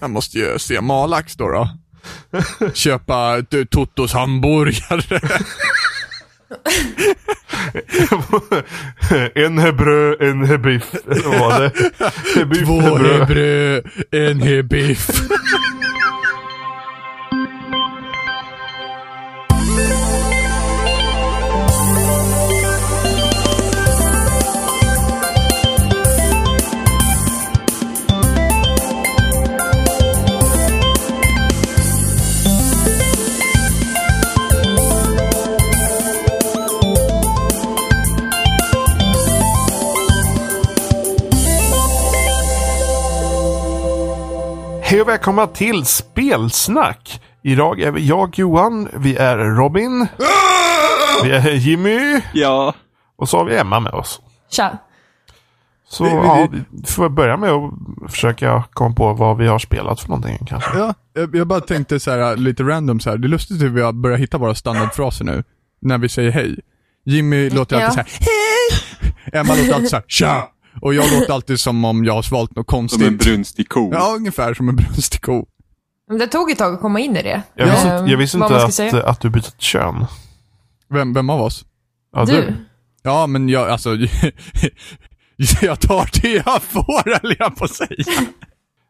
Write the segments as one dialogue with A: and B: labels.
A: Jag måste ju se Malax då. då. Köpa du, Totos hamburgare.
B: en hebrö, en hebiff. Vad var det? Hebiff,
A: Två
B: hebrö.
A: hebrö, en hebiff.
B: Hej och välkomna till Spelsnack. Idag är vi jag Johan, vi är Robin, vi är Jimmy
C: Ja.
B: och så har vi Emma med oss.
D: Tja.
B: Så
A: Vi- vi-
B: ja, vi får börja med att försöka komma på vad vi har spelat för någonting kanske.
A: Ja, jag, jag bara tänkte så här äh, lite random så här. Det är lustigt hur vi har börjat hitta våra standardfraser nu. När vi säger hej. Jimmy låter alltid
D: Ja.
A: så här hej. Emma låter alltid så här tja. Och jag låter alltid som om jag har svalt något konstigt.
C: Som en brunstig ko.
A: Ja, ungefär som en brunstig ko.
D: Men det tog ett tag att komma in i det.
B: Jag visste,
D: Ehm,
B: inte- jag visste
D: vad
B: inte
D: man ska
B: att,
D: säga.
B: att du bytt kön.
A: Vem, vem av oss?
B: Ja,
D: Du.
A: Ja, men jag, alltså, jag tar det jag får, eller jag på att säga.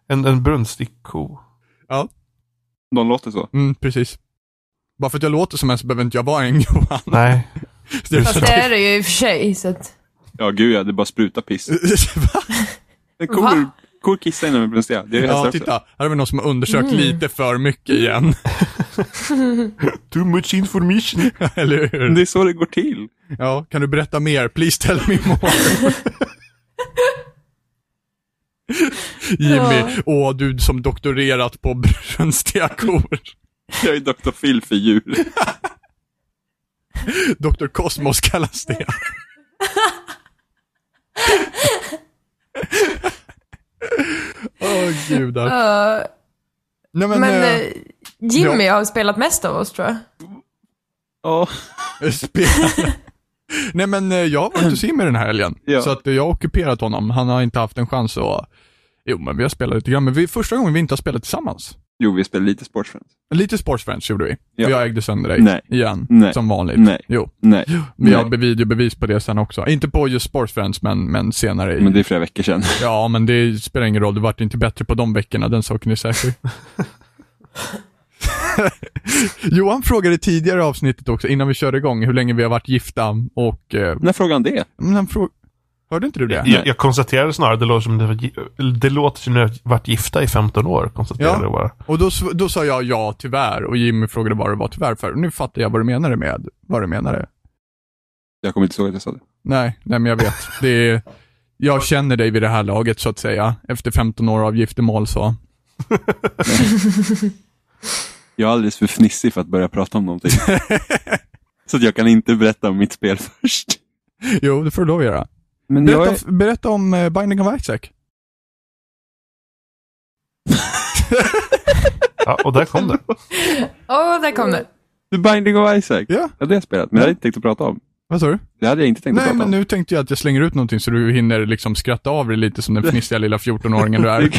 B: En, en brunstig ko.
C: De låter så.
A: Mm, precis. Bara för att jag låter som en så behöver inte jag vara en Johan.
B: Nej,
A: Det är
D: Fast det är det ju i och för sig. Så att,
C: Ja, gud ja. Det bara sprutar piss.
A: Eh, Va?
C: Men Kor,
D: Va?
C: kor kissar innan de är brunstiga. Det är det
A: Ja,
C: jag
A: titta. Här har vi någon som har undersökt lite för mycket igen.
B: too much information.
A: Eller hur?
C: Det är så det går till.
A: Ja, kan du berätta mer? Please tell me more. Jimmy, åh du som doktorerat på brunstiga kor.
C: Jag är Dr. Phil för djur.
A: Dr. Kosmos kallas det. Åh gudar.
D: Ja,
A: Nej men,
D: men
A: eh,
D: eh, Jimmy har spelat mest av oss tror jag.
C: Ja.
A: spela. Nej men eh, jag har varit hos Jimmy den här helgen.
C: Ja.
A: Så att eh, jag har ockuperat honom. Han har inte haft en chans att... Jo men vi har spelat lite grann, men vi, första gången vi inte har spelat tillsammans.
C: Jo, vi spelar lite Sportsfriends.
A: Lite sportsfans gjorde vi.
C: Ja.
A: Jag ägde sönder dig.
C: Nej.
A: Igen.
C: Nej.
A: Som vanligt.
C: Nej.
A: Jo.
C: Nej.
A: Vi har
C: Nej.
A: be- videobevis på det sen också. Inte på just sportsfans men, men senare i
C: Men det är flera veckor sedan.
A: Ja, men det spelar ingen roll. Du vart inte bättre på de veckorna, den saken är säker. Johan frågade tidigare i avsnittet också, innan vi körde igång, hur länge vi har varit gifta och... Eh,
C: När frågan det?
A: men han frå- Hörde inte du det?
B: Jag, jag konstaterade snarare, det låter som det, var gi- det låter som det varit gifta i 15 år, konstaterade
A: Ja.
B: jag bara.
A: Och då, sv- då sa jag ja, tyvärr, och Jimmy frågade vad det var tyvärr för. Nu fattar jag vad du menade med, vad du menade.
C: Jag kommer inte ihåg att jag sa det.
A: Nej, nej men jag vet. Det är, jag känner dig vid det här laget, så att säga. Efter 15 år av giftermål så.
C: Jag är alldeles för fnissig för att börja prata om någonting. så att jag kan inte berätta om mitt spel först.
A: Jo, det får du lov att göra.
C: Men jag
A: Berätta,
C: är...
A: f- berätta om eh, Binding of Isaac.
B: Ja, och där kom det.
D: Åh, där kom det.
C: The Binding of Isaac.
A: Ja,
C: Ja, det har jag spelat. Men jag hade inte tänkt att prata om.
A: vad sa du?
C: Det hade jag inte tänkt
A: Nej,
C: att prata
A: men
C: om.
A: nu tänkte jag att jag slänger ut någonting så du hinner liksom skratta av dig lite som den fnissiga lilla 14-åringen du är.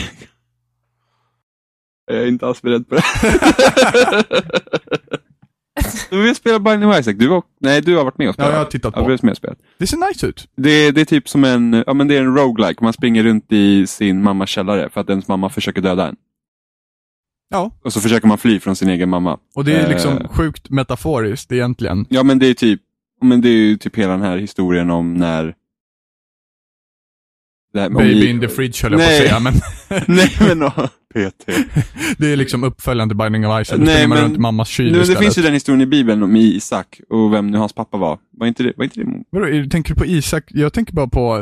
C: Jag är inte alls beredd på det. Du vill spela Binding of Isaac. Du var, nej, du har varit med och
A: Ja,
C: spelat.
A: jag har tittat
C: Ja, du
A: på.
C: har med och spelat.
A: Det ser nice ut.
C: Det, det är typ som en, ja, men det är en roguelike. Man springer runt i sin mammas källare för att ens mamma försöker döda en.
A: Ja.
C: Och så försöker man fly från sin egen mamma.
A: Och det är
C: Eh.
A: liksom sjukt metaforiskt egentligen.
C: Ja, men det är typ, men det är ju typ hela den här historien om när... Det här, om
A: Baby
C: vi-
A: in the fridge höll jag på att
C: Nej.
A: säga, men
C: Nej, men åh, PT.
A: det är liksom uppföljande till Binding of Isaac.
C: Nej,
A: Nej, men...
C: men-
A: runt mammas kyl
C: Nu, det
A: istället.
C: finns ju den historien i Bibeln om Isak och vem nu hans pappa var. Var inte det, var inte det
A: Vadå, är- tänker du på Isak? Jag tänker bara på...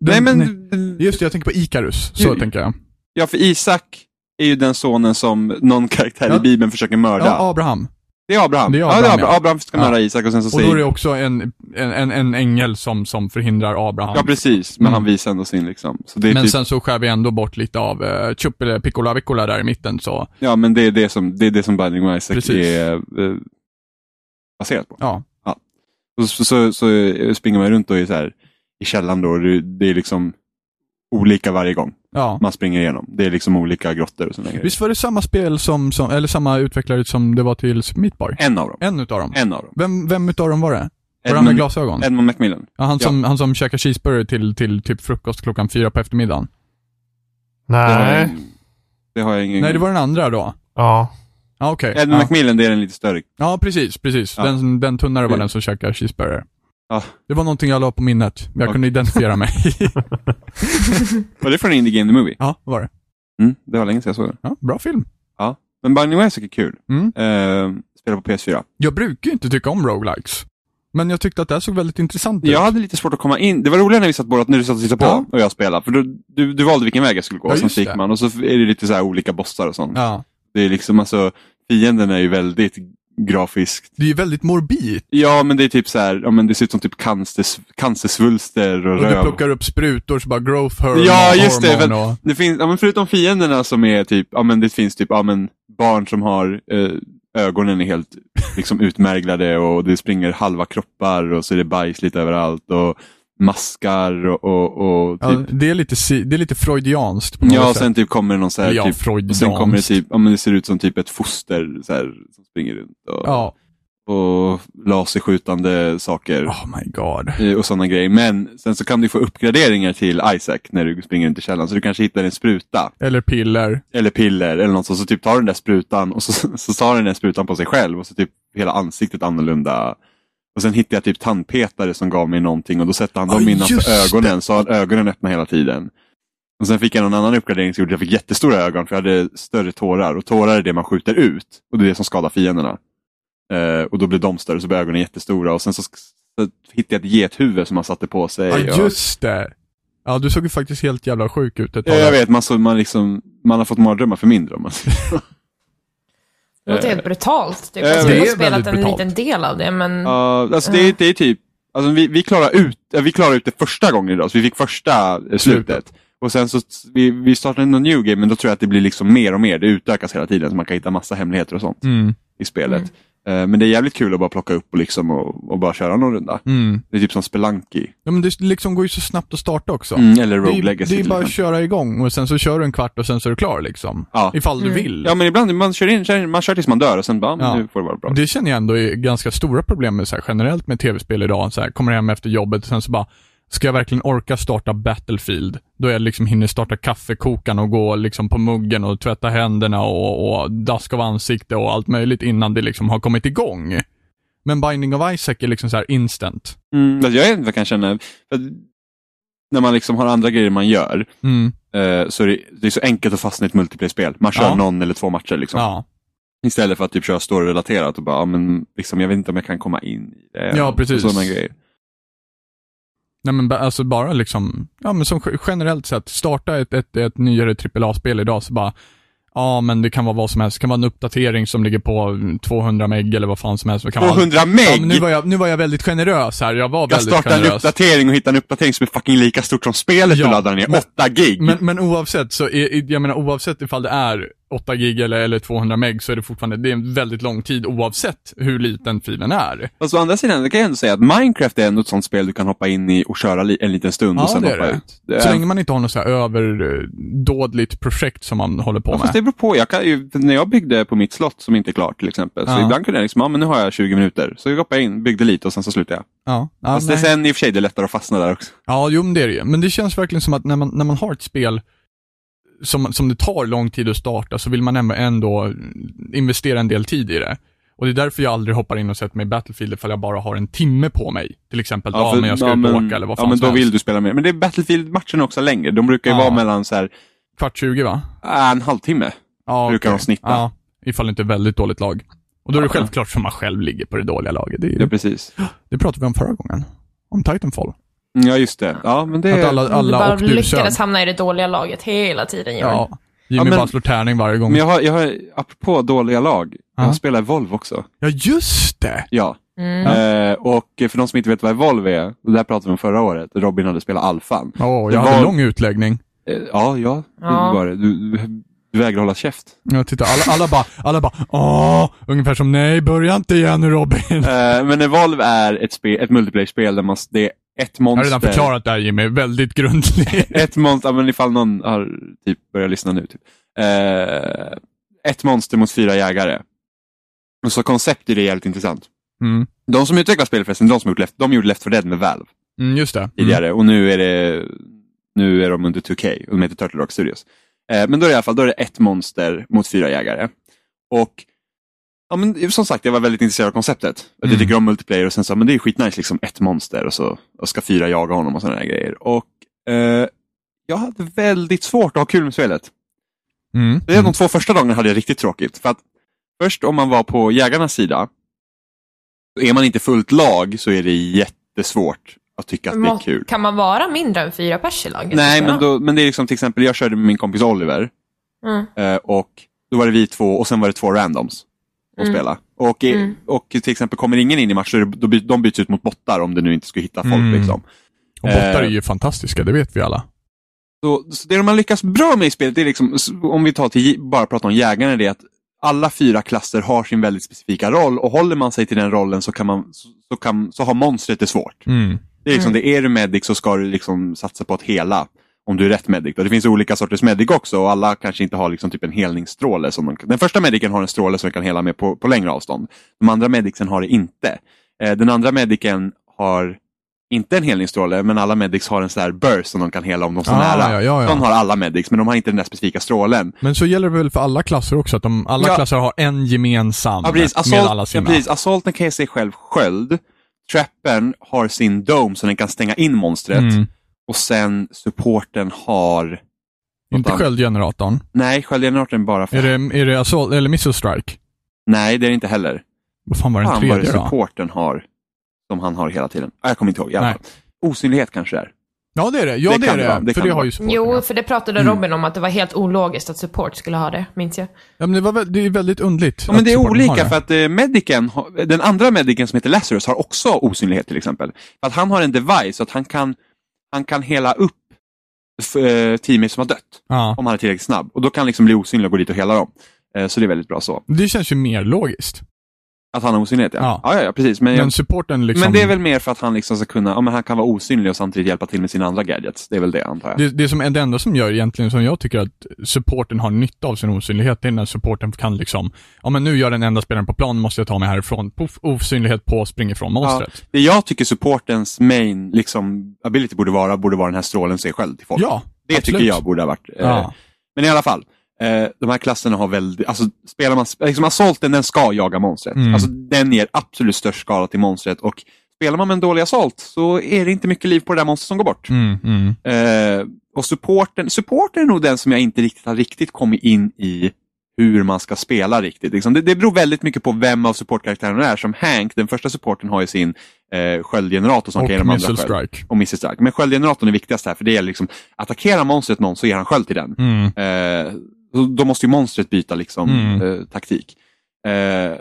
C: Nej,
A: Den-
C: men
A: Just det, jag tänker på Ikarus. Så
C: Ju-
A: tänker jag.
C: ja, för Isak är ju den sonen som någon karaktär
A: Ja.
C: i Bibeln försöker mörda.
A: Ja, Abraham.
C: Det är Abraham.
A: Det är
C: ja, det är
A: Abraham,
C: Abraham.
A: ja.
C: Abraham ska
A: Ja.
C: mörda Isak och sen så
A: Och då
C: säger...
A: är det också en, en, en, en ängel som, som förhindrar Abraham.
C: Ja, precis. Men
A: Mm.
C: han visar ändå sin liksom. Så det är
A: Men
C: typ,
A: sen så skär vi ändå bort lite av uh, Chuppele Piccola Vicola där i mitten så,
C: ja, men det är det som, det är det som Binding of Isaac
A: Precis.
C: är eh, baserat på.
A: ja.
C: Och så, så, så, springer man runt då i, så här, i källaren då. och Det, det är liksom olika varje gång
A: Ja.
C: man springer igenom. Det är liksom olika grottor och sådana grejer.
A: Visst var det samma spel som, som eller samma utvecklare som det var till Meat Boy?
C: En av dem.
A: En utav dem?
C: En av dem.
A: Vem, vem utav dem var det? Var det
C: Edmund-
A: han med glasögon?
C: Edmund Macmillan.
A: Ja, han, som, han som käkar cheeseburgare till, till typ frukost klockan fyra på eftermiddagen.
C: Det har jag
B: Nej.
C: ingen- Det har jag ingen...
A: Nej, det var den andra då.
B: Ja.
A: Ja, okej.
C: Edmund
A: Ja.
C: Macmillan, det är den lite större.
A: ja, precis, precis.
C: Ja. Mm.
A: Den, den tunnare var den som käkar cheeseburgare.
C: Ja.
A: Det var någonting jag la på minnet. Jag
C: Ja.
A: kunde identifiera mig.
C: Var det från Indie Game The Movie?
A: ja, vad var det?
C: Mm, det var länge sedan jag såg den.
A: Ja, bra film.
C: Men Binding of Isaac är kul.
A: Mm.
C: Eh, spelar på PS4.
A: Jag brukar ju inte tycka om roguelikes. Men jag tyckte att det här såg väldigt intressant ut.
C: Jag hade lite svårt att komma in. Det var roligare när vi satt båda, när du satt och tittade på
A: Ja.
C: och jag spelade. För du, du, du valde vilken väg jag skulle gå,
A: Ja,
C: sen
A: just
C: så gick
A: det.
C: man. Och så är det lite så här olika bossar och sånt.
A: Ja.
C: Det är liksom alltså, fienden är ju väldigt grafiskt.
A: Det är ju väldigt morbid.
C: Ja, men det är typ så här, ja, men det ser ut som typ cancers, cancersvulster och,
A: Och du
C: röv.
A: plockar upp sprutor så bara growth hormone
C: Ja, just det.
A: hormon
C: För,
A: och...
C: det finns, ja, men förutom fienderna som är typ, ja men det finns typ, ja men barn som har eh, ögonen är helt liksom utmärglade och det springer halva kroppar och så är det bajs lite överallt och maskar och, och, och
A: Ja,
C: typ.
A: det, är lite, si- det är lite freudianskt på något
C: Ja, och
A: sätt.
C: sen typ kommer det någon så här,
A: Ja,
C: typ, och sen
A: freudianskt.
C: kommer det typ, ja men det ser ut som typ ett foster så här, som springer runt och,
A: Ja.
C: och laserskjutande saker.
A: Oh my god.
C: Eh, och sådana grejer. Men sen så kan du få uppgraderingar till Isaac när du springer runt i källaren. Så du kanske hittar en spruta
A: Eller piller.
C: eller piller eller något sånt. Så typ tar den där sprutan och så, så tar den där sprutan på sig själv och så typ hela ansiktet annorlunda. Och sen hittade jag typ tandpetare som gav mig någonting och då sätter han
A: Ja,
C: dem
A: Ah,
C: innanför
A: just
C: ögonen så har ögonen öppna hela tiden. Och sen fick jag någon annan uppgradering som gjorde att jag fick jättestora ögon för jag hade större tårar och tårar är det man skjuter ut och det är det som skadar fienderna. Eh, och då blir de större så blir ögonen jättestora och sen så, så hittade jag ett gethuvud som man satte på sig.
A: Ja,
C: och...
A: Ah, just det. Ja, du såg ju faktiskt helt jävla sjuk ut ett
C: Ja,
A: tag.
C: jag vet, man, så, man, liksom, man har fått mardrömmar för mindre om man
D: Det låter helt brutalt. Typ.
C: Eh,
D: Jag skulle
A: det
D: ha
A: är väldigt
D: spelat en
A: brutalt.
D: liten del av det, men...
C: Ja, alltså det, är- det är typ, alltså vi, vi klarar ut, ja, vi klarar ut det första gången idag, så vi fick första eh, slutet. Och sen så, vi, vi startade en new game, men då tror jag att det blir liksom mer och mer, det utökas hela tiden, så man kan hitta massa hemligheter och sånt
A: Mm,
C: i spelet. Eh, Men det är jävligt kul att bara plocka upp och, liksom och, och bara köra någon runda.
A: mm.
C: Det är typ som Spelanki
A: Ja, men det liksom går ju så snabbt att starta också.
C: mm. eller
A: Det
C: Rogue
A: är,
C: Legacy.
A: det är
C: till
A: bara att
C: exempel.
A: köra igång och sen så kör du en kvart och sen så är du klar liksom.
C: Ja.
A: Ifall du
D: Mm.
A: vill.
C: ja, men ibland man kör, in, kör, man kör tills man dör och sen bara, ja.
A: Ja.
C: men nu får det vara bra.
A: Det känner jag ändå är ganska stora problem med så här, generellt med tv-spel idag. Så här, kommer hem efter jobbet och sen så bara, ska jag verkligen orka starta Battlefield? Då jag liksom hinner starta kaffekokaren och gå liksom på muggen och tvätta händerna och, och daska av ansikte och allt möjligt innan det liksom har kommit igång. Men Binding of Isaac är liksom så här instant.
C: Mm. Alltså, Jag vet inte vad jag kan känna, för att när man liksom har andra grejer man gör,
A: Mm,
C: Eh, så är det, det är så enkelt att fastna i ett multiplayer-spel. Man kör
A: Ja.
C: någon eller två matcher liksom.
A: ja.
C: Istället för att typ köra story-relaterat och bara, ja, men liksom, jag vet inte om jag kan komma in i det.
A: Ja,
C: Och
A: precis.
C: Sådana grejer.
A: Nej men ba- alltså bara liksom, ja men som ge- generellt sett, starta ett, ett, ett nyare AAA-spel idag så bara, ja men det kan vara vad som helst, det kan vara en uppdatering som ligger på mm, 200 meg eller vad fan som helst. Det kan vara
C: 200 meg!
A: Ja, men nu, var jag, nu var jag väldigt generös här, jag var
C: jag
A: väldigt
C: startar en
A: generös.
C: uppdatering och hittar en uppdatering som är fucking lika stort som spelet
A: Ja,
C: du laddar ner.
A: men-
C: 8 gig!
A: Men, men oavsett, så är, är- jag menar oavsett ifall det är 8 gig eller, eller 200 meg så är det fortfarande, det är en väldigt lång tid oavsett hur liten filen är.
C: Fast å andra sidan, det kan jag ändå säga att Minecraft är ändå ett sånt spel du kan hoppa in i och köra li- en liten stund och
A: Ja,
C: sen
A: det är
C: hoppa
A: det.
C: ut. Det
A: Så
C: är-
A: länge man inte har något så här överdådligt projekt som man håller på
C: Ja,
A: med.
C: fast det beror på. Jag kan ju, när jag byggde på mitt slott som inte är klart till exempel, så
A: Ja.
C: ibland kunde jag liksom, ja men nu har jag 20 minuter. Så jag hoppade in, byggde lite och sen så slutade jag.
A: Ja, ja,
C: Fast det,
A: nej.
C: sen i och för sig det är lättare att fastna där också.
A: Ja, jo men det är det ju. Men det känns verkligen som att när man, när man har ett spel som, som det tar lång tid att starta så vill man ändå- ändå investera en del tid i det. Och det är därför jag aldrig hoppar in och sätter mig i Battlefield ifall jag bara har en timme på mig. Till exempel, ja,
C: för-
A: men jag ska ut och åka eller vad fan
C: Ja, men
A: som
C: då
A: helst.
C: vill du spela mer. Men det är Battlefield-matcherna också längre. De brukar ju
A: Ja.
C: vara mellan så här,
A: Kvart 20 va?
C: äh, en halvtimme.
A: Ja,
C: Brukar
A: okej.
C: de snitta.
A: Ja, ifall det inte är väldigt dåligt lag. Och då är det
C: Ja.
A: självklart som man själv ligger på det dåliga laget. Det, är
C: Ja,
A: ju,
C: precis.
A: det pratade vi om förra gången. Om Titanfall.
C: Ja, just det. Ja, men det
A: Att
C: är...
A: alla,
D: du
A: alla
D: bara
A: och du sög.
D: lyckades hamna i det dåliga laget hela tiden, Jörgen.
A: Ja. Jimmy
C: Ja, men-
A: bara slår tärning varje gång.
C: Men jag har, jag har, apropå dåliga lag,
A: Ja.
C: jag spelar Volvo också.
A: Ja, just det!
C: Ja.
D: Mm.
C: Eh, och för de som inte vet vad Volvo är, det där pratade vi om förra året, Robin hade spelat Alfan.
A: Åh,
C: Det
A: jag hade
C: var-
A: lång utläggning.
C: Eh, ja, ja,
D: Ja.
C: det var det. Du, du, du vägrar hålla käft.
A: Jag tittar, alla, alla bara, alla bara, åh, ungefär som nej, börja inte igen nu Robin.
C: Eh, men Evolve är ett, spe, ett multiplayer-spel där man, s- det är ett
A: Jag har
C: monster.
A: redan förklarat det här Jimmy, väldigt grundligt.
C: ett monster, ja, men ifall någon har typ börjar lyssna nu. Typ. Eh, ett monster mot fyra jägare. Och så koncept i det är jävligt intressant.
A: Mm.
C: De som utvecklar spelet förresten, de som gjort Left, de gjorde Left 4 Dead med Valve
A: Mm, just det. Mm.
C: tidigare och nu är, det, nu är de under 2K och de heter Turtle Rock Studios. Eh, men då är det i alla fall då är det ett monster mot fyra jägare. Och ja, men, som sagt, jag var väldigt intresserad av konceptet. Att
A: Mm.
C: Jag tycker om multiplayer och sen så, men det är skitnice liksom, ett monster och så och ska fyra jaga honom och sådana grejer. Och eh, jag hade väldigt svårt att ha kul med spelet.
A: Mm.
C: Det är de två första dagarna hade jag riktigt tråkigt. För att först om man var på jägarnas sida, så är man inte fullt lag så är det jättesvårt att tycka att det är
D: Må-
C: kul.
D: Kan man vara mindre än fyra pers i laget?
C: Nej,
D: Ja.
C: men, då, men det är liksom till exempel, jag körde med min kompis Oliver
D: Mm.
C: eh, och då var det vi två och sen var det två randoms att
D: Mm.
C: spela. Och, eh,
D: Mm.
C: och till exempel kommer ingen in i match så är det, då by, de byts ut mot bottar om det nu inte skulle hitta folk.
A: Mm.
C: Liksom.
A: Och bottar
C: Eh.
A: är ju fantastiska, det vet vi alla.
C: Så, så det man lyckas bra med i spelet, det är liksom, s- om vi tar till, bara pratar om jägarna, det är att alla fyra klasser har sin väldigt specifika roll och håller man sig till den rollen så, kan man, så, så, kan, så har monstret det svårt.
A: Mm.
C: Det är, liksom, det, är du medic så ska du liksom satsa på att hela, om du är rätt medic. Då. Det finns olika sorters medic också och alla kanske inte har liksom typ en helningsstråle. Som man, kan- den första medicen har en stråle som den kan hela med på, på längre avstånd. De andra medicsen har det inte. Eh, den andra medicen har inte en helningsstråle, men alla medics har en sån här burst som de kan hela om de står
A: Ah,
C: nära.
A: ja, ja, ja.
C: De har alla medics, men de har inte den där specifika strålen.
A: Men så gäller det väl för alla klasser också, att de, alla
C: Ja.
A: klasser har en gemensam
C: Ja, precis.
A: med
C: Assault,
A: alla
C: ja,
A: sina.
C: precis. Assaulten kan ge sig själv sköld. Trappen har sin dome så den kan stänga in monstret.
A: Mm.
C: Och sen supporten har...
A: Inte
C: Utan-
A: sköldgeneratorn.
C: Nej, sköldgeneratorn bara för...
A: Är det, är det assault, eller missile strike?
C: Nej, det är det inte heller.
A: Vad fan var den
C: Fan vad det
A: tredje då?
C: supporten har. Som han har hela tiden. Ah, jag kommer inte ihåg. i alla
A: Nej.
C: fall. Osynlighet kanske det är.
A: Ja, det är det. Ja,
C: Det
A: det, är
C: kan det vara,
A: det.
C: det
A: för
C: kan
A: det
C: det
A: har
C: vara.
A: ju supporten.
D: Jo,
A: ja.
D: för det pratade
C: Mm.
D: Robin om att det var helt ologiskt att support skulle ha det, minns
C: Eh,
D: jag.
A: ja, men det, var, väl- det är väldigt underligt.
C: Ja, men
A: att
C: det är
A: supporten har
C: olika
A: det.
C: för att eh, medicen, har- den andra medicen som heter Lazarus har också osynlighet till exempel. För att han har en device så att han kan, han kan hela upp f- eh, teamet som har dött.
A: Ja.
C: Om han är tillräckligt snabb. Och då kan han liksom bli osynlig och gå dit och hela dem. Eh, Så det är väldigt bra så.
A: Det känns ju mer logiskt.
C: Att han har osynlighet ja.
A: Ja.
C: Ja, ja, ja precis. Men, jag,
A: Men supporten liksom...
C: men det är väl mer för att han liksom ska kunna, ja, men han kan vara osynlig och samtidigt hjälpa till med sina andra gadgets. Det är väl det antar jag.
A: Det, det, som, det enda som gör egentligen, som jag tycker att supporten har nytta av sin osynlighet, det är när supporten kan liksom, ja men nu gör den enda spelaren på plan, nu måste jag ta mig härifrån. Puff, osynlighet på, spring ifrån monstret.
C: Det jag tycker supportens main liksom, ability borde vara, borde vara den här strålen sig själv till
A: Ja,
C: folk. det
A: absolut.
C: tycker jag borde ha varit. eh,
A: Ja.
C: Men i alla fall, eh, de här klasserna har väldigt, alltså spelar man, liksom assaulten den ska jaga monstret.
A: Mm.
C: Alltså den ger absolut störst skada till monstret och spelar man med en dålig assault så är det inte mycket liv på det där monstret som går bort.
A: Mm, mm.
C: Eh, och supporten, supporten är nog den som jag inte riktigt har riktigt kommit in i hur man ska spela riktigt. Liksom. Det, det beror väldigt mycket på vem av supportkaraktärerna det är. Som Hank, den första supporten har ju sin eh, sköldgenerator som kan ge
A: Och
C: de andra
A: missile
C: sköld.
A: strike.
C: Och missile strike. Men sköldgeneratorn är viktigast här, för det är liksom, attackerar monstret någon så ger han sköld till den.
A: Mm.
C: Eh, så då måste ju monstret byta liksom,
A: Mm.
C: eh, taktik. Eh,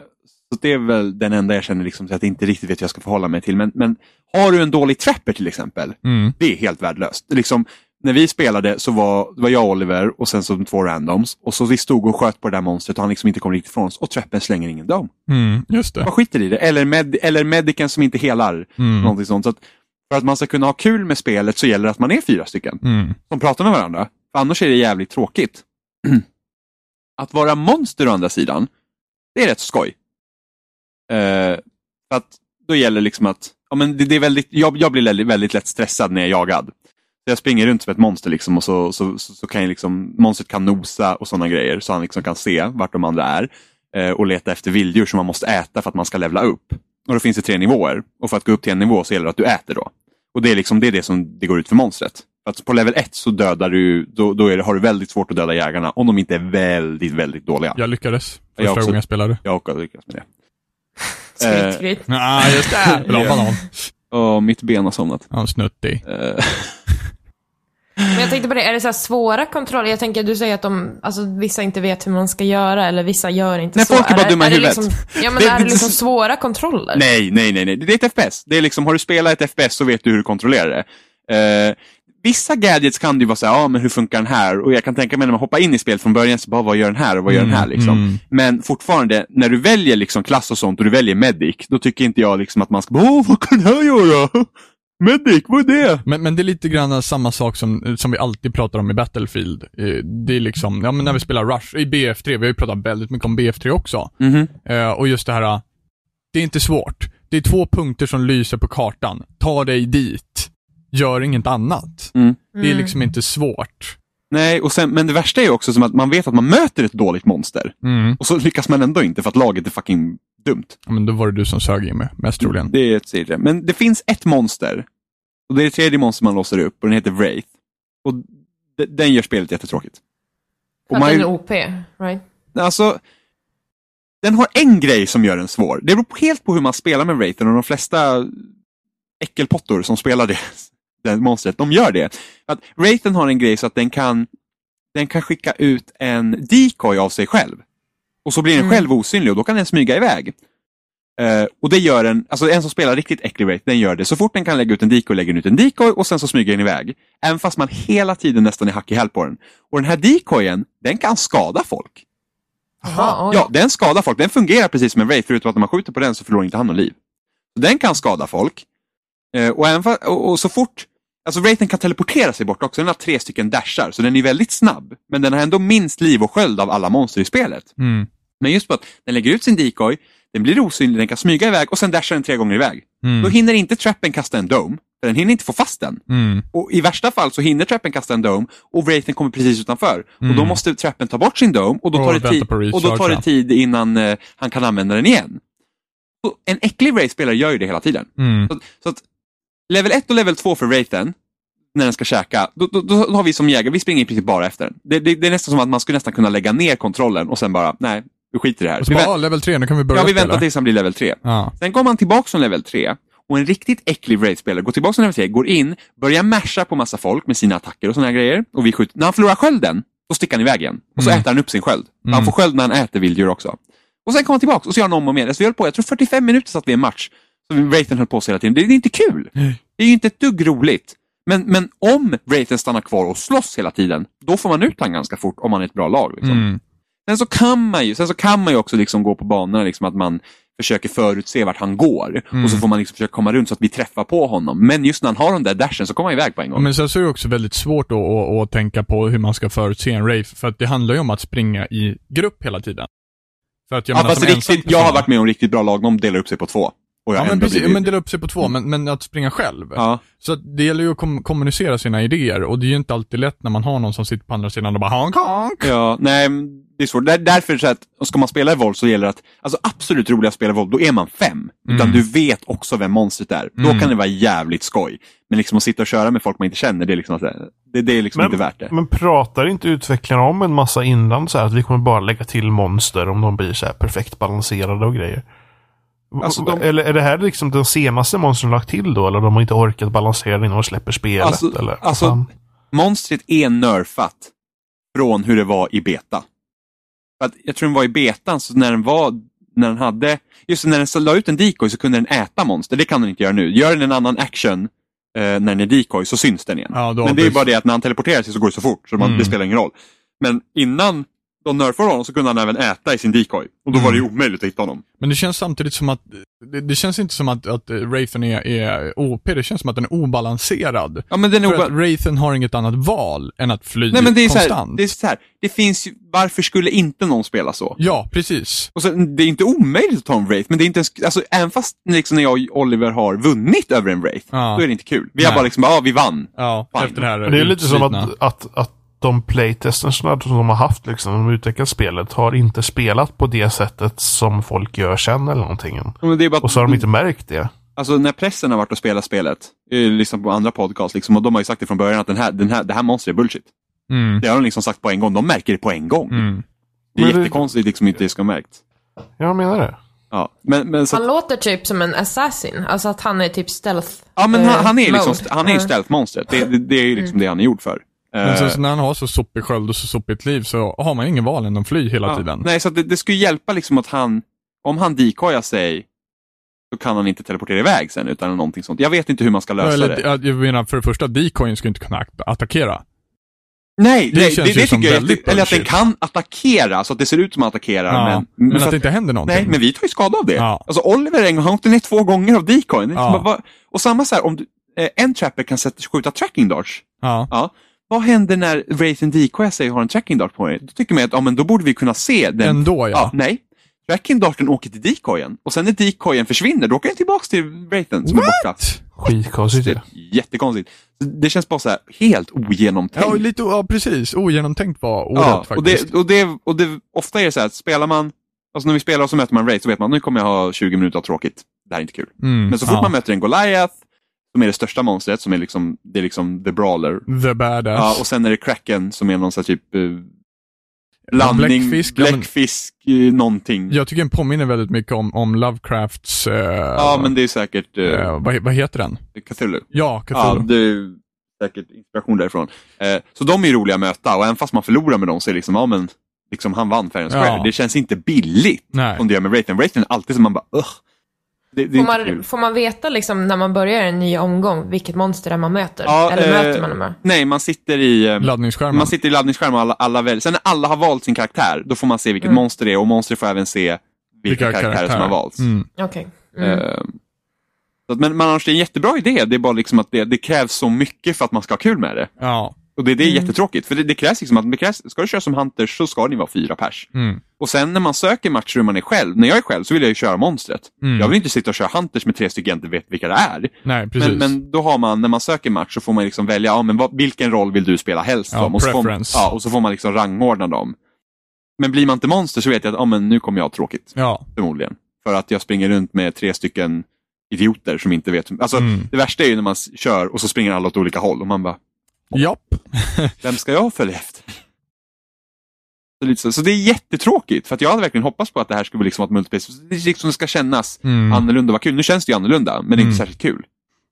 C: så Det är väl den enda jag känner liksom, att jag inte riktigt vet hur jag ska förhålla mig till. Men, men har du en dålig trapper till exempel,
A: Mm.
C: det är helt värdelöst. Liksom, när vi spelade så var, det var jag och Oliver och sen så de två randoms. Och så vi stod och sköt på det där monstret och han liksom inte kom riktigt ifrån oss. Och trappen slänger ingen dom.
A: Mm. Just det.
C: Man skiter i det. Eller, med, eller medicen som inte helar.
A: Mm.
C: Någonting sånt. Så att för att man ska kunna ha kul med spelet så gäller det att man är fyra stycken
A: Mm.
C: som pratar med varandra. För annars är det jävligt tråkigt. att vara monster å andra sidan, det är rätt skoj. Eh, för att då gäller liksom att, ja, men det, det är väldigt, jag, jag blir väldigt, väldigt lätt stressad när jag är jagad. Så jag springer runt som ett monster liksom och så, så, så, så kan jag liksom, monstret kan nosa och sådana grejer så han liksom kan se vart de andra är. eh, och leta efter vilddjur som man måste äta för att man ska levla upp. Och då finns det tre nivåer. Och för att gå upp till en nivå så gäller det att du äter då. Och det är liksom det, är det som det går ut för monstret. För att på level 1 så dödar du, då, då är det, har du väldigt svårt att döda jägarna om de inte är väldigt, väldigt dåliga.
A: Jag lyckades
C: Jag
A: första
C: också.
A: gången jag spelade.
C: Jag har också lyckats med det. Eh.
D: Skryt, skryt.
A: Nej, just det. Vill du ha banan?
C: Åh, mitt ben har somnat.
A: Ja, snuttig.
C: Eh,
D: Men jag tänkte på det, är det så här svåra kontroller? Jag tänker, du säger att de, alltså, vissa inte vet hur man ska göra, eller vissa gör inte
C: Nej,
D: så.
C: folk är bara
D: det-
C: dumma i
D: det
C: huvudet.
D: Liksom, ja, men
C: Det-
D: är det liksom
C: det-
D: svåra kontroller?
C: nej, nej, nej, nej. Det är ett FPS. Det är liksom, har du spelat ett FPS så vet du hur du kontrollerar det. Eh, vissa gadgets kan du vara så här, ja men hur funkar den här? Och jag kan tänka mig när man hoppar in i spel från början, så bara vad gör den här och vad gör den här?
A: Mm,
C: Liksom.
A: mm.
C: Men fortfarande, när du väljer liksom klass och sånt och du väljer medic, då tycker inte jag liksom att man ska bara, åh vad kan den här göra? Medic, vad är det?
A: Men, men det är lite grann samma sak som, som vi alltid pratar om i Battlefield. Eh, Det är liksom, ja men när vi spelar Rush, i BF3, vi har ju pratat väldigt mycket om BF3 också. Eh, Och just det här, eh, det är inte svårt. Det är två punkter som lyser på kartan. Ta dig dit. Gör inget annat.
C: Mm.
A: Det är liksom inte svårt.
C: Nej, och sen, men det värsta är ju också som att man vet att man möter ett dåligt monster. Och så lyckas man ändå inte för att laget är fucking dumt.
A: Mm. Ja, Men då var det du som sög Jimmy, mest troligen.
C: Det är ett tredje. Men det finns ett monster. Och Det är det tredje monster man låser upp och den heter Wraith. Och de, den gör spelet jättetråkigt.
D: För
C: Och
D: att den är
C: man,
D: OP, right?
C: alltså, den har en grej som gör den svår. Det beror på- helt på hur man spelar med Wraithen och de flesta äckelpottor som spelar det, det monstret, de gör det. Att Wraithen har en grej så att den kan, den kan skicka ut en decoy av sig själv. Och så blir den själv osynlig och då kan den smyga iväg. Eh, och det gör en, alltså en som spelar riktigt äcklig rate, den gör det. Så fort den kan lägga ut en decoy lägger den ut en decoy och sen så smyger den iväg. Även fast man hela tiden nästan är hack i häl på den. Och den här decoyen, den kan skada folk.
D: Jaha, oj.
C: Ja, den skadar folk. Den fungerar precis som en Wraith, förutom att när man skjuter på den så förlorar inte han något liv. Så Den kan skada folk. Eh, och, även fa- och, och så fort... Alltså Wraithen kan teleportera sig bort också. Den har tre stycken dashar, så den är väldigt snabb. Men den har ändå minst liv och sköld av alla monster i spelet.
A: Mm.
C: Men just på att den lägger ut sin decoy, den blir osynlig, den kan smyga iväg och sen dashar den tre gånger iväg.
A: Mm.
C: Då hinner inte trappen kasta en dome, för den hinner inte få fast den.
A: Mm.
C: Och i värsta fall så hinner trappen kasta en dome och Wraithen kommer precis utanför. Och då
A: Mm.
C: måste trappen ta bort sin dome och då
A: Och
C: tar, det,
A: vänta
C: tid,
A: på recharge,
C: och då tar
A: ja.
C: det tid innan eh, han kan använda den igen. Så en äcklig Wraith-spelare gör ju det hela tiden.
A: Mm.
C: Så, att- så att level 1 och level 2 för Wraithen, när den ska käka, då, då, då har vi som jägare, vi springer i princip bara efter den. Det, det, det är nästan som att man skulle nästan kunna lägga ner kontrollen och sen bara, nej, vi skiter i det här.
A: Och så
C: Vi
A: bara,
C: vä-
A: ah, level 3, nu kan vi börja
C: ja, vi
A: upp, eller?
C: väntar tills han blir level 3.
A: Ja.
C: Sen går man tillbaka från level 3 och en riktigt äcklig raid-spelare går tillbaka från level 3, går in, börjar masha på massa folk med sina attacker och såna här grejer. Och vi skjuter. När han förlorar skölden, då sticker han iväg igen. Och så
A: Mm.
C: äter han upp sin sköld.
A: Mm.
C: Han får sköld när han äter vilddjur också. Och sen kommer han tillbaka och så gör han om och om igen. Så vi höll på, jag tror 45 minuter satt vi i en match. Så Wraithen höll på så hela tiden. Det är inte kul. Det är ju inte ett dugg roligt. Men, men om Wraithen stannar kvar och slåss hela tiden, då får man ut han ganska fort om man är ett bra lag. Liksom.
A: Mm.
C: Sen så kan man ju, sen så kan man ju också liksom gå på banorna, liksom att man försöker förutse vart han går.
A: Mm.
C: Och så får man liksom försöka komma runt så att vi träffar på honom. Men just när han har den där dashen så kommer han iväg på en gång.
A: Men sen så är det också väldigt svårt att, att, att tänka på hur man ska förutse en rave, för att det handlar ju om att springa i grupp hela tiden. För att jag
C: ja,
A: menar,
C: fast
A: som ensam
C: riktigt, jag har
A: person-
C: varit med om riktigt bra lag, de delar upp sig på två. Och jag
A: Ja, men
C: ändå
A: precis,
C: blir-
A: men dela upp sig på två, men, men att springa själv.
C: Mm. ja.
A: Så att det gäller ju att kom, kommunicera sina idéer och det är ju inte alltid lätt när man har någon som sitter på andra sidan och bara honk honk.
C: ja, nej, men det är svårt. Där, därför så att, och ska man spela i våld så gäller det att, alltså absolut roliga spel i våld, då är man fem. Utan
A: Mm.
C: du vet också vem monstret är. Då
A: Mm.
C: kan det vara jävligt skoj. Men liksom att sitta och köra med folk man inte känner, det är liksom, att, det, det är liksom inte värt det.
B: Men pratar inte utvecklarna om en massa innan så här att vi kommer bara lägga till monster om de blir så här perfekt balanserade och grejer?
C: Alltså, de-
B: Eller är det här liksom den senaste monstren de lagt till då? Eller de har inte orkat balansera det innan de släpper spelet?
C: Alltså-
B: eller?
C: alltså-
B: Fan.
C: Monstret är nerfat från hur det var i beta. För att jag tror den var i betan, så när den var, när den hade, just när den så la ut en decoy så kunde den äta monster. Det kan den inte göra nu. Gör den en annan action eh, när den är decoy så syns den igen.
A: Ja, då
C: Men det är
A: precis.
C: bara det att när han teleporterar sig så går det så fort, så man,
A: Mm.
C: det spelar ingen roll. Men innan de nerfade honom så kunde han även äta i sin decoy. Mm. Och då var det ju omöjligt att hitta honom.
A: Men det känns samtidigt som att, det, det känns inte som att, att Wraithen är, är OP, det känns som att den är obalanserad.
C: Ja, men den är
A: För
C: oba-
A: att Wraithen har inget annat val än att fly
C: Nej men det är så
A: konstant.
C: här, det är så här. Det finns ju, varför skulle inte någon spela så?
A: Ja, precis.
C: Och sen, det är inte omöjligt att ta en Wraith, men det är inte ens, alltså, även fast liksom, när jag och Oliver har vunnit över en Wraith,
A: Ja.
C: då är det inte kul. Vi har
A: Nej.
C: bara liksom, ja vi vann.
A: Ja,
C: Fine.
A: efter det här
B: Men det är lite som
A: utslitna.
B: att, att, att de playtesterna som de har haft liksom, när de har utvecklat spelet, har inte spelat på det sättet som folk gör sen eller någonting.
C: Men det är bara,
B: Och så har de inte märkt det.
C: alltså, när pressen har varit och spelat spelet, eh, liksom på andra podcast, liksom, och de har ju sagt det från början att den här, den här, det här monstret är bullshit.
A: Mm.
C: Det har de liksom sagt på en gång, de märker det på en gång.
A: Mm.
C: Det är
B: Men det-
C: jättekonstigt liksom inte det ska ha märkt.
B: Jag menar det.
C: Ja, men, men så
D: Han låter typ som en assassin. Alltså att han är typ stealth.
C: Ja, men
D: eh,
C: han, han är liksom,
D: mode.
C: han är ju
D: Ja.
C: stealth-monstret. Det, det, det är ju liksom det han är gjord för.
A: Men sen
C: Eh,
A: så när han har så sopig sköld och så sopigt liv så har man ingen val än att fly hela
C: ja.
A: tiden.
C: Nej, så att det, det skulle hjälpa liksom att han, om han decoyar sig, så kan han inte teleportera iväg sen utan någonting sånt. Jag vet inte hur man ska lösa
A: Eller,
C: det.
A: ja, Jag menar, för det första, decoyen ska inte kunna att- attackera.
C: Nej,
A: det
C: nej,
A: känns ju som
C: tycker jag. är
A: väldigt
C: jätte- Eller att den
A: bullshit.
C: kan attackera, så att det ser ut som att attackera.
A: Ja,
C: men,
A: men, att
C: för
A: det inte händer någonting.
C: Nej, men vi tar ju skada av det.
A: Ja.
C: Alltså Oliver en gång, han åkte ner två gånger av decoyn.
A: Ja.
C: Bara, va- Och samma så här, om du, eh, en trapper kan sätta, skjuta tracking darts.
A: Ja.
C: Ja. Vad händer när Wraithen DK säger har en tracking dart på mig? Då tycker man att ja, men då borde vi kunna se den.
A: Ändå
C: ja,
A: ja.
C: nej. Tracking darten åker till decoyen och sen när decoyen försvinner då åker den tillbaks till Wraithen som är borta.
B: Skitkonstigt ju.
C: Jättekonstigt. Så Det känns bara så här helt ogenomtänkt.
A: Ja, lite, ja precis. Ogenomtänkt var ordet
C: Ja, och,
A: faktiskt.
C: det, och, det, och det, ofta är det så här att spelar man, alltså när vi spelar och så möter man Wraith så vet man nu kommer jag ha 20 minuter av tråkigt. Det här är inte kul.
A: Mm,
C: Men så fort
A: ja.
C: man möter en Goliath, som är det största monstret, som är liksom, det är liksom the brawler.
A: The badass.
C: Ja, och sen är det Kraken som är någon sån här typ eh, blandning,
A: Bläckfisk,
C: bläckfisk,
A: ja, men-
C: eh, någonting. Ja,
A: Jag tycker den påminner väldigt mycket om, om Lovecrafts... Eh,
C: men det är säkert eh,
A: eh, vad, vad heter den?
C: Cthulhu.
A: Ja,
C: Ja,
A: Cthulhu.
C: det är säkert inspiration därifrån. Eh, så de är ju roliga att möta och även fast man förlorar med dem så är det liksom, ja men, liksom han vann Fair and Square.
A: Ja.
C: Det känns inte billigt.
A: Nej.
C: som det gör med Wraithen. Wraithen är alltid som man bara ugh. Det, det är
D: Får
C: inte kul.
D: man, får man veta liksom, när man börjar en ny omgång vilket monster det är man möter?
C: Ja,
D: Eller
C: eh,
D: möter man dem här?
C: Nej, man sitter i eh,
A: Laddningsskärmen.
C: man sitter i laddningsskärmen och alla, alla väljer. Sen när alla har valt sin karaktär, då får man se vilket
D: Mm.
C: monster det är och monster får även se vilka, karaktärer som har valts.
A: Mm.
D: Okej. Mm.
C: Eh, så att, men men annars, det är en jättebra idé. Det är bara liksom att det, det krävs så mycket för att man ska ha kul med det.
A: Ja.
C: Och det, det är
D: Mm.
C: jättetråkigt. För det, det krävs liksom att, det krävs, ska du köra som hunters så ska ni vara fyra pers.
A: Mm.
C: Och sen när man söker matcher hur man är själv, när jag är själv så vill jag ju köra monstret.
A: Mm.
C: Jag vill inte sitta och köra hunters med tre stycken jag inte vet vilka det är.
A: Nej, precis.
C: Men, men då har man, när man söker match så får man liksom välja, ja, men vad, vilken roll vill du spela helst?
A: Ja,
C: som? och, så får, man-
A: preference.
C: ja, och så får man liksom rangordna dem. Men blir man inte monster så vet jag att ja, men nu kommer jag ha tråkigt,
A: Ja.
C: förmodligen. För att jag springer runt med tre stycken idioter som inte vet. Alltså,
A: Mm.
C: Det värsta är ju när man s- kör och så springer alla åt olika håll och man bara,
A: Japp.
C: vem ska jag följa efter? Så, lite så, så det är jättetråkigt, för att jag hade verkligen hoppats på att det här skulle bli liksom ett multiplayer. Det är liksom det ska kännas
A: Mm.
C: annorlunda och vara kul. Nu känns det ju annorlunda, men det är
A: Mm.
C: inte särskilt kul.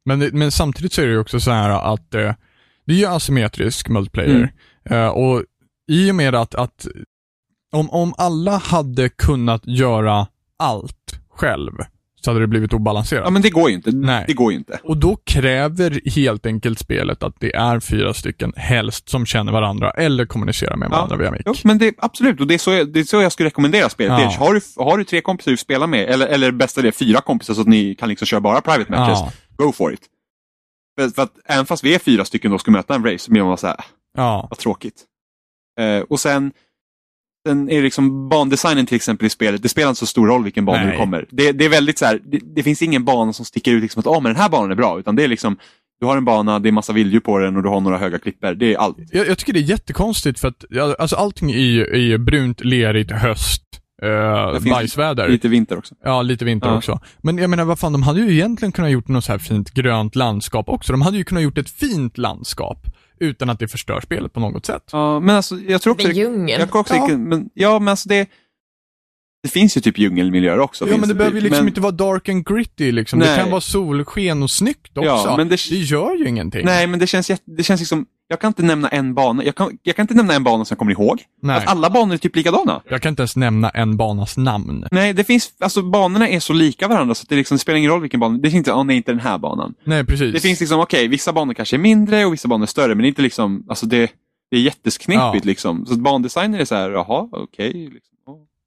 A: Men, det- men samtidigt så är det ju också så här att eh, det är ju asymmetrisk multiplayer.
C: Mm.
A: Eh, och i och med att, att om, om alla hade kunnat göra allt själv så hade det blivit obalanserat.
C: Ja, men det går ju inte.
A: Nej.
C: Det går ju inte.
A: Och då kräver helt enkelt spelet att det är fyra stycken helst som känner varandra eller kommunicerar med varandra via mick.
C: Jo, men det, absolut, och det är, så jag, det är så jag skulle rekommendera spelet.
A: Ja.
C: Det är, har, du, har du tre kompisar du spelar med, eller, eller bästa det, fyra kompisar så att ni kan liksom köra bara private matches,
A: Ja.
C: go for it. För, för att även fast vi är fyra stycken och ska möta en race, så blir man bara så här,
A: Ja.
C: vad tråkigt. Eh, och sen, sen är det liksom bandesignen till exempel i spelet, det spelar inte så stor roll vilken bana
A: Nej.
C: du kommer. Det, det är väldigt så här, det, det finns ingen bana som sticker ut liksom att ah, men den här banan är bra, utan det är liksom, du har en bana, det är massa vilddjur på den och du har några höga klippor. Det är allt.
A: Jag, jag tycker det är jättekonstigt för att ja, alltså allting är ju är ju brunt, lerigt, höst, eh,
C: finns
A: bajsväder.
C: Lite vinter också.
A: Ja, lite vinter
C: Ja.
A: också. Men jag menar, vad fan, de hade ju egentligen kunnat gjort något så här fint grönt landskap också. De hade ju kunnat gjort ett fint landskap utan att det förstör spelet på något sätt.
C: Ja, men alltså, jag tror också...
D: Med djungeln.
C: Jag kan också,
A: Ja.
C: Men, ja, men alltså det... Det finns ju typ djungelmiljöer också.
A: ja,
C: finns
A: men det
C: typ.
A: behöver ju liksom
C: Men-
A: inte vara dark and gritty liksom. Det
C: Nej.
A: kan vara solsken och snyggt också.
C: Ja, men
A: det...
C: det-
A: gör ju ingenting.
C: Nej, men det känns, jätte, det känns liksom... Jag kan inte nämna en bana. Jag kan, jag kan inte nämna en bana som jag kommer ihåg.
A: Nej.
C: Att alla banor är typ likadana.
A: Jag kan inte ens nämna en banas namn.
C: Nej, det finns... Alltså banorna är så lika varandra så att det, liksom, det spelar ingen roll vilken bana. Det finns inte, åh nej, inte den här banan.
A: Nej, precis.
C: Det finns liksom, okej, vissa banor kanske är mindre och vissa banor är större, men det är inte liksom... Alltså det, det är jättesknepigt
A: Ja.
C: liksom. Så att bandesigner är så här, jaha, okej. liksom.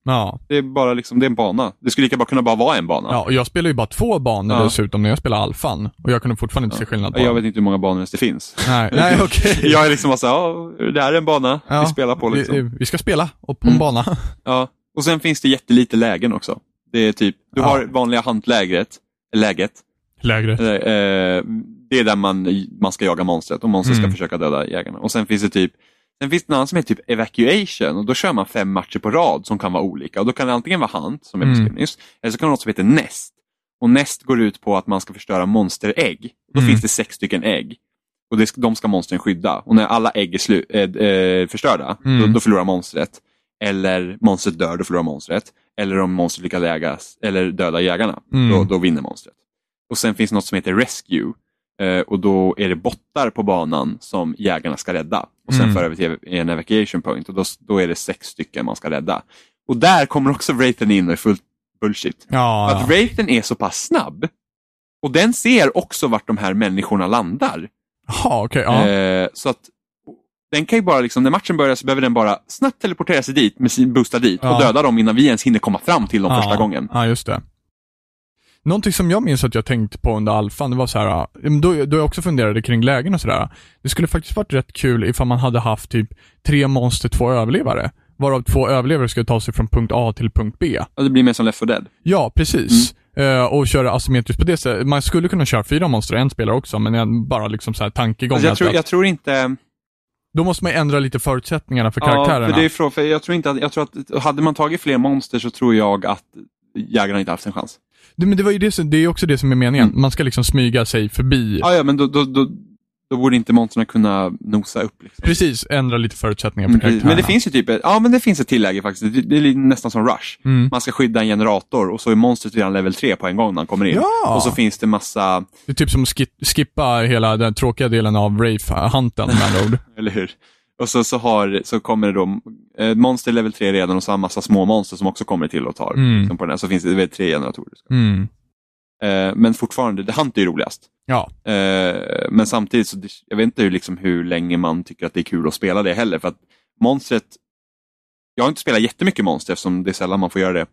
A: Ja.
C: Det är bara liksom, det är en bana. Det skulle lika bara kunna bara vara en bana.
A: ja, och jag spelar ju bara två banor
C: Ja.
A: dessutom när jag spelar alfan. Och jag kunde fortfarande inte se skillnad på
C: Jag
A: dem.
C: vet inte hur många banor ens det finns.
A: Nej, nej okej.
C: Jag är liksom bara så här, ja, det här är en bana
A: Ja,
C: vi spelar på. Liksom.
A: Vi, vi ska spela och på en
C: Mm.
A: bana.
C: Ja. Och sen finns det jättelite lägen också. Det är typ, du
A: Ja.
C: har vanliga hantlägret, läget.
A: Lägre.
C: Eh, eh, det är där man, man ska jaga monstret och monstret
A: Mm.
C: ska försöka döda jägarna. Och sen finns det typ Sen finns det en annan som heter typ Evacuation och då kör man fem matcher på rad som kan vara olika. Och Då kan det antingen vara Hunt, som jag
A: Mm.
C: beskrev nyss, eller så kan det vara något som heter Nest. Och Nest går ut på att man ska förstöra monsterägg. Då
A: Mm.
C: finns det sex stycken ägg. Och det, ska- de ska monstren skydda. Och när alla ägg är slu, eh, eh, förstörda,
A: Mm.
C: då, då förlorar monstret. Eller monstret dör, då förlorar monstret. Eller om monstret lyckas lägas, eller döda jägarna,
A: Mm.
C: då, då vinner monstret. Och sen finns något som heter Rescue. Eh, och då är det bottar på banan som jägarna ska rädda. Och sen
A: Mm.
C: för över till en evacuation point och då, då är det sex stycken man ska rädda. Och där kommer också Wraithen in och är fullt bullshit.
A: Ja,
C: För
A: ja.
C: att Wraithen är så pass snabb. Och den ser också vart de här människorna landar.
A: Jaha, okej. ja.
C: Eh, så att den kan ju bara, liksom, när matchen börjar så behöver den bara snabbt teleportera sig dit med sin boosta dit
A: Ja.
C: och döda dem innan vi ens hinner komma fram till dem första gången.
A: Ja, just det. Någonting som jag minns att jag tänkte på under alfan, det var så här, ja, men då, då jag också funderade kring lägen och sådär. Det skulle faktiskt varit rätt kul ifall man hade haft typ tre monster, två överlevare. Varav två överlevare skulle ta sig från punkt A till punkt B.
C: Ja, det blir mer som Left 4 Dead.
A: Ja, precis.
C: Mm.
A: Eh, och köra asymmetriskt på det sättet. Man skulle kunna köra fyra monster och en spelare också, men jag- bara liksom så här tankegången.
C: Alltså jag,
A: att-
C: tror, jag tror inte...
A: Då måste man ändra lite förutsättningarna för
C: Ja,
A: karaktärerna.
C: för det är från, för jag tror inte att, jag tror att, hade man tagit fler monster så tror jag att jägarna inte haft en chans.
A: Det, men det, var ju det, som, det är ju också det som är meningen. Man ska liksom smyga sig förbi.
C: Mm. Ja, ja men då, då, då, då borde inte monstren kunna nosa upp. Liksom.
A: Precis, ändra lite förutsättningar för
C: Precis.
A: karaktärerna.
C: Men det finns ju typ, ett- ja men det finns ett tillägg faktiskt. Det, det är lite- nästan som Rush.
A: Mm.
C: Man ska skydda en generator och så är monstret redan level 3 på en gång när han kommer in.
A: Ja.
C: Och så finns det massa,
A: Det är typ som att skip- skippa hela den tråkiga delen av Rafe-hunten med andra ord.
C: eller hur? Och så, så, har, så kommer det då, eh, monster level 3 redan och så har massa små monster som också kommer till och tar.
A: Mm.
C: Liksom på den här. Så finns det, det är tre generatorer.
A: Mm.
C: Eh, men fortfarande, det- Hunt är ju roligast.
A: Ja.
C: Eh, men samtidigt, så det, jag vet inte hur, liksom, hur länge man tycker att det är kul att spela det heller. För att monstret, jag har inte spelat jättemycket monster eftersom det är sällan man får göra det.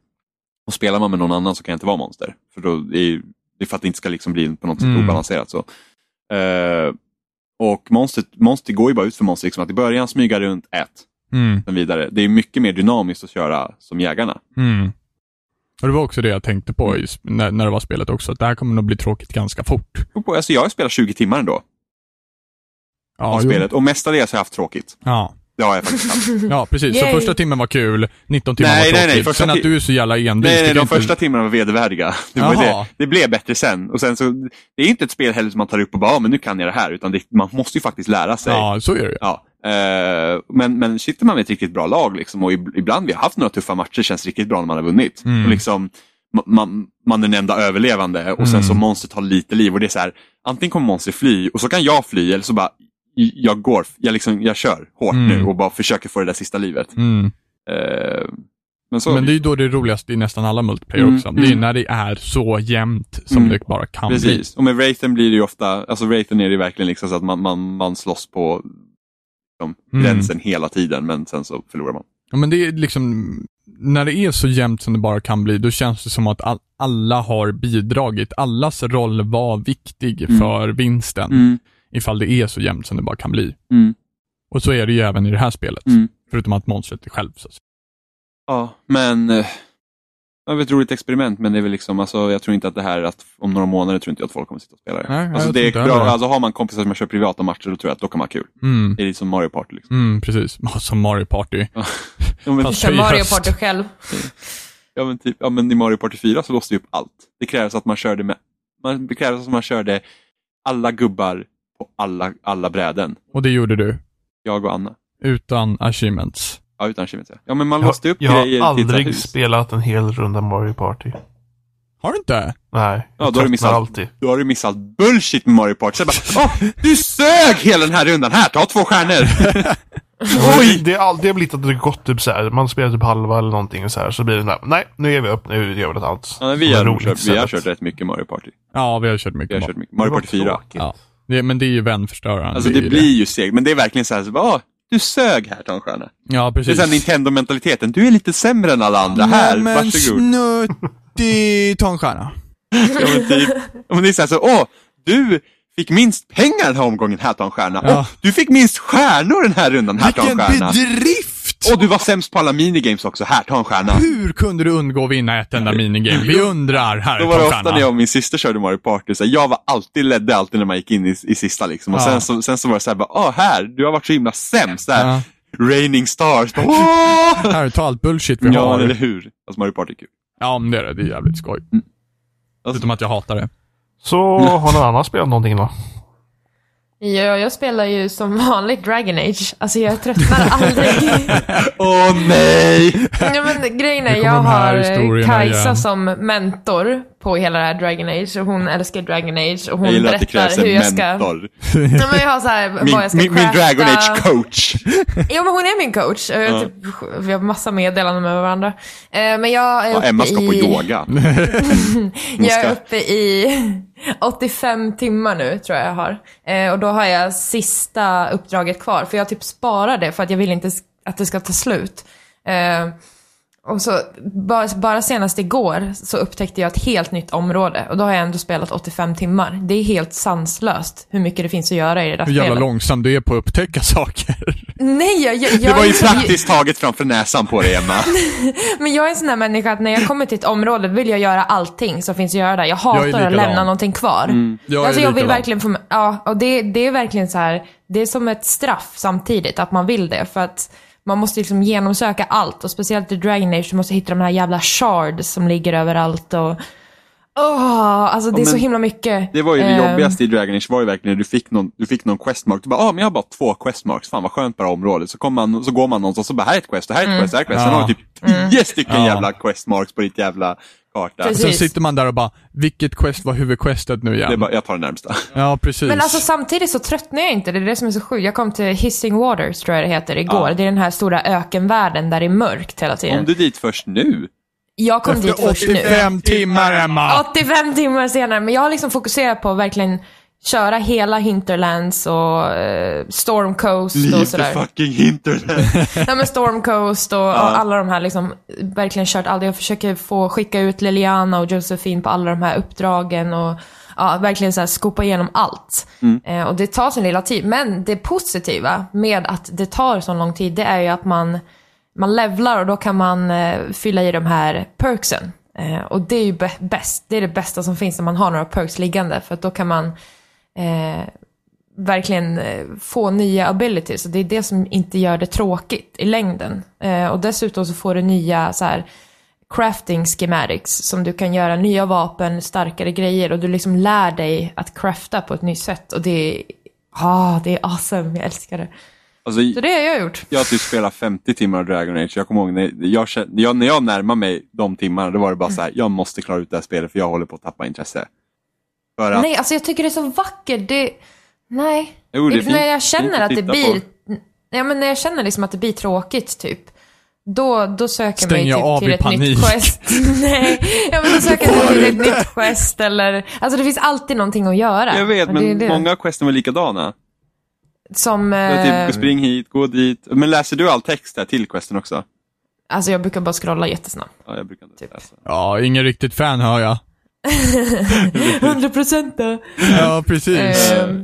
C: Och spelar man med någon annan så kan jag inte vara monster. För då är, ju- det är för att det inte ska liksom bli på något sätt
A: Mm.
C: obalanserat. Så. Eh, och monstret, monster går ju bara ut för monster. Liksom, att i början smyga runt, ät,
A: Mm.
C: sen vidare. Det är mycket mer dynamiskt att köra som jägarna.
A: Mm. Och det var också det jag tänkte
C: Mm.
A: på i, sp- när, när det var spelet också, att det här kommer nog bli tråkigt ganska fort.
C: Och på- Alltså, jag har spelat 20 timmar ändå
A: Ja,
C: av
A: jo.
C: spelet och mestadels har jag haft tråkigt.
A: Ja.
C: Det har jag faktiskt haft.
A: ja, precis. Så
D: Yay.
A: första timmen var kul, 19 timmar
C: Nej,
A: var
C: nej, nej,
A: tråkigt.
C: första
A: Sen att
C: ti-
A: du är så jävla envis.
C: Nej,
A: det
C: nej
A: kan
C: de
A: inte-
C: första timmarna var vedervärdiga. Det, var ju
A: Jaha.
C: det, det blev bättre sen. Och sen så, det är inte ett spel heller som man tar upp och bara, "Ah, men nu kan jag det här. Utan det, man måste ju faktiskt lära sig.
A: Ja, så är det ju.
C: Ja, eh, men, men sitter man med ett riktigt bra lag liksom, och ib- ibland vi har haft några tuffa matcher känns riktigt bra när man har vunnit.
A: Mm.
C: Och liksom, ma- man, man är den enda överlevande och sen
A: Mm.
C: så monstret har lite liv. Och det är så här, antingen kommer monstret fly och så kan jag fly eller så bara, "J- jag går, jag, liksom, jag kör hårt
A: Mm.
C: nu och bara försöker få det där sista livet.
A: Mm.
C: Eh, men så,
A: Men det är ju då det är roligast i nästan alla multiplayer
C: Mm,
A: också. Det är
C: mm.
A: när det är så jämnt som
C: Mm.
A: det bara kan bli.
C: Precis, och med Wraithen blir det ju ofta, alltså Wraithen är det ju verkligen liksom så att man, man, man slåss på liksom,
A: Mm.
C: gränsen hela tiden men sen så förlorar man.
A: Ja, men det är liksom, när det är så jämnt som det bara kan bli, då känns det som att all, alla har bidragit. Allas roll var viktig
C: Mm.
A: för vinsten, ifall det är så jämnt som det bara kan bli.
C: Mm.
A: Och så är det ju även i det här spelet,
C: Mm.
A: förutom att monstret är själv. Så. att säga.
C: Ja, men eh, det var ett roligt experiment men det är väl liksom, alltså, jag tror inte att det här att om några månader tror inte jag att folk kommer sitta och spela det.
A: Nej, jag
C: alltså,
A: tror
C: det är
A: inte
C: bra,
A: heller.
C: alltså, har man kompisar som man kör privata matcher då tror jag att då kan man ha kul.
A: Mm.
C: Det är lite som Mario Party. Liksom.
A: Mm, precis. Ja, Som Mario Party.
C: Ja, men,
D: Du
A: Fast-
D: kör
A: i
D: Mario
A: höst.
D: Party själv.
C: ja, men, typ, ja, men i Mario Party 4 så låste vi upp allt. Det krävs att man körde med, man, det krävs att man körde alla gubbar på alla, alla bräden.
A: Och det gjorde du,
C: Jag och Anna.
A: utan achievements.
C: Ja, utan Kimmy. Ja, men man
B: Jag,
C: låste upp
B: jag
C: grejer
B: har
C: till
B: aldrig
C: ett hus.
B: spelat en hel runda Mario Party.
A: Har du inte?
B: Nej,
C: Ja,
B: jag
C: då har du
B: tröttnar
C: missat-
B: alltid.
C: Då har du missat bullshit med Mario Party. Så jag bara, "Åh, du sög hela den här rundan. Här, ta två stjärnor.
B: Oj! Det, är all- det har blivit att det har gått typ så här. man spelar typ halva eller någonting och så här, så blir det där, nej, nu ger vi upp, nu gör vi något annat.
C: Ja, men vi, har
B: Roligt
C: kört, vi har
B: istället.
C: kört rätt mycket Mario Party.
A: Ja, vi har kört
C: Vi har
A: mycket.
C: kört mycket. Mario
B: Det var
C: Party 4.
B: tråkigt.
A: ja. det, men det är ju vänförstörande.
C: Alltså
A: är
C: det
A: ju
C: blir ju segt, men det är verkligen så här, så bara, "Åh, du sög här, ta en stjärna.
A: Ja,
C: Det är
A: precis.
C: såhär Nintendo-mentaliteten, du är lite sämre än alla andra här, varsågod.
A: snuttig tonstjärna.
C: Ja, men typ, Ja, men det är såhär, så, åh, du fick minst pengar den här omgången, här, ta en stjärna.
A: Ja.
C: Åh, du fick minst stjärnor den här rundan, här, ta en stjärna.
A: bedrift!
C: Och du var sämst på alla minigames också, här, ta en stjärna.
A: Hur kunde du undgå att vinna ett enda minigame? Vi undrar, här
C: Då var det
A: tar
C: ofta
A: stjärna.
C: när jag och min syster körde Mario Party, så här, jag var alltid ledde alltid när man gick in i, i sista liksom. Och
A: Ja.
C: sen, så, sen så var det såhär, bara, åh här, du har varit så himla sämst. Där.
A: Ja.
C: Raining stars. Bara, åh!
A: Här, ta allt bullshit vi
C: ja, eller
A: har.
C: hur? Alltså Mario Party är kul.
A: Ja, men det är det. Det är jävligt skoj.
C: Alltså-
A: Förutom att jag hatar det.
B: Så har någon annan spelat någonting då?
D: Ja, jag spelar ju som vanligt Dragon Age. Alltså jag tröttnar aldrig.
C: Åh nej!
D: ja, men grejen är,
A: Nu kommer
D: jag
A: de här
D: har eh,
A: historierna
D: Kajsa
A: igen.
D: som mentor på hela det här Dragon Age. Och hon älskar Dragon Age och
C: Jag
D: hon
C: gillar att det krävs
D: berättar
C: en
D: hur jag ska...
C: mentor.
D: Nej, men jag har så här, vad jag ska
C: Min, min, min
D: crafta.
C: Dragon Age coach.
D: Jo men hon är min coach. Jag,
C: Ja.
D: typ, vi har massa meddelanden med varandra. Eh, Men jag är
C: Ja,
D: uppe
C: Emma ska på
D: i,
C: yoga. Hon
D: Jag
C: ska-
D: är uppe i 85 timmar nu tror jag jag har. Eh, Och då har jag sista uppdraget kvar. För jag typ sparar det för att jag vill inte s- att det ska ta slut. Eh, Och så, bara, bara senast igår så upptäckte jag ett helt nytt område och då har jag ändå spelat 85 timmar. Det är helt sanslöst hur mycket det finns att göra i det där
A: Hur jävla
D: spelet.
A: långsam du är på att upptäcka saker.
D: Nej, jag, jag, jag
C: Det var
D: är
C: ju
D: en sån-
C: praktiskt taget framför näsan på dig, Emma.
D: Men jag är en sån där människa att när jag kommer till ett område vill jag göra allting som finns att göra där. Jag hatar att
A: likadan.
D: lämna någonting kvar.
C: Mm.
A: Jag
D: alltså
A: är
D: jag vill
A: likadan.
D: verkligen få, ja, och det, det är verkligen så här, det är som ett straff samtidigt att man vill det. För att man måste liksom genomsöka allt och speciellt i Dragon Age så måste du hitta de här jävla shards som ligger överallt och... Åh, alltså det är
C: men
D: så himla mycket.
C: Det var ju det
D: Ehm,
C: jobbigaste i Dragon Age var ju verkligen när du fick någon, du fick någon questmark. Du bara, ah, men jag har bara två questmarks, fan vad skönt på det här området. Så, kommer man, så går man någonstans och så bara, här är ett quest, och här är ett
D: Mm.
C: quest, här är ett quest. Sen
A: Ja.
C: har du typ tio stycken
A: Ja.
C: jävla questmarks på ditt jävla karta.
D: Precis.
A: Sen sitter man där och bara, vilket quest var huvudquestet nu igen?
C: Det är bara, jag tar det närmsta.
A: Ja, precis.
D: Men alltså samtidigt så tröttnar jag inte, det är det som är så sjukt. Jag kom till Hissing Waters, tror jag det heter, igår. Det är den här stora ökenvärlden där det är mörkt hela tiden.
C: Om du är dit först nu,
D: Jag kom dit
A: Efter
D: först nu.
A: 85 timmar, Emma!
D: 85 timmar senare. Men jag har liksom fokuserat på att verkligen köra hela Hinterlands och eh, Storm Coast och
C: leave the
D: sådär.
C: fucking hinterland.
D: Nej men Storm Coast och, och alla de här liksom. Verkligen kört allt. Jag försöker få skicka ut Liliana och Josephine på alla de här uppdragen och ja, verkligen så här skopa igenom allt. Eh, och det tar sin lilla tid. Men det positiva med att det tar så lång tid, det är ju att man, man levlar och då kan man eh, fylla i de här perksen. Eh, och det är ju bä- bäst. Det är det bästa som finns när man har några perks liggande. För att då kan man eh, verkligen eh, få nya abilities. Och det är det som inte gör det tråkigt i längden. Eh, och dessutom så får du nya så här, crafting schematics som du kan göra nya vapen, starkare grejer och du liksom lär dig att crafta på ett nytt sätt. Och det är, ah, det är awesome, jag älskar det.
C: Alltså,
D: Så det har jag gjort.
C: jag har typ spelat 50 timmar av Dragon Age. Jag kommer ihåg när jag, kä- jag, när jag närmade mig de timmarna, då var det bara
D: Mm.
C: så här, jag måste klara ut det här spelet för jag håller på att tappa intresse. För att,
D: Nej, alltså jag tycker det är så vackert. Det, nej.
C: Jo, det är fint-
D: när jag
C: fint
D: känner
C: att
D: att det
C: titta
D: blir,
C: på.
D: ja, men när jag känner liksom att det blir tråkigt typ. Då, då söker
A: Stänger jag
D: jag
A: av
D: mig typ
A: i
D: till
A: panik.
D: ett nytt quest. Nej, ja, men då söker jag mig till ett nytt quest eller... Alltså det finns alltid någonting att göra.
C: jag vet,
D: Och det är
C: men
D: det.
C: många av questen var likadana.
D: Som...
C: Det var
D: Eh,
C: typ, spring hit, gå dit. Men läser du all text där till questen också?
D: alltså jag brukar bara scrolla jättesnabbt.
C: Ja, jag brukar inte
D: Typ.
C: läsa.
A: Ja, ingen riktigt fan hör jag.
D: 100 procent då. Ehm,
A: Ja, precis.
C: Ja, nej.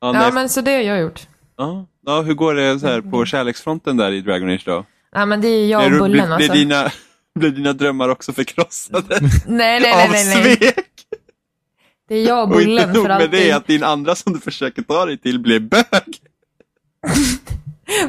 D: Ja, men så det har jag gjort.
C: ja. ja, hur går det så här på kärleksfronten där i Dragon Age då?
D: Ja, men det är jag
C: Är
D: och
C: du-
D: Bullen
C: blir,
D: alltså.
C: blir, dina, blir dina drömmar också förkrossade
D: Nej, nej, nej,
C: av
D: nej, nej.
C: svek?
D: Det är jag och
C: Och inte
D: Bullen
C: nog
D: för
C: med det,
D: alltid.
C: att din andra som du försöker ta dig till blir bög.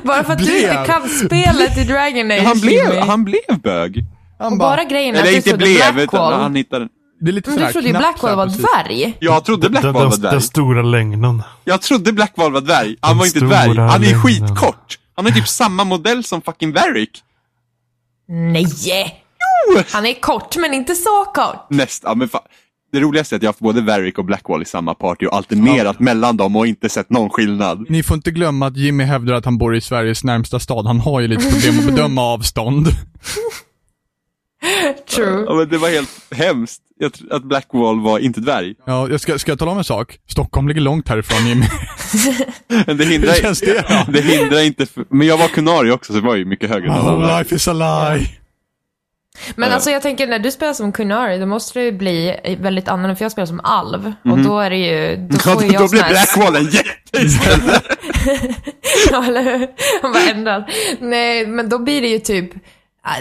D: Bara för att du inte
A: Blev.
D: kan spelet i Dragon Age.
C: Han blev,
D: Jimmy.
C: han blev bög.
A: Han
D: Och
A: bara,
D: bara grejen är att
C: Eller
D: du
C: inte
D: trodde
C: blev, utan
D: Blackwall.
C: han hittade en...
A: det är lite
D: Men
A: sådär
D: du trodde ju
A: knappt
D: Blackwall
A: såhär,
D: var
A: precis.
D: dvärg.
C: Jag trodde
B: Den,
C: Blackwall var
B: den, den
C: dvärg.
B: stora lögnen.
C: Jag trodde Blackwall var dvärg. Han
B: Den
C: var inte
B: stora
C: dvärg. Han är
B: lögnen.
C: skitkort. Han är typ samma modell som fucking Varric.
D: Nej! Han är kort, men inte så kort.
C: Näst, ja, men fa- det roligaste är att jag har haft både Varric och Blackwall i samma party och alternerat mellan dem och inte sett någon skillnad.
A: Ni får inte glömma att Jimmy hävdar att han bor i Sveriges närmsta stad. Han har ju lite problem att bedöma avstånd.
D: True.
C: Ja, men det var helt hemskt jag tr- att Blackwall var inte dvärg.
A: Ja, jag ska, ska jag tala om en sak? Stockholm ligger långt härifrån Jimmy.
C: Men det hindrar,
A: Hur känns det då?
C: det hindrar inte, för- men jag var Kunari också så det var ju mycket högre. än alla andra.
A: Oh, life is a lie.
D: Men alltså jag tänker, när du spelar som Kunari, då måste det ju bli väldigt annorlunda, för jag spelar som alv. Och då är det ju... Då
C: Mhm. Ja,
D: får ju
C: då, då
D: jag sån
C: blir
D: här...
C: Blackwall en jätte istället.
D: Ja, eller hur? Han bara ändrad. Nej, men då blir det ju typ... äh,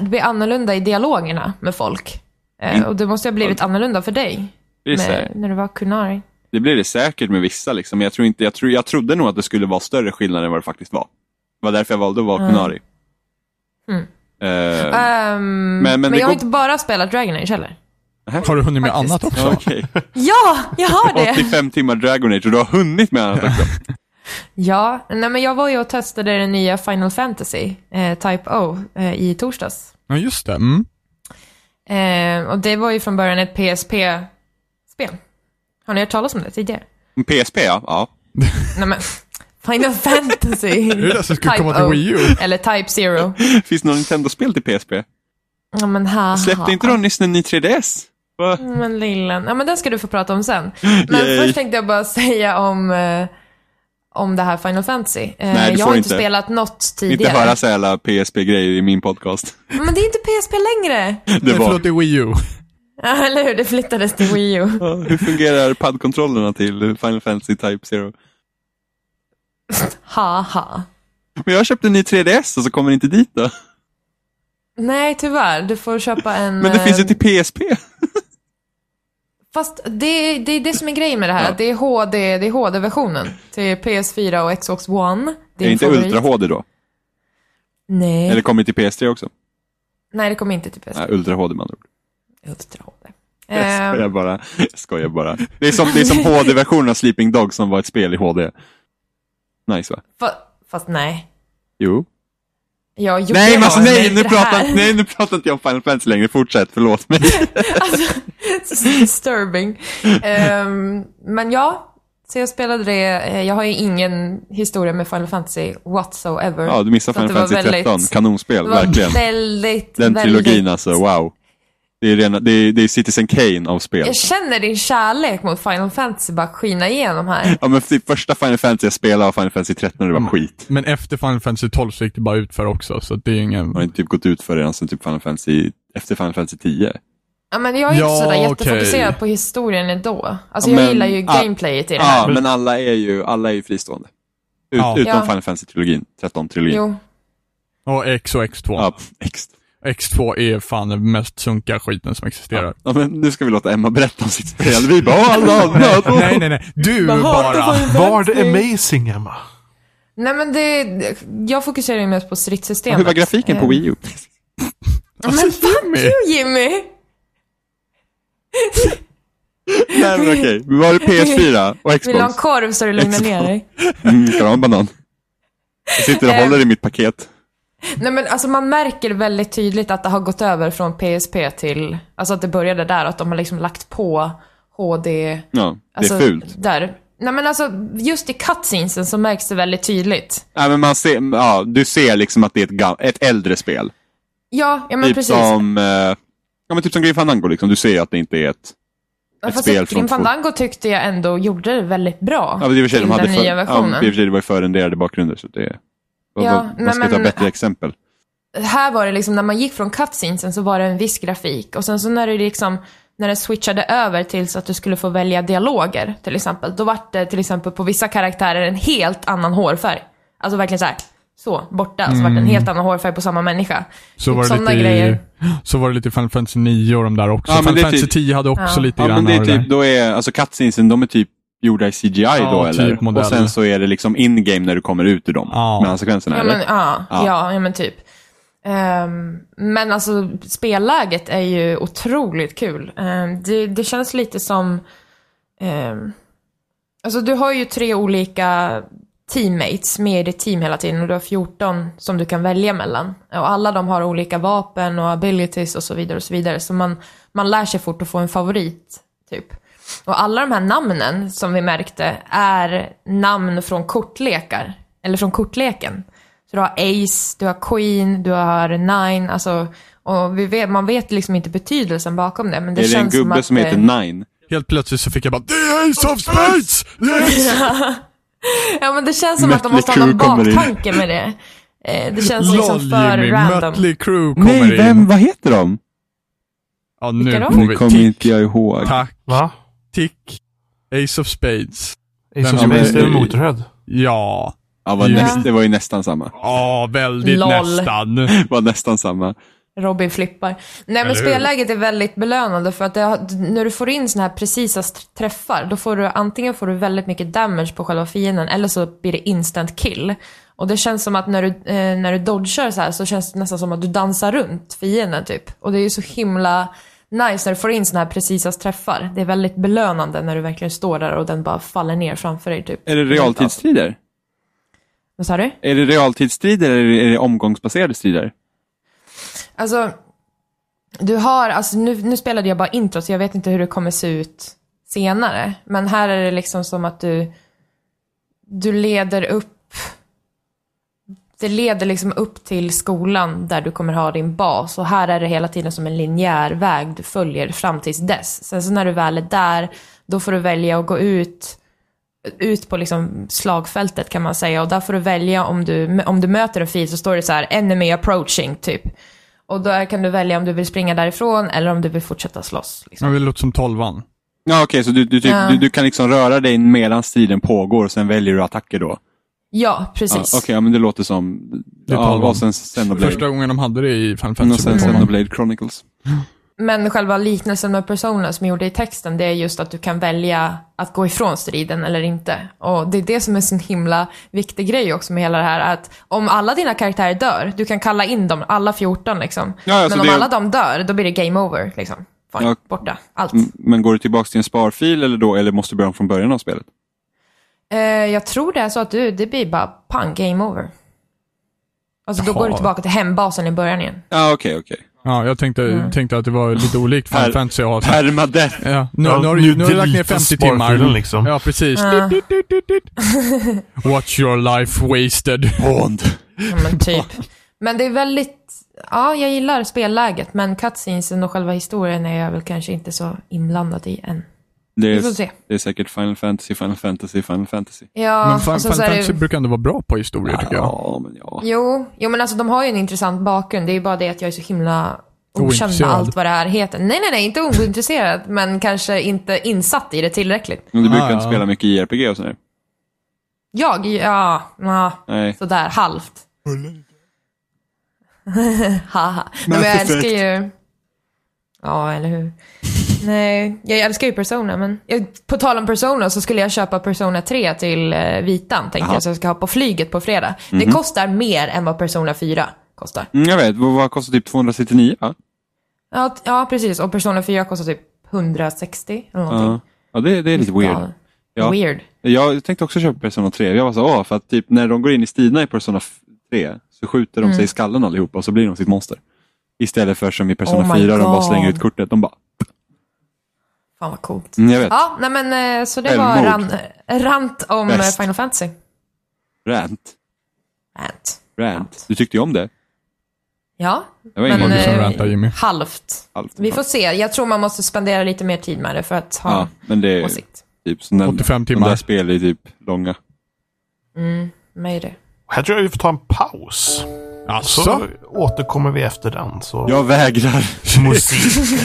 D: Det blir annorlunda i dialogerna med folk. Eh, Och det måste ju ha blivit annorlunda för dig.
C: Mm. Det, är så
D: Med,
C: här.
D: när du var Kunari.
C: det blir det säkert med vissa liksom. men jag, tror inte, jag, tror, jag trodde nog att det skulle vara större skillnad än vad det faktiskt var. Det var därför jag valde att vara Kunari. Eh,
D: Ehm, men
C: men det
D: jag
C: går-
D: har inte bara spelat Dragon Age heller.
A: Har du hunnit med annat också?
C: okej.
D: Ja, jag har det!
C: 85 timmar Dragon Age och du har hunnit med annat också.
D: Ja, nej men jag var ju och testade det nya Final Fantasy, eh, Type O, eh, i torsdags.
A: Ja, just det. Mm.
D: Eh, och det var ju från början ett PSP-spel. Har ni hört talas om det tidigare?
C: PSP ja. ja.
D: Nej men, Final Fantasy!
A: Det är det som skulle komma till
D: O,
A: Wii U.
D: Eller Type Zero.
C: Finns det några Nintendo-spel till PSP?
D: Ja men haha.
C: Släppte inte de nyss en ny 3DS? Va?
D: Men lillen, ja men den ska du få prata om sen. Men
C: Yay.
D: först tänkte jag bara säga om, eh, om det här Final Fantasy. Eh,
C: Nej, du
D: jag
C: får
D: har
C: inte.
D: spelat något tidigare.
C: Inte höra så jävla PSP-grejer i min podcast.
D: Men det är inte PSP längre.
C: Det
A: Nej,
C: var,
A: Förlåt, det är Wii U.
D: Ja, Eller hur? Det flyttades till Wii U.
C: hur fungerar padkontrollerna till Final Fantasy Type Zero?
D: Ha, ha.
C: Men jag köpte en ny 3DS och så kommer det inte dit då.
D: Nej, tyvärr. Du får köpa en...
C: Men det finns ju
D: eh,
C: till PSP.
D: Fast det, det är det som är grejen med det här. Att det är HD, det är HD-versionen. Till PS4 och Xbox One.
C: Det är inte Ultra HD då?
D: Nej.
C: Eller kommer det till PS3 också?
D: Nej, det kommer inte till PS4.
C: Nej, Ultra HD man ord.
D: Ultra HD.
C: Jag
D: Ehm,
C: skojar bara. Jag skojar bara. Det är som, det är som HD-versionen av Sleeping Dog som var ett spel i HD. Nice va?
D: fa- fast nej.
C: Jo.
D: Jag gjorde
C: Nej, men alltså,
D: det,
C: nej, nu
D: det
C: pratar,
D: här.
C: nej, nu pratar inte jag om Final Fantasy längre. Fortsätt, förlåt mig.
D: Alltså, disturbing. Ehm, men ja, så jag spelade det. Eh, Jag har ju ingen historia med Final Fantasy whatsoever.
C: Ja, du missade
D: Så att
C: Final
D: det var
C: Fantasy 13.
D: väldigt-
C: Kanonspel,
D: det var
C: verkligen.
D: väldigt,
C: Den
D: väldigt...
C: trilogin alltså, wow. Det är, rena, det, är, det är Citizen Kane av spel.
D: Jag känner din kärlek mot Final Fantasy bara skina igenom här.
C: Ja, men för- första Final Fantasy jag spelade var Final Fantasy 13 och det var skit.
A: Men efter Final Fantasy 12 så gick det bara ut för också, så att det är ingen...
C: Jag har inte typ gått ut för redan sen typ Final Fantasy, efter Final Fantasy 10.
D: Ja, men jag är
A: Ja,
D: inte sådär jättefokuserad
A: okej.
D: på historien ändå. Alltså,
C: Ja,
D: jag
C: men-
D: gillar ju
C: ah,
D: gameplayet i det här.
C: Ja, men alla är ju, alla är ju fristående. Ut,
A: Ja.
C: Utom
D: Ja.
C: Final Fantasy-trilogin, 13-trilogin.
D: Jo,
A: Ja, X och X2.
C: Ja, pff, ex.
A: X2 är fan den mest sunkiga skiten som existerar.
C: ja, men nu ska vi låta Emma berätta om sitt spel. Vi bara, "Åh, alla andra, då."
A: Nej, nej, nej. Du bara.
B: Var det amazing, Emma?
D: Nej men det, jag fokuserar ju mest på stridssystemet.
C: Hur var grafiken på Wii U?
D: Men
A: Alltså,
D: fuck you Jimmy!
C: Nej, men okej. Var det PS4 och
D: Vill du ha en
C: Xbox?
D: korv så du lugnar ner dig?
C: Mm, ska du ha en banan? Jag sitter och
D: Eh.
C: håller i mitt paket.
D: Nej men alltså man märker väldigt tydligt att det har gått över från PSP till, alltså att det började där, att de har liksom lagt på HD.
C: Ja, det
D: Alltså,
C: är fult.
D: Där. Nej men alltså just i cutscenesen så märks det väldigt tydligt.
C: Ja, men man ser, ja, du ser liksom att det är ett, gam- ett äldre spel.
D: Ja, ja men
C: typ,
D: precis.
C: som, eh, ja, men typ som Grim Fandango, liksom. du ser ju att det inte är ett...
D: ja,
C: ett
D: fast
C: spel
D: Grim
C: från två-
D: Fandango tyckte jag ändå gjorde det väldigt bra.
C: Ja, men i och för sig, de
D: till
C: hade
D: den
C: för,
D: nya
C: ja,
D: versionen.
C: men i och för sig, det var ju förrenderade bakgrunder. Så det, vad-
D: Ja,
C: vad- man
D: nej,
C: ska ta
D: men-
C: bättre exempel.
D: här var det liksom, när man gick från cutscenesen så var det en viss grafik. Och sen så när det liksom, när det switchade över till så att du skulle få välja dialoger till exempel. Då var det till exempel på vissa karaktärer en helt annan hårfärg. Alltså verkligen så här, så borta. Så var det en helt annan hårfärg på samma människa.
A: Mm. Så var, det
D: sådana
A: lite i,
D: grejer.
A: så var det lite i Final Fantasy 9 och de där också.
C: Ja, men
A: Final
C: det är
A: Fantasy
C: typ-
A: 10 hade också
D: Ja.
A: lite
C: Ja, men
A: grann
C: det är
A: av det
C: typ,
A: där.
C: då är, alltså cutscenesen, de är typ gjorda i CGI då
A: typ
C: eller?
A: modell.
C: och sen så är det liksom in-game när du kommer ut ur dem,
A: Ja.
C: mellan sekvenserna
D: Ja
C: eller?
D: men, ja,
C: Ja.
D: ja, ja, men typ. Ehm, men alltså spelläget är ju otroligt kul. Ehm, det, det känns lite som... ehm, alltså du har ju tre olika teammates med i ditt team hela tiden och du har 14 som du kan välja mellan. Och alla de har olika vapen och abilities och så vidare och så vidare. Så man, man lär sig fort att få en favorit, typ. Och alla de här namnen som vi märkte är namn från kortlekar, eller från kortleken. Så du har Ace, du har Queen, du har Nine, alltså och vi vet, man vet liksom inte betydelsen bakom det men det,
C: är det en
D: känns som
C: gubbe
D: att...
C: som heter
D: eh,
C: Nine?
A: Helt plötsligt så fick jag bara Det är Ace of Spades! Det är Ace!
D: Ja men det känns som att de
C: Mötley
D: måste ha någon
C: Crüe kommer in.
D: baktanke med det. Eh, Det känns liksom
A: Lol
D: för
A: Jimmy,
D: random.
A: Mötley Crew kommer
C: Nej, vem,
A: in.
C: vad heter de?
A: Ja, nu
D: Vilka då?
A: får
C: Nu kommer
A: vi...
C: inte jag ihåg.
A: Tack,
B: Va?
A: tick, Ace of Spades.
B: Ace of
A: Ja, men-
B: Space, det är motorhead.
A: Ja,
C: Ja, var
A: Ja.
C: Näst, det var ju nästan samma.
A: ja väldigt
D: Lol.
A: nästan.
C: var nästan samma.
D: Robin flippar. Nej men
A: Eller hur?
D: spelläget är väldigt belönande för att det, har- när du får in såna här precisa st- träffar då får du antingen får du väldigt mycket damage på själva fienden eller så blir det instant kill. Och det känns som att när du, eh, när du dodgar så här så känns det nästan som att du dansar runt fienden typ. Och det är ju så himla nice när du får in såna här precisa träffar. Det är väldigt belönande när du verkligen står där och den bara faller ner framför dig typ.
C: Är det realtidsstrider?
D: Vad sa du?
C: Är det realtidsstrider eller är det omgångsbaserade strider?
D: Alltså, du har, alltså nu, nu spelade jag bara intro så jag vet inte hur det kommer se ut senare. Men här är det liksom som att du, du leder upp, det leder liksom upp till skolan där du kommer ha din bas. Och här är det hela tiden som en linjär väg du följer fram tills dess. Sen så när du väl är där, då får du välja att gå ut ut på liksom slagfältet kan man säga. Och där får du välja om du, om du möter en fiende så står det så här enemy approaching typ. Och då kan du välja om du vill springa därifrån eller om du vill fortsätta slåss. Liksom.
A: Men det låter som tolvan.
C: Ja, okej, så du, du, typ,
D: Ja.
C: du, du kan liksom röra dig medan striden pågår och sen väljer du attacker då?
D: Ja,
C: Ja,
D: precis.
C: okej, ja, men det låter som...
A: Det är
C: ja,
A: tolvan.
C: och sen Xenoblade.
A: Första gången de hade det i Final
C: Mm, Och
A: Fantasy.
C: sen
A: var tolvan.
C: Xenoblade Chronicles.
D: Men själva liknelsen med personen som jag gjorde i texten, det är just att du kan välja att gå ifrån striden eller inte. Och det är det som är en sån himla viktig grej också med hela det här, att om alla dina karaktärer dör, du kan kalla in dem, alla 14 liksom.
C: Ja, alltså
D: Men om
C: det-
D: alla de dör, då blir det game over liksom. Fine,
C: Ja.
D: borta, allt.
C: Mm, Men går du tillbaka till en sparfil eller då, eller måste du börja om från början av spelet?
D: Eh, jag tror det är så att du, det blir bara pang, game over. Alltså då
A: Jaha.
D: går du tillbaka till hembasen i början igen.
C: Ja, okej, okej.
A: Ja, jag tänkte,
D: Mm.
A: tänkte att det var lite olikt Final
C: Här-
A: Fantasy att ha så här-
C: Permadeath.
A: Ja, nu,
B: Ja,
A: nu, har, du-
B: nu
A: nu har du lagt ner
B: deletar
A: 50
B: sparfilen
A: timmar.
B: liksom.
A: Ja, precis. Dit, dit, dit, dit, dit. Watch your life wasted.
C: Bond.
D: Ja, men typ. Men det är väldigt, ja jag gillar spelläget men cutscenesen och själva historien är jag väl kanske inte så inblandad i än.
C: Det
D: Vi får se.
C: är, det är säkert Final Fantasy, Final Fantasy, Final Fantasy.
D: Ja,
A: Men Final
D: och sen så är
A: Fantasy
D: det,
A: brukar ändå vara bra på historier tycker jag.
C: Ja, men ja.
D: jo, jo men alltså de har ju en intressant bakgrund, det är ju bara det att jag är så himla okänd med
A: Ointresserad.
D: allt vad det här heter. Nej, nej, nej, inte ointresserad, men kanske inte insatt i det tillräckligt.
C: Men du brukar
A: Ja,
C: inte
A: ja.
C: spela mycket JRPG och sådär?
D: Jag, ja, ja
C: Nej.
D: sådär halvt. Haha. Nej, men jag
C: Mass
D: älskar ju... Ja, eller hur? Nej, jag älskar ju Persona, men jag, på tal om Persona så skulle jag köpa Persona 3 till eh, Vitan, tänkte jag, så jag ska ha på flyget på fredag.
C: Mhm.
D: Det kostar mer än vad Persona 4 kostar.
C: Mm, jag vet, vad, vad kostar typ 269 va?
D: Ja, t- ja, precis. Och Persona 4 kostar typ 160 eller någonting.
C: Ja, ja det, det är lite weird. Ja.
D: Weird.
C: Jag tänkte också köpa Persona 3. Jag var så, åh, för att typ när de går in i striderna i Persona 3 så skjuter de sig i
D: Mm.
C: skallen allihopa och så blir de sitt monster. Istället för som i Persona
D: Oh my
C: 4, de bara
D: God.
C: slänger ut kortet. De bara,
D: Fan vad coolt.
C: mm, jag vet,
D: Ja, nej men eh, så det var ran,
C: Självmord.
D: rant om eh,
C: Bäst.
D: Final Fantasy.
C: rant,
D: Rant.
C: rant. Du tyckte ju om det.
D: Ja,
C: Det var
D: Men,
C: ingen
A: Du som
D: eh,
A: rantar Jimmy.
D: halvt.
C: halvt.
D: Vi får se. Jag tror man måste spendera lite mer tid med det för att ha
C: Ja, men det är
D: åsikt.
C: typ som den,
A: 85
C: de
A: timmar.
C: där spel är typ långa.
D: Med det.
B: Här tror jag vi får ta en paus. Så,
A: Alltså?
B: återkommer vi efter den. Så.
C: Jag vägrar.
B: Musik.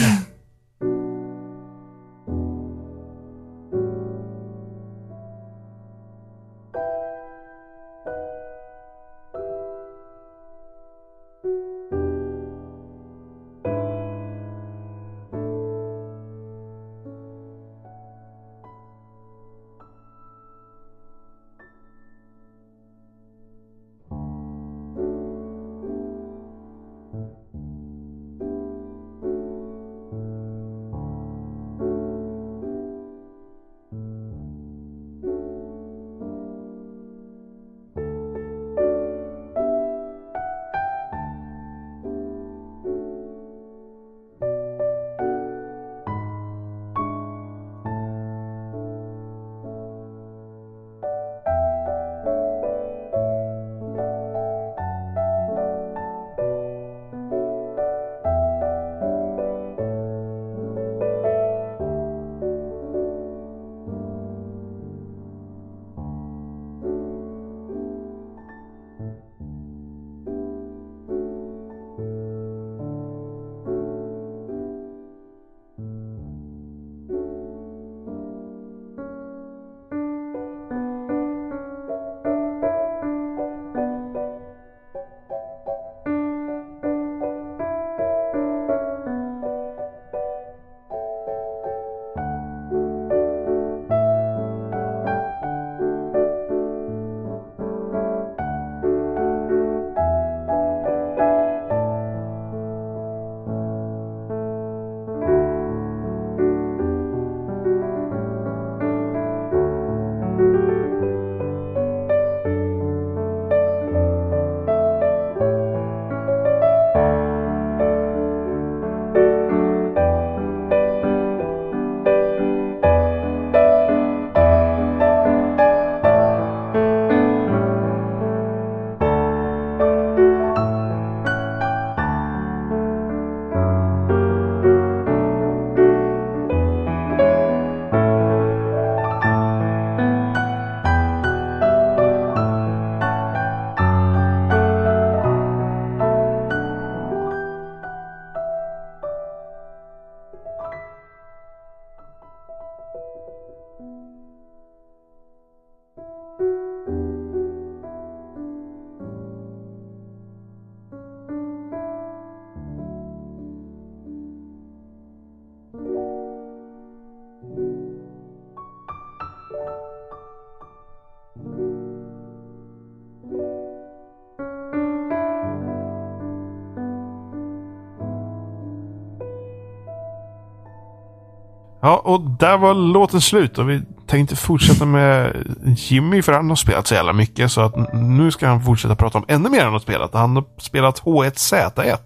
B: Ja, och där var låten slut och vi tänkte fortsätta med Jimmy för han har spelat så jävla mycket så att nu ska han fortsätta prata om ännu mer än han har spelat. Han har spelat H1Z1.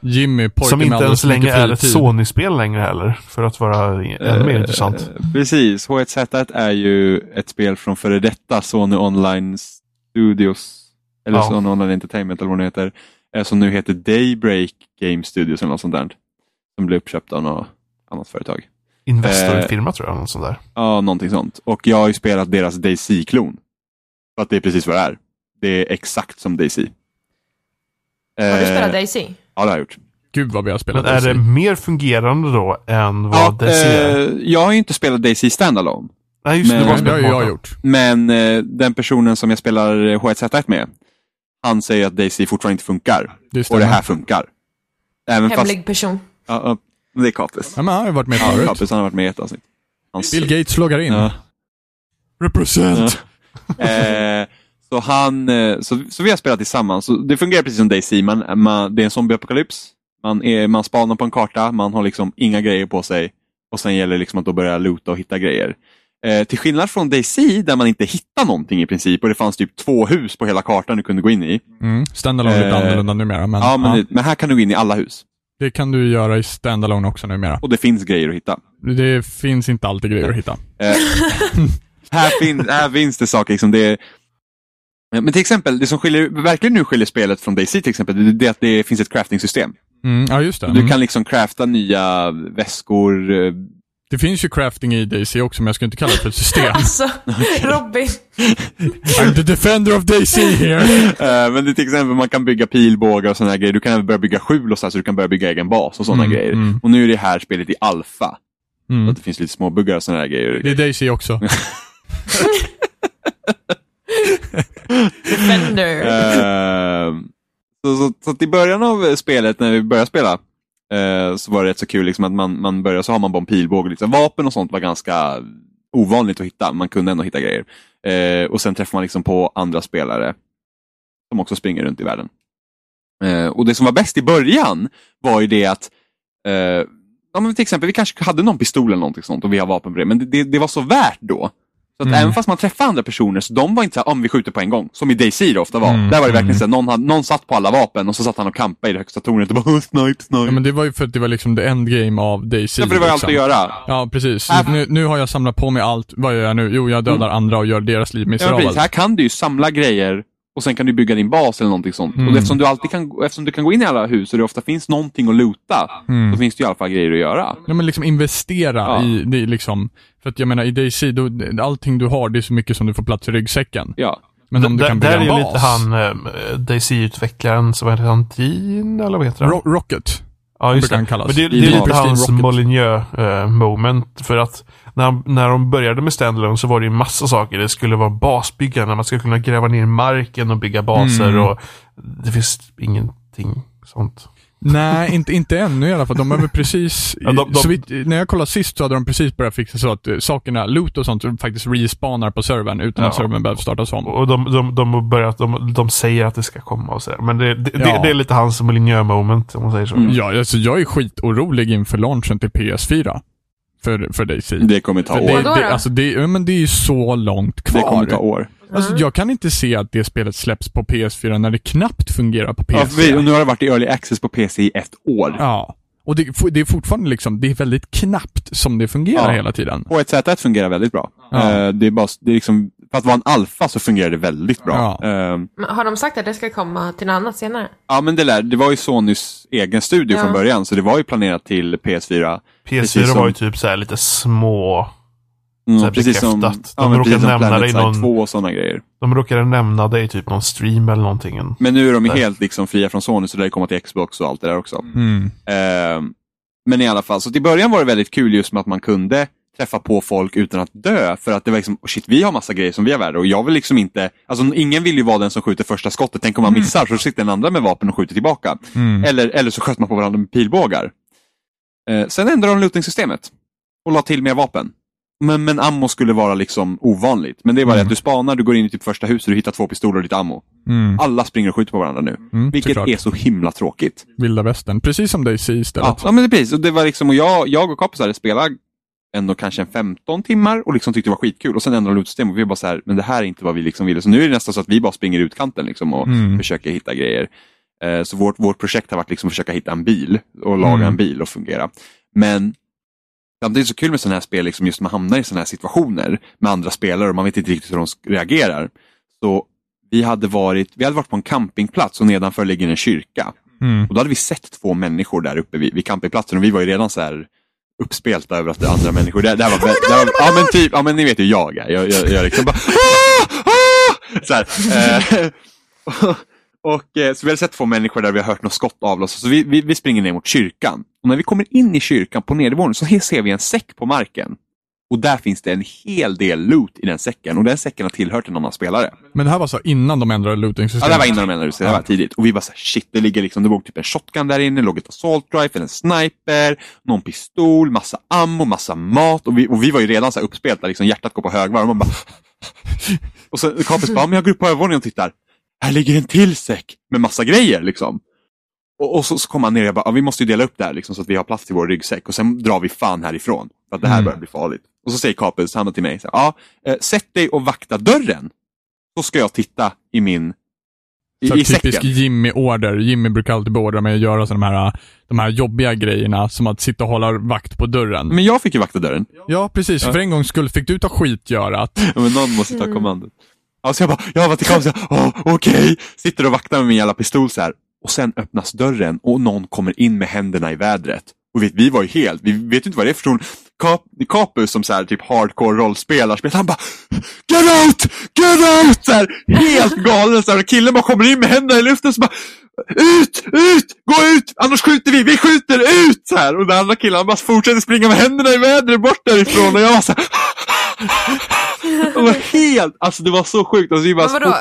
A: Jimmy, pojken
B: Som
A: med
B: inte
A: alldeles
B: ens
A: för
B: längre
A: mycket
B: är ett
A: fritid.
B: Sony-spel längre heller. För att vara ännu mer intressant.
C: Eh, Precis, H1Z1 är ju ett spel från före detta Sony Online Studios, eller
B: Ja.
C: Sony Online Entertainment eller vad det heter, eh, som nu heter Daybreak Game Studios eller något sånt där. Som blev uppköpt av något annat företag.
B: Investorfirma tror jag, något
A: eh,
B: sånt där.
C: Ja, någonting sånt. Och jag har ju spelat deras DayZ-klon. För att det är precis vad det är. Det är exakt som DayZ.
D: Har
A: Eh,
D: du spelat Daisy?
C: Ja, det har jag gjort.
A: Gud vad vi har
B: Men
A: spelat
B: är det
A: DC.
B: mer fungerande då än vad
C: Ja,
B: det ser?
C: eh, jag har ju inte spelat DayZ standalone.
B: Nej, just det.
C: men-
B: det. var
A: Men det har ju
B: spelet
A: jag
B: bakom.
A: gjort.
C: Men eh, den personen som jag spelar H1Z1 med, han säger att Daisy fortfarande inte funkar.
A: Det
C: Och
A: stämmer.
C: det här funkar. Även fast...
D: Hemlig person.
C: Ja, ja, men det är Kapis.
A: Ja, men han har ju varit med
C: Ja,
A: förut.
C: Kapis, han har varit med i ett avsnitt. Hans-
A: Bill Gates loggar in.
C: Ja.
A: Represent.
C: Eh, så, han, eh, så, så vi har spelat tillsammans. Så det fungerar precis som DayZ, man, man, det är en zombieapokalyps. Man, är, man spanar på en karta, man har liksom inga grejer på sig. Och sen gäller det liksom att då börja loota och hitta grejer. Eh, till skillnad från DayZ, där man inte hittar någonting i princip och det fanns typ två hus på hela kartan du kunde gå in i.
A: Mm. Standalone är lite
C: Eh,
A: annorlunda numera, men,
C: Ja, men,
A: ja,
C: Det, men här kan du gå in i alla hus.
A: det kan du göra i standalone också numera.
C: Och det finns grejer att hitta.
A: Det finns inte alltid grejer att hitta.
C: Eh, Här, fin, här finns det saker. Liksom, det är, men till exempel, det som skiljer, verkligen nu skiljer spelet från DayZ till exempel, det är det att det finns ett crafting-system.
A: Mm, ja, just det.
C: Du
A: Mm.
C: kan liksom crafta nya väskor. eh,
A: Det finns ju crafting i DC också, men jag skulle inte kalla det för ett system.
D: Alltså, Robin.
A: I'm the defender of DC here! Mm.
C: eh, Men det är till exempel man kan bygga pilbågar och sådana grejer. Du kan även börja bygga skjul och så, här, så du kan börja bygga egen bas och sådana
A: Mm,
C: grejer.
A: mm.
C: Och nu är det här spelet i alfa. Så
A: Mm.
C: att det finns lite småbuggar och sådana grejer.
A: Det är DC också.
D: Defender.
C: Eh, så, så, så att i början av eh, spelet, när vi började spela, eh, så var det rätt så kul liksom, att man, man började så har man bara en pilbåge. Liksom. Vapen och sånt var ganska ovanligt att hitta, man kunde ändå hitta grejer. Eh, och sen träffar man liksom på andra spelare som också springer runt i världen. Eh, och det som var bäst i början var ju det att eh, ja, men till exempel, vi kanske hade någon pistol eller någonting sånt och vi har vapen på det, men det, det, det var så värt då. Så att
A: Mm.
C: även fast man träffade andra personer, så de var inte så här, om vi skjuter på en gång, som i DayZ det ofta var.
A: Mm,
C: Där var det verkligen
A: mm.
C: så här, någon, hade, någon satt på alla vapen och så satt han och kampade i det högsta tornet och bara snipe, snipe.
A: Ja, men det var ju för att det var liksom the endgame av DC.
C: Ja, för det var ju allt
A: liksom.
C: att göra. Äh,
A: Ja, precis.
C: Här-
A: Nu, nu har jag samlat på mig allt. Vad gör jag nu? Jo, jag dödar andra och gör deras liv
C: Mm. Ja, men precis.
A: miserabelt.
C: Här kan du ju samla grejer och sen kan du bygga din bas eller någonting sånt.
A: Mm.
C: Och eftersom du, alltid kan, eftersom du kan gå in i alla hus och det ofta finns någonting att loota,
A: Mm.
C: då finns det ju i alla fall grejer att göra.
A: Ja, men liksom investera
C: Ja.
A: i det är liksom. För att jag menar, i DC, då, allting du har, det är så mycket som du får plats i ryggsäcken.
C: Ja.
A: Men om du
B: Där-
A: kan
B: där
A: bygga
B: är
A: en
B: ju
A: bas.
B: lite han, eh, Daisy-utvecklaren, som heter han Dean, eller vad heter han?
A: Ro- Rocket.
B: Ja,
A: brukar han kallas.
B: Men det, det
C: I
B: är lite
C: Marvel.
B: hans
A: Steam Rocket.
B: Molyneux-moment. eh, För att när, han- när de började med standalone så var det ju massa saker. Det skulle vara basbyggande. Man skulle kunna gräva ner marken och bygga baser.
A: Mm.
B: Och det finns ingenting sånt.
A: Nej, inte, inte ännu i alla fall. De har väl precis...
B: Ja, de- de-
A: så vitt- när jag kollade sist så hade de precis börjat fixa så att eh, sakerna, loot och sånt, faktiskt respawnar på servern utan att
B: Ja.
A: servern behöver startas om.
B: Och de, de, de, har börjat, de, de säger att det ska komma och så där. Men det, det,
A: Ja.
B: det, det är lite hans Molyneux-moment, om man säger så.
A: Ja, alltså jag är skitorolig inför launchen till PS4. För, för dig, Siv.
C: Det kommer ta
A: För
C: år.
A: det,
D: Vadå då?
A: det, alltså det, ja, men det är ju så långt
C: Det kommer
A: kvar.
C: ta år.
A: Alltså, jag kan inte se att det spelet släpps på PS4 när det knappt fungerar på
C: Ja,
A: PC.
C: för vi, och nu har det varit i Early Access på PC i ett år.
A: Ja. Och det, det är fortfarande liksom, det är väldigt knappt som det fungerar
C: Ja.
A: hela tiden.
C: H1Z1 fungerar väldigt bra.
A: Ja.
C: Eh, det är bara, det är liksom, för att vara en alfa så fungerar det väldigt bra.
A: Ja.
C: Eh,
D: Men Har de sagt att det ska komma till något annat senare?
C: ja men det, lär, det var ju Sonys egen studio
D: Ja.
C: från början, så det var ju planerat till PS4.
B: PS4
C: Precis som-
B: var ju typ så här lite små.
C: Mm,
B: Så här
C: precis som,
B: bekräftat.
C: ja,
B: De
C: men
B: råkade
C: precis som
B: nämna det
C: Planet
B: i
C: Side
B: någon-
C: 2 och sådana grejer.
B: De råkade nämna det i typ någon stream eller någonting. En-
C: Men nu är de ju
B: Nej.
C: helt liksom fria från Sony, så det lär ju komma till Xbox och allt det där också.
A: Mm.
C: Eh, men i alla fall, så till början var det väldigt kul just med att man kunde träffa på folk utan att dö. För att det var liksom, "Oh shit vi har massa grejer som vi är värda och jag vill liksom inte, alltså ingen vill ju vara den som skjuter första skottet. Tänk om man missar så sitter den andra med vapen och skjuter tillbaka.
A: Mm.
C: Eller, eller så sköt man på varandra med pilbågar. Eh, sen ändrade de lootingsystemet och la till mer vapen. Men, men ammo skulle vara liksom ovanligt. Men det är bara det
A: Mm.
C: att du spanar, du går in i typ första huset, du hittar två pistoler och lite ammo.
A: Mm.
C: Alla springer och skjuter på varandra nu.
A: Mm,
C: Vilket
A: såklart.
C: är så himla tråkigt.
A: Vilda västern. Precis som dig, alltså. Siv, istället.
C: Ja, ja men precis. Och det var liksom, och jag, jag och kompisar spelade ändå kanske en 15 timmar och liksom tyckte det var skitkul. Och sen ändrade lootsystemet och vi var så här, men det här är inte vad vi liksom ville. Så nu är det nästan så att vi bara springer i utkanten liksom och
A: Mm.
C: försöker hitta grejer. Eh, Så vårt, vårt projekt har varit liksom att försöka hitta en bil och laga
A: Mm.
C: en bil och fungera. Men samtidigt är det så kul med sådana här spel, liksom just när man hamnar i sådana här situationer med andra spelare och man vet inte riktigt hur de sk- reagerar. Så vi hade, varit, vi hade varit på en campingplats och nedanför ligger en kyrka.
A: Mm.
C: Och då hade vi sett två människor där uppe vid, vid campingplatsen och vi var ju redan så här uppspelta över att det är andra människor. Det, det här var, vä- det här var, ja men typ, ja men ni vet ju jag är. Jag, jag, jag liksom bara "Ah! Ah!" så här, eh, och, och, eh, Så vi hade sett två människor där vi har hört något skott avlossas. Så vi, vi, vi springer ner mot kyrkan. Och när vi kommer in i kyrkan på nedervåningen så he- ser vi en säck på marken. Och där finns det en hel del loot i den säcken och den säcken har tillhört en annan spelare.
A: Men det här var så innan de ändrade
C: Ja, det
A: looting-systemet?
C: här var innan de ändrade sig. Det här var tidigt. Och vi bara så här, shit, det ligger liksom, det låg typ en shotgun där inne, det låg ett assault rifle, en sniper, någon pistol, massa ammo, massa mat. Och vi, och vi var ju redan så här uppspelta, liksom, hjärtat går på högvarv. Och man bara... och sen kompis bara, men jag går upp på övervåningen och tittar. Här ligger en till säck med massa grejer liksom. Och, och så, så kom han ner och jag bara, ja, vi måste ju dela upp det här liksom, så att vi har plats till vår ryggsäck och sen drar vi fan härifrån. För att det här
A: Mm.
C: börjar bli farligt. Och så säger Kapus, han till mig, så här, ja, eh, sätt dig och vakta dörren. Så ska jag titta i min, i,
A: Så
C: i
A: typisk
C: säcken.
A: Jimmy-order. Jimmy brukar alltid beordra mig att göra så de, här, de här jobbiga grejerna, som att sitta och hålla vakt på dörren.
C: Men jag fick ju vakta dörren.
A: Ja, precis. För en gångs skull fick du ta skitgörat.
C: Ja, Men någon måste ta kommandot. Ja, så jag bara, jag var till kompis, oh, okej. Sitter och vaktar med min jävla pistol så här. Och sen öppnas dörren och någon kommer in med händerna i vädret. Och vet, vi var ju helt, vi vet ju inte vad det är för person. Kap, Kapu som så här, typ hardcore rollspelar, spelar, han bara Get out! Get out! Så här, helt galen. Så här, och killen bara kommer in med händerna i luften så bara Ut! Ut! Gå ut! Annars skjuter vi! Vi skjuter! Ut! Så här. Och den andra killen han bara fortsätter springa med händerna i vädret bort därifrån. Och jag var så här, det var helt, alltså det var så sjukt. Alltså, vi bara,
D: Men vadå?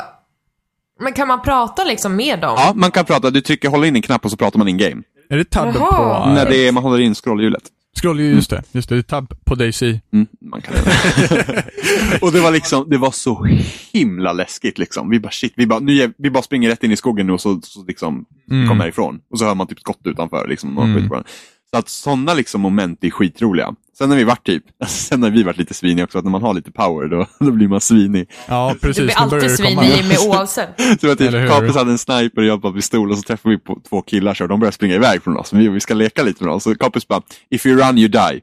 D: Men kan man prata liksom med dem?
C: Ja, man kan prata. Du trycker, håller in en knapp och så pratar man in game.
A: Är det tab
D: Jaha.
A: på...
C: När det är, man håller in scrollhjulet.
A: Scroll, just det. Just det, det är tab på Daisy.
C: Mm, man kan och det var liksom, det var så himla läskigt liksom. Vi bara shit, vi bara, nu är, vi bara springer rätt in i skogen nu och så, så liksom
A: Mm.
C: kommer härifrån. Och så hör man typ skott utanför. Liksom, och
A: Mm.
C: skjuter på den. Så att sådana liksom moment är skitroliga. Sen när vi vart typ, sen när vi vart lite sviniga också, att när man har lite power då, då blir man svinig.
A: Ja, precis.
D: Du blir
A: Nu börjar
D: alltid
A: det
D: svin
A: komma.
D: i Jimmy oavsett.
C: Så jag
A: Eller hur?
C: typ, Kapis hade en sniper och jag bara pistol och så träffade vi på två killar så de började springa iväg från oss. Vi, vi ska leka lite med dem. Så Kapis bara, if you run you die.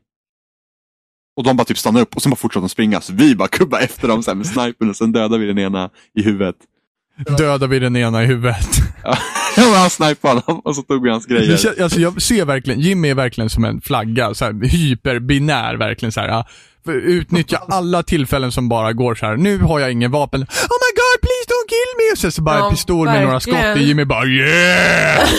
C: Och de bara typ stannar upp och sen bara fortsätter de springa. Så vi bara kubbar efter dem så här med snipern och sen dödar vi den ena i huvudet.
A: Dödar vi den ena i huvudet.
C: Ja, men han snipade honom och så tog vi hans
A: Det
C: grejer.
A: kän- Alltså jag ser verkligen, Jimmy är verkligen som en flagga, så här, hyperbinär verkligen så här. ja. För Utnyttja alla tillfällen som bara går så här. nu har jag ingen vapen. Oh my god, please don't kill me! Så, så bara
D: Ja,
A: en pistol med några
D: verkligen.
A: skott i Jimmy bara yeah!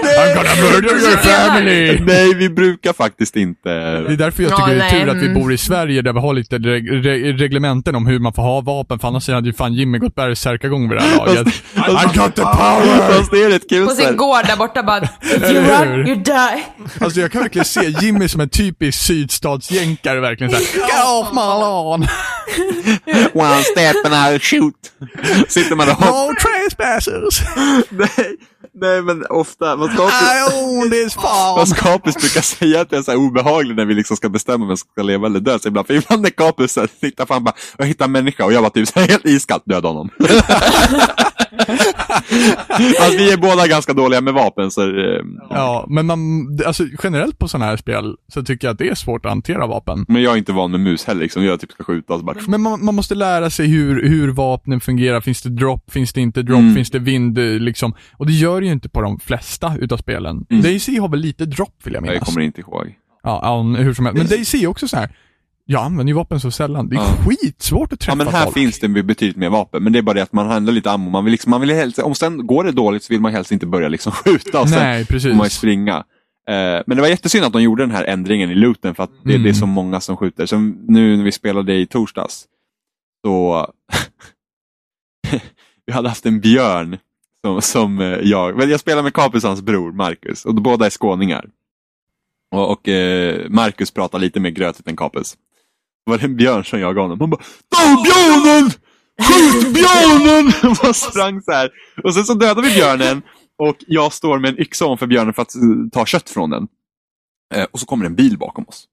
A: I'm gonna murder your family!
C: Nej, vi brukar faktiskt inte.
A: Det är därför jag
D: Ja,
A: tycker det är
D: nej,
A: tur att vi
D: mm.
A: bor i Sverige där vi har lite reg- re- reglementen om hur man får ha vapen, för annars hade ju fan Jimmy gått bärsärkagång vid det här laget. I got the power!
C: Fast det är rätt kul.
D: På
C: så här.
D: sin gård där borta bara, if you
A: Eller hur?
D: run, you die.
A: Alltså jag kan verkligen se Jimmy som en typisk sydstatsjänkare verkligen såhär, Get off my lawn!
C: One step and I'll shoot. Sitter man och hoppar.
A: No trespassers!
C: Nej, nej, men ofta. Man ska också...
A: I own this farm!
C: Fast Kapus brukar säga att jag är så här obehaglig när vi liksom ska bestämma vem som ska leva eller dö. Så ibland, för ibland när Kapus så här tittar fram och bara, jag hittar en människa och jag bara typ så här, helt iskallt, döda honom. alltså vi är båda ganska dåliga med vapen så eh,
A: Ja, men man, alltså generellt på sådana här spel så tycker jag att det är svårt att hantera vapen.
C: men jag är inte van med mus heller liksom. Jag typ ska skjuta och så bara,
A: Men man, man måste lära sig hur, hur vapnen fungerar. Finns det drop? Finns det inte drop?
C: Mm.
A: Finns det vind? eh, Liksom. Och det gör det ju inte på de flesta utav spelen.
C: Mm.
A: Daisy har väl lite drop vill jag
C: jag
A: minnas.
C: kommer inte ihåg.
A: Ja, ja, hur som helst. Men Daisy är också så här. jag använder ju vapen så sällan. Det är
C: Ja.
A: skitsvårt att träffa
C: Ja men här
A: folk.
C: finns det betydligt mer vapen, men det är bara det att man handlar lite ammo. Man vill liksom, man vill helst, om sen går det dåligt så vill man helst inte börja liksom skjuta och sen
A: Nej, precis.
C: får man ju springa. Eh, men det var jättesynd att de gjorde den här ändringen i looten för att det,
A: Mm.
C: det är så många som skjuter. Så nu när vi spelade i torsdags, så vi hade haft en björn som, som eh, jag, men jag spelade med Kapus hans bror Marcus och de båda är skåningar. Och, och eh, Marcus pratar lite mer grötigt än Kapus. Då var det en björn som jagade honom. Han bara Ta björnen! Skjut björnen! Han bara sprang så här. Och sen så dödade vi björnen och jag står med en yxa ovanför björnen för att eh, ta kött från den. Eh, och så kommer det en bil bakom oss.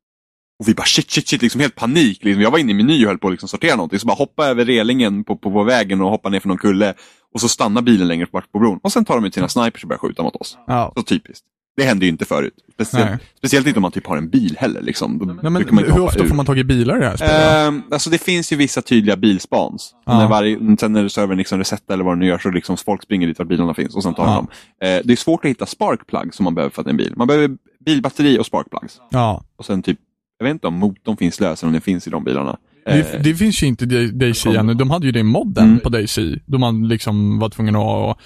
C: Och vi bara shit, shit, shit, liksom helt panik. Liksom. Jag var inne i meny och höll på att liksom sortera någonting. Så bara hoppa över relingen på, på, på vägen och hoppa ner för någon kulle. Och så stannar bilen längre bort på bron. Och sen tar de ut sina snipers och börjar skjuta mot oss.
A: Ja.
C: Så typiskt. Det hände ju inte förut.
A: Nej.
C: Speciellt, speciellt inte om man typ har en bil heller. Liksom. Då
A: Nej, men,
C: brukar man inte
A: hur
C: hoppa
A: ofta
C: ur.
A: får man tag i bilar i det här spelet?
C: Ehm, alltså det finns ju vissa tydliga bilspans.
A: Ja.
C: När varje, sen när servern liksom resetar eller vad det nu gör så liksom folk springer dit vart bilarna finns och sen tar
A: Ja.
C: de dem. Eh, det är svårt att hitta sparkplug som man behöver för att en bil. Man behöver bilbatteri och sparkplugs.
A: ja.
C: Och sen typ, jag vet inte om motorn finns lös eller om den finns i de bilarna. Eh,
A: Det, det finns ju inte Day- DayZ
C: kom-
A: ännu. De hade ju det i modden
C: Mm.
A: på DayZ. Då man liksom var tvungen att ha och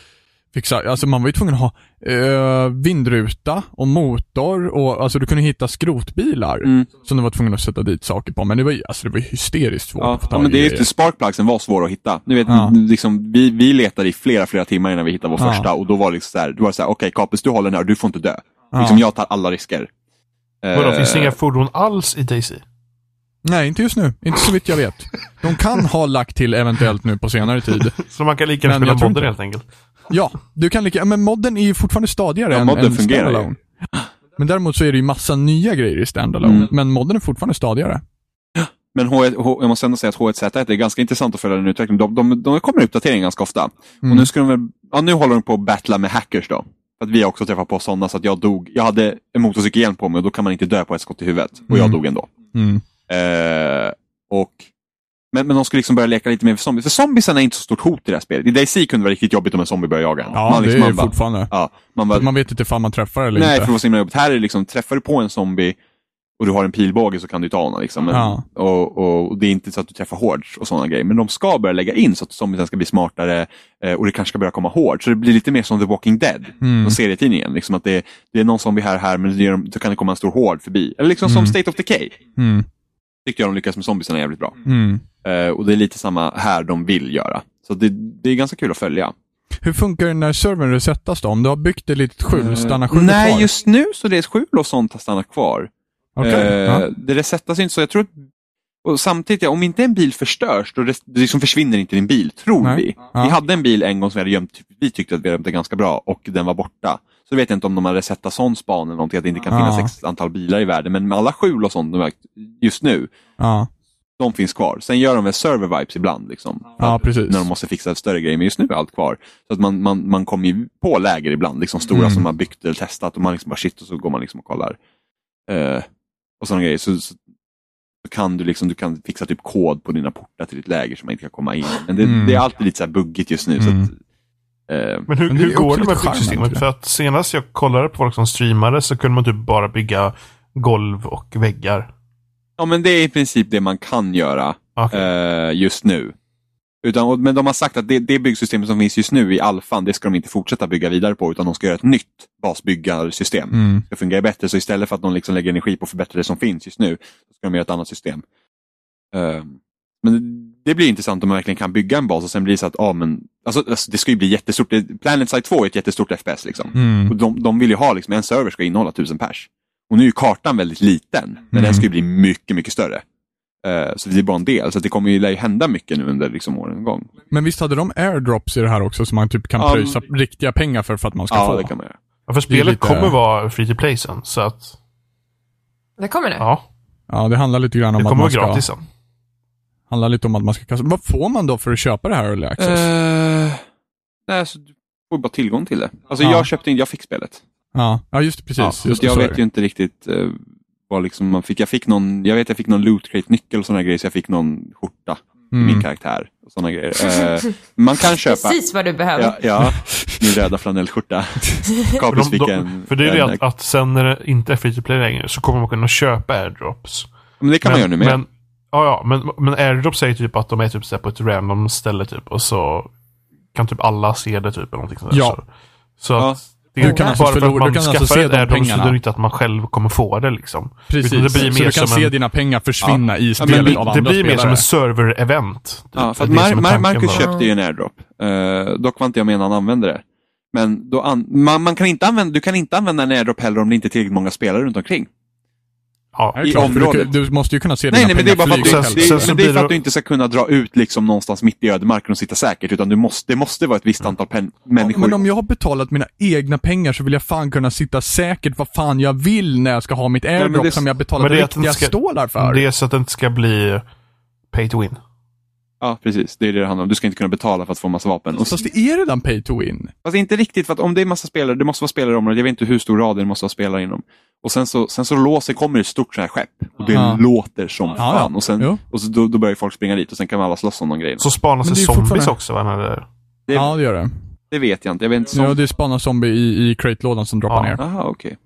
A: fixa, alltså man var ju tvungen att ha eh, vindruta och motor och alltså du kunde hitta skrotbilar
C: Mm.
A: som du var tvungen att sätta dit saker på. Men det var ju, alltså det var ju hysteriskt svårt
C: Ja,
A: att få tag
C: ja, men det är
A: i
C: just det, sparkplugsen var svår att hitta. Du vet,
A: Ja.
C: liksom, vi, vi letade i flera, flera timmar innan vi hittade vår
A: Ja.
C: första och då var det liksom så här, då var det så här, okej Kapis du håller den här och du får inte dö.
A: Ja.
C: Liksom, jag tar alla risker.
B: Vadå,
C: Eh,
B: finns det inga fordon alls i DayZ?
A: Nej, inte just nu. Inte så vitt jag vet. De kan ha lagt till eventuellt nu på senare tid.
B: Så man kan lika gärna
A: Men jag
B: spela
A: tror
B: modder
A: inte.
B: helt enkelt.
A: Ja, du kan lika, men modden är ju fortfarande stadigare
C: Ja,
A: än,
C: modden
A: än
C: fungerar ju.
A: standalone. Men däremot så är det ju massa nya grejer i standalone.
C: Mm.
A: Men modden är fortfarande stadigare.
C: Men H1, H, jag måste ändå säga att H1Z1 är ganska intressant att följa den utvecklingen. De, de, de kommer uppdateringar ganska ofta.
A: Mm.
C: Och nu, ska de väl, ja, nu håller de på att battla med hackers då. För att vi har också träffat på sådana så att jag dog. Jag hade en motorcykelhjälm på mig och då kan man inte dö på ett skott i huvudet. Och jag
A: Mm.
C: dog ändå.
A: Mm.
C: Eh, och, men, men de ska liksom börja leka lite mer för zombies. För zombiesarna är inte så stort hot i det här spelet. I DayZ kunde det vara riktigt jobbigt om en zombie började jaga en.
A: Ja,
C: liksom,
A: det är ju
C: bara-
A: fortfarande.
C: ja, man
A: För
C: bara,
A: att Man vet inte ifall man träffar eller
C: Nej, för det
A: inte.
C: var så himla jobbigt. Här är det liksom, träffar du på en zombie och du har en pilbåge så kan du ta honom. Liksom. Men,
A: Ja.
C: och, och, och det är inte så att du träffar hårt och sådana grejer. Men de ska börja lägga in så att zombiesen ska bli smartare eh, och det kanske ska börja komma hårt. Så det blir lite mer som The Walking Dead,
A: Mm.
C: som serietidningen. Liksom att det, det är någon zombie här och här men det gör, då kan det komma en stor hård förbi. Eller liksom som
A: Mm.
C: State of Decay.
A: Mm.
C: Tyckte jag de lyckas med zombiesarna jävligt bra.
A: Mm.
C: Eh, och det är lite samma här de vill göra. Så det, det är ganska kul att följa.
A: Hur funkar det när servern resetas då? Om du har byggt ett litet skjul, stannar skjulet
C: Eh, Nej,
A: kvar?
C: just nu så det är skjul och sånt har stannat kvar.
A: Okej,
C: Eh,
A: ja.
C: Det resetas inte så. Jag tror att, och samtidigt, ja, om inte en bil förstörs, då res- det liksom försvinner inte din bil, tror
A: Nej.
C: vi.
A: Ja.
C: Vi hade en bil en gång som vi hade gömt, vi tyckte att vi hade gömt den ganska bra och den var borta. Så vet jag inte om de har resetat sån span eller någonting, att det inte kan finnas
A: Ja.
C: x antal bilar i världen. Men med alla skjul och sånt de har- just nu,
A: ja.
C: de finns kvar. Sen gör de väl server vibes ibland. Liksom,
A: Ja, precis.
C: När de måste fixa större grejer, men just nu är allt kvar. Så att man, man, man kommer ju på läger ibland, liksom stora
A: Mm.
C: som man byggt eller testat och man liksom bara shit och så går man liksom och kollar. Eh, och sådana grejer. Så, så, så kan du liksom, du kan fixa typ kod på dina portar till ditt läger så man inte kan komma in. Men det,
A: Mm.
C: det är alltid lite så här buggigt just nu.
A: Mm.
C: Så att, eh,
B: Men hur,
A: Men det är
B: hur går
A: också
B: det
A: lite charmen,
B: med
A: tror
B: byggsystemet?
A: jag.
B: För att senast jag kollade på folk som streamade så kunde man typ bara bygga golv och väggar.
C: ja men det är i princip det man kan göra.
B: Okej.
C: eh, just nu. Utan, och- men de har sagt att det, det byggsystem som finns just nu i alfan, det ska de inte fortsätta bygga vidare på, utan de ska göra ett nytt basbyggarsystem.
A: Mm.
C: Det ska fungera bättre, så istället för att de liksom lägger energi på att förbättra det som finns just nu, så ska de göra ett annat system. Eh, men det blir intressant om man verkligen kan bygga en bas och sen blir det så att, ah, men, alltså, alltså, det ska ju bli jättestort. Det- Planet Side 2 är ett jättestort FPS. Liksom.
A: Mm.
C: Och de, de vill ju ha, liksom, en server ska innehålla tusen pers. Och nu är ju kartan väldigt liten, men den ska ju bli mycket, mycket större. Eh, så det är bara en del, så att det kommer ju lär ju hända mycket nu under liksom, åren gång.
A: Men visst hade de airdrops i det här också som man typ kan
C: Ja,
A: pröjsa riktiga pengar för, för att man ska
C: Ja,
A: få?
C: det kan man göra.
B: Ja, för spelet
A: lite-
B: kommer vara free to play sen. Så att,
D: Det kommer nu.
B: ja.
A: Ja, det handlar lite grann om
B: Det
A: att
B: kommer
A: man
B: vara
A: ska...
B: gratis sen.
A: handlar lite om att man ska kasta... Vad får man då för att köpa det här Early Access?
C: Eh, nej, alltså, du får bara tillgång till det. Alltså,
A: Ja.
C: jag köpte inte, jag fick spelet.
A: ja. ja, just det, precis.
C: Ja, så
A: just
C: att
A: det,
C: jag
A: så är
C: vet
A: det.
C: ju inte riktigt eh, vad liksom man fick. Jag fick någon, jag vet jag fick någon loot crate-nyckel och sådana grejer, så jag fick någon skjorta i min
A: Mm.
C: karaktär. Och såna grejer. Eh, man kan köpa.
D: Precis vad du behöver.
C: Ja, ja, min röda flanellskjorta.
B: För, de,
C: Kapis fick
B: de,
C: en...
B: för det är ju
C: en-
B: det att, att sen när det inte är free to play längre så kommer man kunna köpa airdrops.
C: Men det kan man göra nu med.
B: men, ja, ja, men, men airdrops säger typ att de är typ så här på ett random ställe typ och så kan typ alla se det typ eller någonting sånt där.
A: Ja.
B: Så, så
C: Ja.
B: att det är
A: Du
B: inte
A: kan alltså
B: bara för att
A: förlora-
B: man
A: du kan
B: skaffar
A: alltså se
B: ett
A: de
B: airdrop så
A: pengarna.
B: är det inte att man själv kommer få det liksom.
A: Precis,
B: Utan det blir
A: så
B: mer
A: du kan
B: som
A: se
B: en-
A: dina pengar försvinna i
C: men
A: spelet
C: det-
A: av
B: Det
A: andra
B: blir mer som
A: spelare.
B: ett server-event.
C: Ja, för att
B: Det är det som
C: Mar-
B: är tanken
C: Mar- Marcus
B: bara.
C: köpte ju en airdrop. Eh, dock var inte jag med när han använde det. Men då an- man, man kan inte använda, du kan inte använda en airdrop heller om det inte är tillräckligt många spelare runt omkring.
B: Ja.
A: Ja, det är
C: I
A: klart, för du
C: området.
A: kan- Du måste ju kunna se
C: Nej,
A: dina
C: nej, men det är bara för att,
A: pengar flyga
C: du,
B: Sen-
A: åt
C: det,
A: helvete.
B: sen
C: är-
B: så
C: men det
B: blir
C: är för
B: det-
C: att du inte ska kunna dra ut liksom någonstans mitt i ödemarken och sitta säkert, utan du måste, det måste vara ett visst antal pen, människor.
A: Men om jag har betalat mina egna pengar så vill jag fan kunna sitta säkert vad fan jag vill när jag ska ha mitt airdrop
C: det-
A: som jag betalat
B: Men det är att den
A: riktiga
B: ska-
A: stålar för.
B: Det är så att det inte ska bli pay to win.
C: Ja, precis. Det är det det handlar om. Du ska inte kunna betala för att få massa vapen. Och,
A: Fast det är redan pay to win.
C: fast inte riktigt, för att om det är massa spelare, det måste vara spelare i området, jag vet inte hur stor rad det måste vara spelare inom. Och sen så, sen så låser, kommer det ett stort sånt här skepp och det
A: Ja.
C: låter som
A: ja.
C: fan. Och, sen,
A: Jo.
C: och så, då, då börjar ju folk springa dit och sen kan alla slåss om de grejerna.
B: Så spanas
A: Men
B: det
A: det är
B: zombies
A: fortfarande-
B: också va? Eller?
C: Det,
A: Ja, det gör det.
C: det vet jag inte. Jag vet inte.
A: Ja,
C: Som...
A: det är spana zombie i, i crate-lådan som droppar
B: Ja.
A: ner.
C: Aha, okej.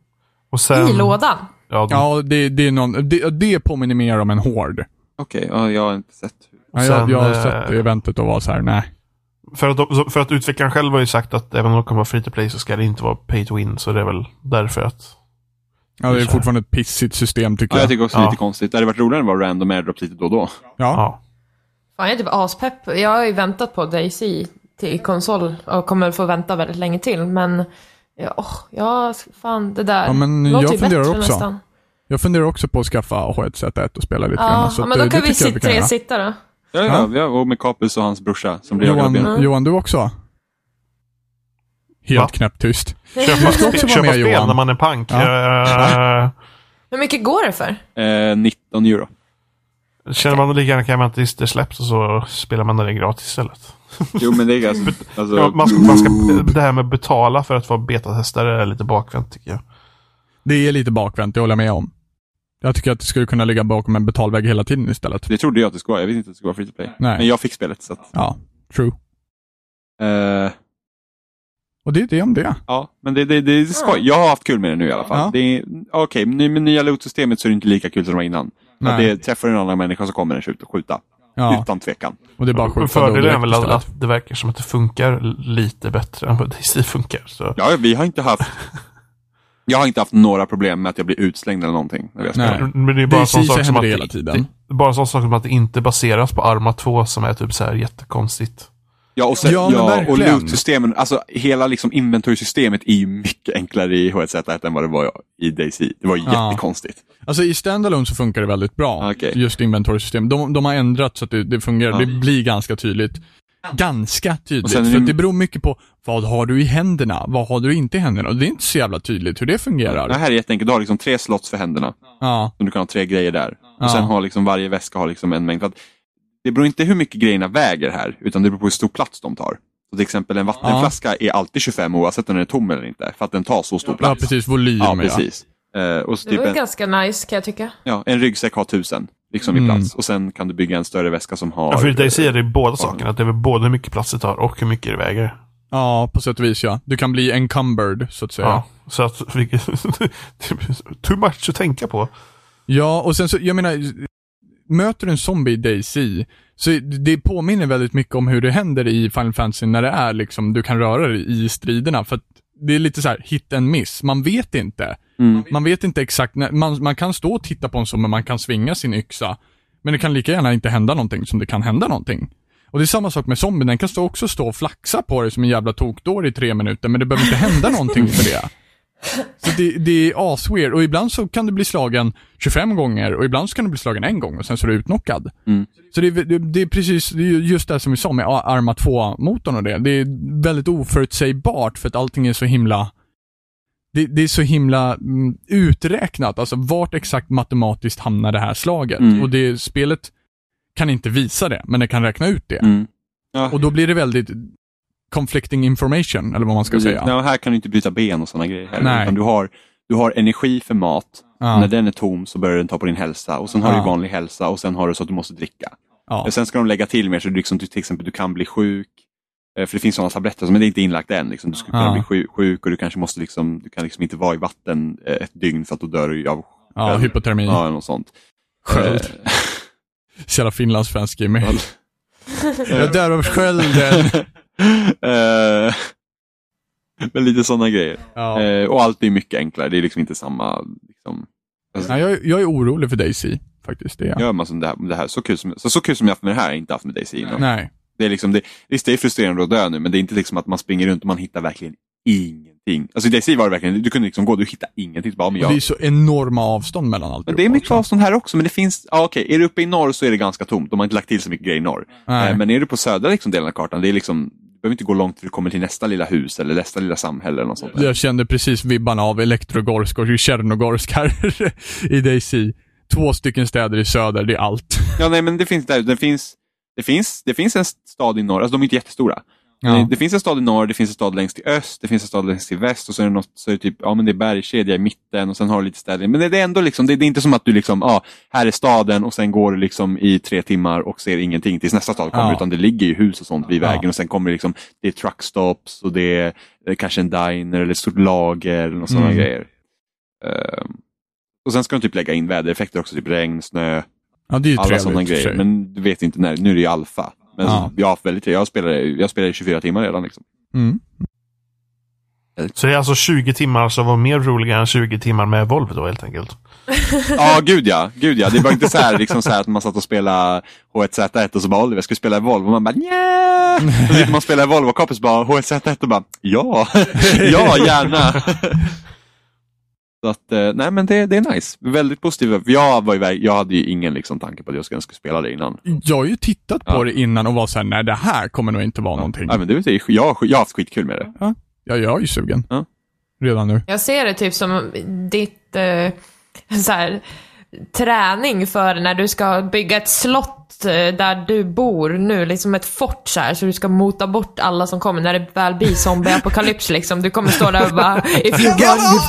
B: Och sen,
D: I lådan.
B: Ja, de-
A: Ja, det, det, är någon, det, det påminner mer om en hord.
C: Okej, ja, jag har inte sett.
A: Ja,
B: Sen,
A: jag, jag har
B: eh,
A: sett eventet och var så här, nej.
B: för, att de, för att utvecklaren själv har ju sagt att även om det kommer vara free to play så ska det inte vara pay to win. Så det är väl därför att...
A: Ja, det är fortfarande ett pissigt system tycker
C: Ja, jag
A: jag.
C: tycker också
B: Ja.
C: lite konstigt. Det hade varit roligare än att vara random airdrops lite då och då.
A: Ja.
B: Ja.
D: Fan, jag är typ aspepp. Jag har ju väntat på Daisy till konsol och kommer få vänta väldigt länge till. Men ja, åh, ja fan det där
A: Ja, men
D: låter
A: jag
D: ju
A: funderar
D: bättre
A: också.
D: nästan.
A: Jag funderar också på att skaffa H1Z1 och spela lite
D: Ja,
A: grann. Så
D: ja,
A: att,
D: men
A: eh,
D: då
A: det
D: kan vi
A: tycker jag
D: sitta, tre
A: göra.
D: sitta då.
C: Ja,
A: Ja.
C: ja. ja. Och med Kapus och hans brorsa som blir jagad av benen.
D: Mm.
A: Johan, Johan, du också? Helt
B: Va?
A: knäpptyst.
B: Köpa,
A: ska också
B: spe,
A: vara
B: köpa
A: med,
B: spel
A: Johan.
B: när man är pank.
A: Ja.
B: Eh,
D: Hur mycket går det för?
C: Eh, 19 euro.
B: känner man lika gärna kan man tills det släpps och så spelar man när det är gratis istället.
C: Jo, men det är ganska... Alltså,
B: Ja, man, ska- man ska, det här med betala för att vara betatestare är lite bakvänt tycker jag.
A: Det är lite bakvänt, det håller jag med om. Jag tycker att det skulle kunna ligga bakom en betalväg hela tiden istället.
C: Det trodde jag att det skulle vara. Jag visste inte att det skulle vara free to play.
A: Nej.
C: Men jag fick spelet. Så att,
A: Ja, true.
C: eh,
A: Och det är det om det.
C: ja, men det, det, det är skoj. Jag har haft kul med det nu i alla fall.
A: Ja.
C: Det är- Okej, ny, med nya loot-systemet så är det inte lika kul som det var innan. Att
A: Nej.
C: det träffar en annan människa så kommer den skjuta. skjuta.
A: Ja,
C: Utan tvekan.
A: och det är bara sjukt.
B: Fördelen är väl att, att det verkar som att det funkar lite bättre än vad DC funkar. Så.
C: Ja, vi har inte haft... Jag har inte haft några problem med att jag blir utslängd eller någonting. När vi har
A: Nej.
C: spelat.
B: Men det är bara en
A: DC
B: sån
A: så
B: sak som
A: händer
B: att
A: det hela tiden.
B: Det är bara en sån sak som att det inte baseras på Arma 2 som är typ så här jättekonstigt.
C: Ja, och, sen,
A: Ja,
C: ja,
A: men
C: och
A: verkligen.
C: loot-systemen. Alltså, hela liksom inventory-systemet är ju mycket enklare i H1Z1 än vad det var i DayZ. Det var
A: Ja.
C: jättekonstigt.
A: Alltså i standalone så funkar det väldigt bra.
C: Okej.
A: Just inventory-system. De, de har ändrat så att det, det fungerar.
C: Ja.
A: Det blir ganska tydligt. Ganska tydligt.
C: Och sen är
A: För
C: det-
A: att det beror mycket på vad har du i händerna? Vad har du inte i händerna? Och det är inte så jävla tydligt hur det fungerar.
C: Det här är jätteenkelt. Du har liksom tre slots för händerna.
A: Ja.
C: Så du kan ha tre grejer där.
A: Ja.
C: Och sen har liksom varje väska har liksom en mängd. För att det beror inte hur mycket grejerna väger här, utan det beror på hur stor plats de tar. Så till exempel en vattenflaska är alltid 25 oavsett om den är tom eller inte, för att den tar så stor
A: ja,
C: plats.
A: precis. Volym
C: Ja, precis. Eh, och så
D: Det
C: typ
D: var ju
C: en,
D: ganska nice kan jag tycka.
C: ja, en ryggsäck har 1000 liksom i
A: Mm.
C: plats. Och sen kan du bygga en större väska som har...
B: Ja, för i DC är det båda sakerna. Att det är väl både hur mycket plats det tar och hur mycket det väger.
A: Ja, på sätt och vis ja. Du kan bli encumbered, så att säga.
B: Ja.
A: Ja,
B: Så att, vilket- det blir too much att tänka på.
A: och sen så, jag menar, möter du en zombie i DayZ, så det påminner väldigt mycket om hur det händer i Final Fantasy när det är liksom, du kan röra dig i striderna. För att det är lite så här hit and miss. Man vet inte.
C: Mm.
A: Man vet inte exakt, när, man, man kan stå och titta på en zombie, man kan svinga sin yxa. Men det kan lika gärna inte hända någonting som det kan hända någonting. Och det är samma sak med zombien, den kan stå också stå och flaxa på dig som en jävla tokdåre i tre minuter, men det behöver inte hända någonting för det. Så det, det är asweird och ibland så kan du bli slagen 25 gånger och ibland så kan du bli slagen en gång och sen så är du utnockad.
C: Mm.
A: Så det, är- det, det är precis det är ju just det som vi sa med A- Arma 2-motorn och det. Det är väldigt oförutsägbart för att allting är så himla det, det är så himla mm, uträknat, alltså vart exakt matematiskt hamnar det här slaget?
C: Mm.
A: Och det spelet kan inte visa det, men det kan räkna ut det.
C: Mm. Ja.
A: Och då blir det väldigt conflicting information, eller vad man ska
C: Precis.
A: säga.
C: Nej, här kan du inte byta ben och sådana grejer heller.
A: Nej.
C: Utan du, har, du har energi för mat,
A: Ja.
C: när den är tom så börjar den ta på din hälsa och sen har
A: Ja.
C: du vanlig hälsa och sen har du så att du måste dricka.
A: Ja.
C: Och sen ska de lägga till mer så du liksom, till exempel du kan bli sjuk. Eh, För det finns sådana tabletter som är inte inlagt än. Liksom. Du skulle kunna
A: Ja.
C: bli sju- sjuk och du kanske måste liksom, du kan liksom inte vara i vatten eh, ett dygn för att då dör du av
A: Ja, hypotermi.
C: ja, eller något sånt.
A: Sköld.
C: Eh,
A: Så jävla finlandssvensk Jimmy.
C: Sköld.
A: Jag dör av skölden.
C: eh, Men lite sådana grejer.
A: Ja.
C: Eh, Och allt är mycket enklare. Det är liksom inte samma... Liksom,
A: Nej, jag, jag är orolig för Daisy, faktiskt. Det är jag.
C: Gör man som det här, det här så, kul som, så, så kul som jag haft med det här har jag inte haft med dig innan.
A: Nej.
C: Det är liksom, det, visst det är frustrerande att dö nu, men det är inte liksom att man springer runt och man hittar verkligen ingenting. ingenting. Alltså i DayZ var det verkligen, du kunde liksom gå, du hittade ingenting. Bara, men,
A: Och Det är
C: jag,
A: så enorma avstånd mellan allt.
C: men det är mycket avstånd här också, men det finns, ja okej, är du uppe i norr så är det ganska tomt. De har inte lagt till så mycket grejer i norr. Eh, Men är du på södra liksom, delen av kartan, det är liksom, du behöver inte gå långt för du kommer till nästa lilla hus eller nästa lilla samhälle eller något sånt. där.
A: Jag kände precis vibban av Elektrogorsk och Tjernogorsk här i DayZ. Två stycken städer i söder, det är allt.
C: Ja, nej, men det finns där. Det finns, det finns, det finns en stad i norr, alltså de är inte jättestora.
A: Ja.
C: Men Det finns en stad i norr, det finns en stad längst till öst, det finns en stad längst till väst och så är det, något, så är det typ, ja men det är bergskedja i mitten och sen har du lite städer. Men det är ändå liksom, det, det är inte som att du liksom, ja, här är staden och sen går du liksom i tre timmar och ser ingenting tills nästa stad kommer.
A: Ja.
C: Utan det ligger ju hus och sånt vid
A: Ja.
C: vägen och sen kommer det liksom, det är truckstops och det är eh, kanske en diner eller ett stort lager eller något sådana
A: Mm.
C: grejer. Ehm, och sen ska de typ lägga in vädereffekter också, typ regn, snö,
A: Ja, det är ju
C: alla sådana
A: trevligt. i och för
C: grejer.
A: sig.
C: Men du vet inte när. Nu är det ju alfa. Men
A: Ja.
C: jag har haft väldigt trevligt. Jag spelade, jag spelade i 24 timmar redan. Liksom.
A: Mm.
B: Så det är alltså 20 timmar som var mer roliga än 20 timmar med Volvo då helt enkelt.
C: Ja, gud ja. Gud ja. Det var inte så här, liksom så här att man satt och spelade H1Z1 och så bara Oliver, ska vi spela i Volvo? Och man bara nja. Och så sitter man och spelar i volvo och kompis bara H1Z1 och bara ja, ja gärna. Så att, eh, nej men det, det är nice. Väldigt positivt. Jag, var iväg, jag hade ju ingen liksom, tanke på att jag skulle skulle spela det innan.
A: Jag har ju tittat på
C: Ja.
A: det innan och var så här, nej det här kommer nog inte vara någonting.
C: Nej, men det, är- jag, har- jag har haft skitkul med det.
A: Ja, jag är ju sugen.
C: Ja.
A: Redan nu.
D: Jag ser det typ som ditt eh, så här, träning för när du ska bygga ett slott eh, där du bor nu, liksom ett fort så här, så du ska mota bort alla som kommer när det väl blir zombieapokalyps liksom. Du kommer stå där och bara If you got you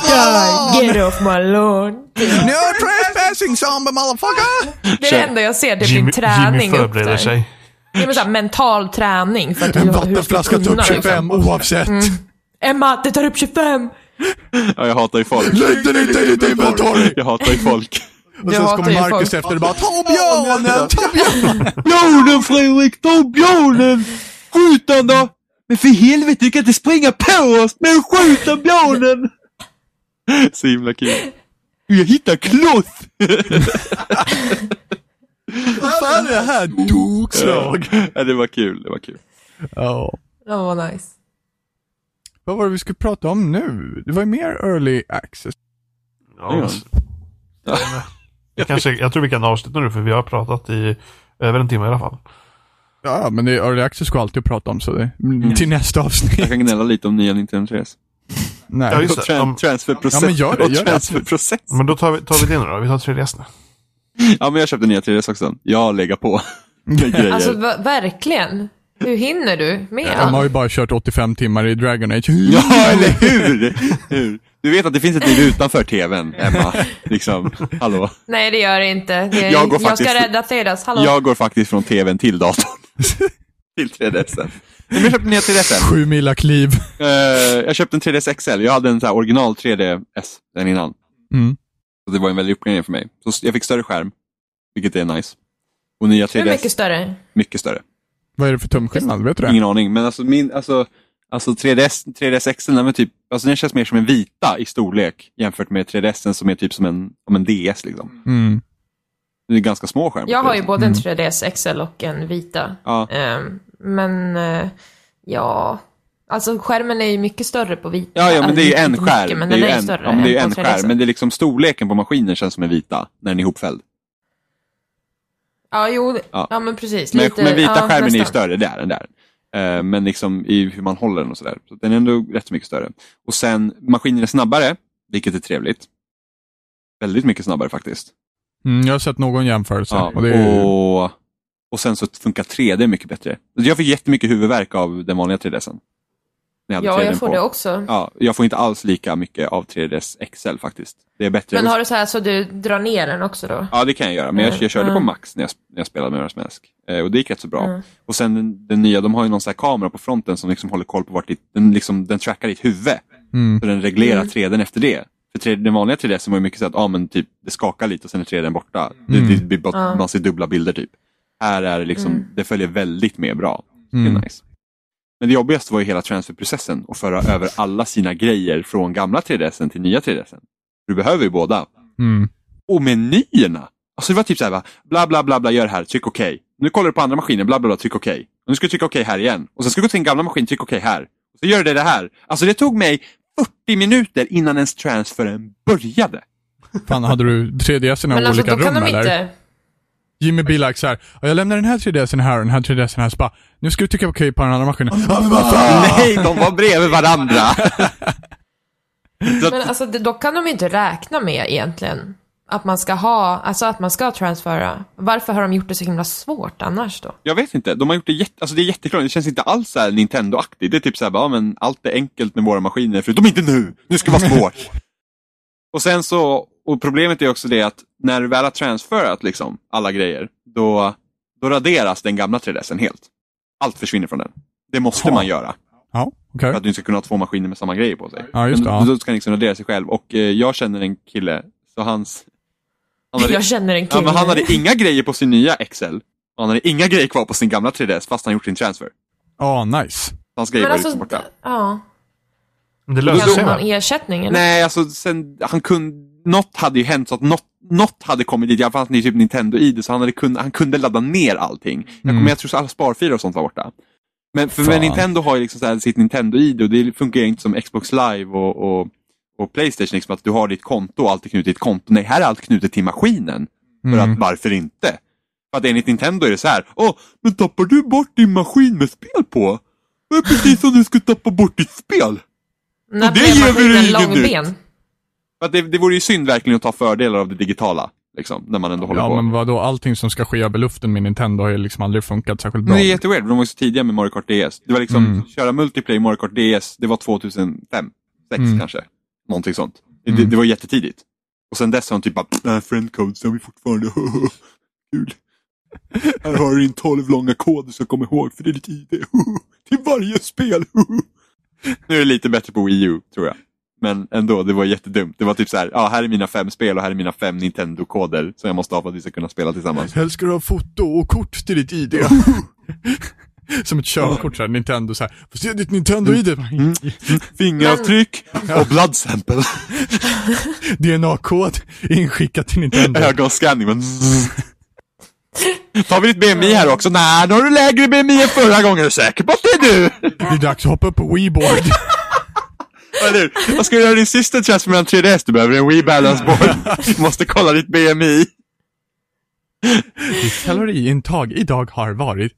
D: die, get off my lawn.
A: No trespassing zombie motherfucker!
D: Det är det enda jag ser, typ din träning
B: Jimmy förbereder
D: upp där.
B: sig.
D: Det är väl så här, mental träning för att
A: En
D: du, hur du ska
A: vattenflaska tar
D: kunna
A: upp 25
D: liksom.
A: oavsett.
D: Emma, det tar upp 25!
C: Ja, jag hatar ju folk.
A: Lägg den inte i ditt inventory!
C: Jag hatar ju folk.
A: Och
D: Jag
A: sen
D: hatar
A: kommer
D: ju
A: Marcus
D: folk.
A: efter och bara ta björnen, ta björnen!
C: Björnen Fredrik, ta björnen! Skjut han då! Men för helvete, du kan inte springa på oss! Men skjut den björnen! Så himla kul. Jag hittar kloss!
A: Vad fan är det här? Dokslag!
C: Ja, det var kul, det var kul.
A: Ja.
D: Det var nice.
A: Vad var det vi skulle prata om nu? Det var ju mer early access.
B: Ja,
C: Ja.
B: alltså. Vi kanske, jag tror vi kan avsluta nu för vi har pratat i över en timme i alla fall.
A: Ja, men det är early access går alltid att prata om så det,
D: Mm.
A: till nästa
C: Jag
A: avsnitt.
C: kan gnälla lite om nya Nintendo E 3S.
B: Ja,
A: Nej.
B: just
C: Och
B: det.
C: tran-
B: Om,
C: transferprocess.
A: Ja, men gör det,
C: och
A: gör det.
C: transferprocess.
B: men då tar vi, tar vi det nu då. Vi tar 3DS nu.
C: Ja, men jag köpte nya 3DS också. Jag lägger på. med grejer.
D: Alltså va- verkligen. Hur hinner du med
A: De har
D: allt?
A: ju bara kört 85 timmar i Dragon Age.
C: Ja, eller hur? hur? Du vet att det finns ett liv utanför TVn, Emma. Liksom, hallå.
D: Nej det gör det inte. Det,
C: Jag
D: jag,
C: går faktiskt-
D: ska rädda Thedas. Hallå?
C: Jag går faktiskt från tvn till datorn. till 3DSen. Men jag köpte nya 3DSen.
A: Sju mila kliv.
C: Uh, jag köpte en 3DS XL. Jag hade en så här original 3DS den innan.
A: Mm.
C: Så det var en väldig uppgradering för mig. Så s- jag fick större skärm, vilket är nice. Och nya
D: Hur
C: 3DS,
D: mycket
C: mycket,
D: större?
C: större.
A: Vad är det för tumskillnad? Vet du det?
D: Mm.
C: Ingen aning, men alltså, min, alltså, alltså 3DS, 3DS XL, den, är typ, alltså, den känns mer som en vita i storlek jämfört med 3DSen som är typ som en, om en DS. Liksom.
A: Mm.
C: Det är ganska små skärmar.
D: Jag har ju
C: 3DS.
D: både en 3DS XL och en vita.
C: Ja.
D: Ehm, men eh, ja, alltså skärmen är ju mycket större på vita.
C: Ja, ja, men det är ju
D: Alltså,
C: en
D: inte
C: skärm.
D: mycket, men
C: det är ju
D: den
C: en,
D: större
C: ja, men det är ju
D: än
C: en
D: på 3DS.
C: skärm, men det är liksom storleken på maskinen känns som en vita när den är ihopfälld.
D: Ja, jo,
C: Ja.
D: ja. men precis.
C: Men,
D: Lite-
C: men vita
D: ja,
C: skärmen är ju
D: nästan.
C: större, det är den där. Eh, Men liksom i hur man håller den och sådär. Så den är ändå rätt mycket större. Och sen, maskinen är snabbare, vilket är trevligt. Väldigt mycket snabbare faktiskt.
A: Mm, jag har sett någon jämförelse.
C: Ja,
A: och det är ju...
C: och, och sen så funkar 3D mycket bättre. Alltså, Jag fick jättemycket huvudvärk av den vanliga 3DSen. När hade
D: Ja,
C: 3D:n
D: jag får
C: på.
D: det också.
C: Ja, jag får inte alls lika mycket av 3DS XL faktiskt. Det är bättre.
D: Men
C: Och-
D: har du så här så du drar ner den också då?
C: Ja, det kan jag göra. Men jag, jag körde på
D: Mm.
C: max när jag, när jag spelade med Majora's Mask. Eh, och det gick rätt så bra.
D: Mm.
C: Och sen den, den nya, de har ju någon sån här kamera på fronten som liksom håller koll på vart ditt, den, liksom, den trackar ditt huvud.
A: Mm.
C: Så den reglerar 3D efter det. För 3D, den vanliga 3D som var ju mycket så att ah, men typ, det skakar lite och sen är 3D borta. Det, det blir bara,
D: Ja. Mm.
C: Man ser dubbla bilder typ. Här är det liksom, det följer väldigt med bra. Det
A: Mm.
C: är nice. Men det jobbigaste var ju hela transferprocessen och föra över alla sina grejer från gamla 3DSen till nya 3DSen. Du behöver ju båda.
A: Mm.
C: Och menyerna! Alltså det var typ så här, va? bla bla bla, bla gör det här, tryck okej. Nu kollar du på andra maskinen, bla bla bla, tryck okej. Och nu ska du trycka okej här igen. Och sen ska du gå till din gamla maskin, tryck okej här. Och så gör du det här. Alltså det tog mig 40 minuter innan ens transferen började.
A: Fan, hade du 3DS i
D: Men
A: några
D: alltså
A: olika
D: då kan
A: rum
D: de
A: eller?
D: inte...
A: Jimmy blir like såhär, jag lämnar den här 3DSen här och den här 3DSen här, så bara, nu ska du trycka på K på den andra maskinen. Ja, men vad fan!
C: Alltså, Nej, de var bredvid varandra. Så
D: Men
C: att,
D: alltså det- då kan de ju inte räkna med egentligen att man ska ha, alltså att man ska transfera. Varför har de gjort det så himla svårt annars då?
C: jag vet inte, de har gjort det, jätte, alltså det är jättekrångligt. Det känns inte alls så här Nintendo-aktigt. Det är typ så här, bara, ja, men allt är enkelt med våra maskiner, förutom inte nu. Nu ska det vara svårt. och sen så, och problemet är också det att när du väl har transferat liksom, alla grejer, då, då raderas den gamla 3DSen helt. Allt försvinner från den. Det måste
A: Ja.
C: man göra.
A: Ja, okej.
C: För att du inte ska kunna ha två maskiner med samma grejer på sig.
A: Ja, just det,
C: Men
A: ja.
C: Då då ska den liksom radera sig själv. Och eh, jag känner en kille, så hans... Han hade,
D: Jag känner en
C: ja,
D: kille.
C: men han hade inga grejer på sin nya Excel. Och han hade inga grejer kvar på sin gamla 3DS fast han gjort sin transfer.
A: Ja, nice.
C: Hans grejer
D: Men
C: var
D: alltså,
C: liksom borta.
D: ja.
B: Men det löser sig
D: Kan man
B: väl?
D: ersättning eller?
C: Nej, alltså sen, han kunde... Något hade ju hänt så att något, något hade kommit dit. Jag fanns ju typ Nintendo-id så han, hade kun, han kunde ladda ner allting. Jag, kommer,
A: Mm.
C: jag tror så alla sparfiler och sånt var borta. Men, för,
A: Fan.
C: men Nintendo har ju liksom så här sitt Nintendo-id och det funkar ju inte som Xbox Live och, och, och Playstation. Liksom att du har ditt konto och allt är knutet till ditt konto. Nej, här är allt knutet till maskinen. För att
A: Mm.
C: varför inte? För att enligt Nintendo är det så här. Åh, men tappar du bort din maskin med spel på? Det är precis som du skulle tappa bort ditt spel.
D: När
C: det ger väl
D: blev maskinen
C: ingen nytt.
D: långben?
C: För att det, det vore ju synd verkligen att ta fördelar av det digitala. Liksom, när man ändå håller
A: Ja,
C: på.
A: men vadå, allting som ska ske över luften med Nintendo har ju liksom aldrig funkat särskilt
C: Men
A: bra.
C: det är jätteweird, de var ju så tidiga med Mario Kart DS. Det var liksom,
A: Mm.
C: köra multiplayer Mario Kart DS, det var 2005, 6
A: Mm.
C: kanske. Någonting sånt. Det,
A: Mm.
C: det var jättetidigt. Och sen dess har de typ bara, nej, friend codes, det har vi fortfarande, kul. Här har du din 12 långa kod du ska komma ihåg, för det är ditt ID. Till varje spel. nu är det lite bättre på Wii U, tror jag. Men ändå, det var jättedumt. Det var typ så här, ja, här är mina fem spel och här är mina fem Nintendo-koder som jag måste ha för att vi ska kunna spela tillsammans.
A: Helst ska du ha foto och kort till ditt ID. Som ett körkort såhär, Nintendo såhär, får se ditt Nintendo-ID.
C: Fingeravtryck och blood sample.
A: DNA-kod inskickat till Nintendo.
C: Ögonscanning. Men... Tar vi ditt BMI här också? Nej, då har du lägre BMI än förra gången. Är du säker på att det är du?
A: Det är dags att hoppa upp på Weeboard.
C: Eller hur? Vad ska du göra din sista test mellan 3DS? Du behöver en Wii Balance Board. Du måste kolla ditt BMI.
A: Ditt kaloriintag idag har varit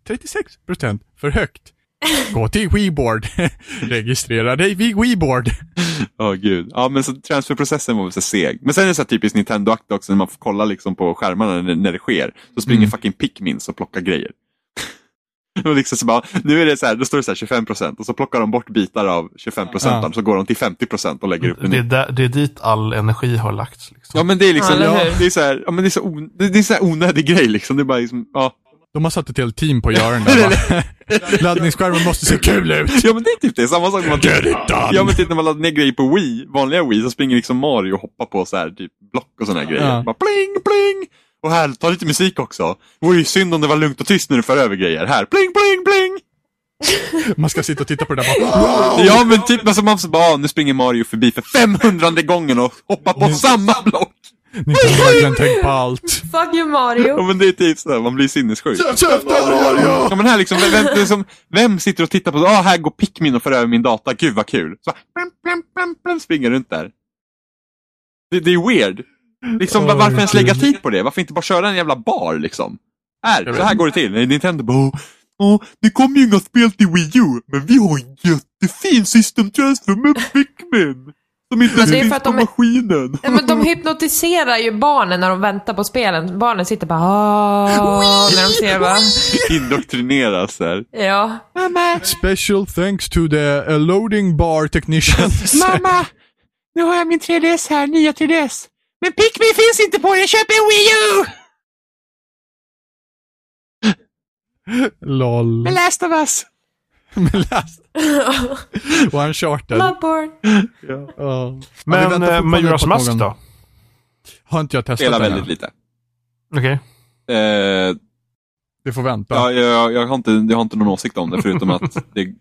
A: 36% för högt. Gå till Weeboard. Registrera dig vid Weeboard.
C: Åh gud. Ja, men så transferprocessen var väl så seg. Men sen är det så här typiskt Nintendo-akt också när man får kolla liksom på skärmarna när, när det sker. Så springer
A: Mm.
C: fucking Pikmins och plockar grejer. och liksom så bara, nu är det så här, då står det så här 25% och så plockar de bort bitar av 25%
A: Ja.
C: så går de till 50% och lägger upp en
B: Det är, där, det är dit all energi har lagts. Liksom.
C: Ja men det är liksom,
D: Ja,
C: ja,
D: eller hur?
C: det är så här, ja men det är så, on, det, det är så här onödig grej liksom. Det är bara liksom, ja.
A: De har satt ett helt team på att göra den där. va? Laddningsskärmen måste se kul ut.
C: ja men det är typ det, samma sak när man...
A: Get it done.
C: Ja men typ när man laddar ner grejer på Wii, vanliga Wii, så springer liksom Mario och hoppar på så här typ block och såna här grejer.
A: Ja.
C: Bara pling, pling! Och här, ta lite musik också. Det vore ju synd om det var lugnt och tyst när du för över grejer. Här, pling, pling, pling!
A: Man ska sitta och titta på det där bara.
C: Ja men typ, alltså man så bara, "Ah, nu springer Mario förbi för 500 gången och hoppar
A: Mm.
C: på samma block!
A: Nintendo har verkligen tänkt på allt.
D: Fuck you
C: Ja
D: Mario.
C: men det är typ sådär, man blir sinnessjuk.
A: Mario!
C: Ja men här liksom, vem, vem, liksom, vem sitter och tittar på, ah här går Pikmin och för över min data, gud vad kul. Så plim, plim, plim, plim, springer runt där. Det, det är weird. Liksom va-
A: Åh,
C: varför ens lägga
A: gud.
C: tid på det? Varför inte bara köra en jävla bar liksom? Här,
A: Jag
C: så här går det till. Nej, Nintendo bara, "Åh, åh, det kommer ju inga spel till Wii U, men vi har en jättefin system transfer med Pikmin. Som inte ens
D: det är
C: finns
D: för att
C: på
D: de är-
C: maskinen.
D: Nej, men de hypnotiserar ju barnen när de väntar på spelen. Barnen sitter bara "Åh", när de ser va?
C: Indoktrineras här.
D: Ja.
A: Special thanks to the uh, loading bar technicians.
C: Mamma! Nu har jag min 3DS här, nya 3DS. Men Pikmin finns inte på den, köp en Wii U!
A: LOL.
C: The Last of Us!
A: Men läst. One charter.
D: Bloodborne.
A: Ja. Ja, vi
B: Men
A: väntar
B: eh,
A: fortfarande
B: Majoras
A: på att
B: Mask
A: någon-
B: då?
A: Har inte jag testat
C: Spelar
A: den än.
C: väldigt lite.
B: Okej.
C: Eh,
A: Det får vänta.
C: ja, jag, jag, har inte, jag har inte någon åsikt om det förutom att det,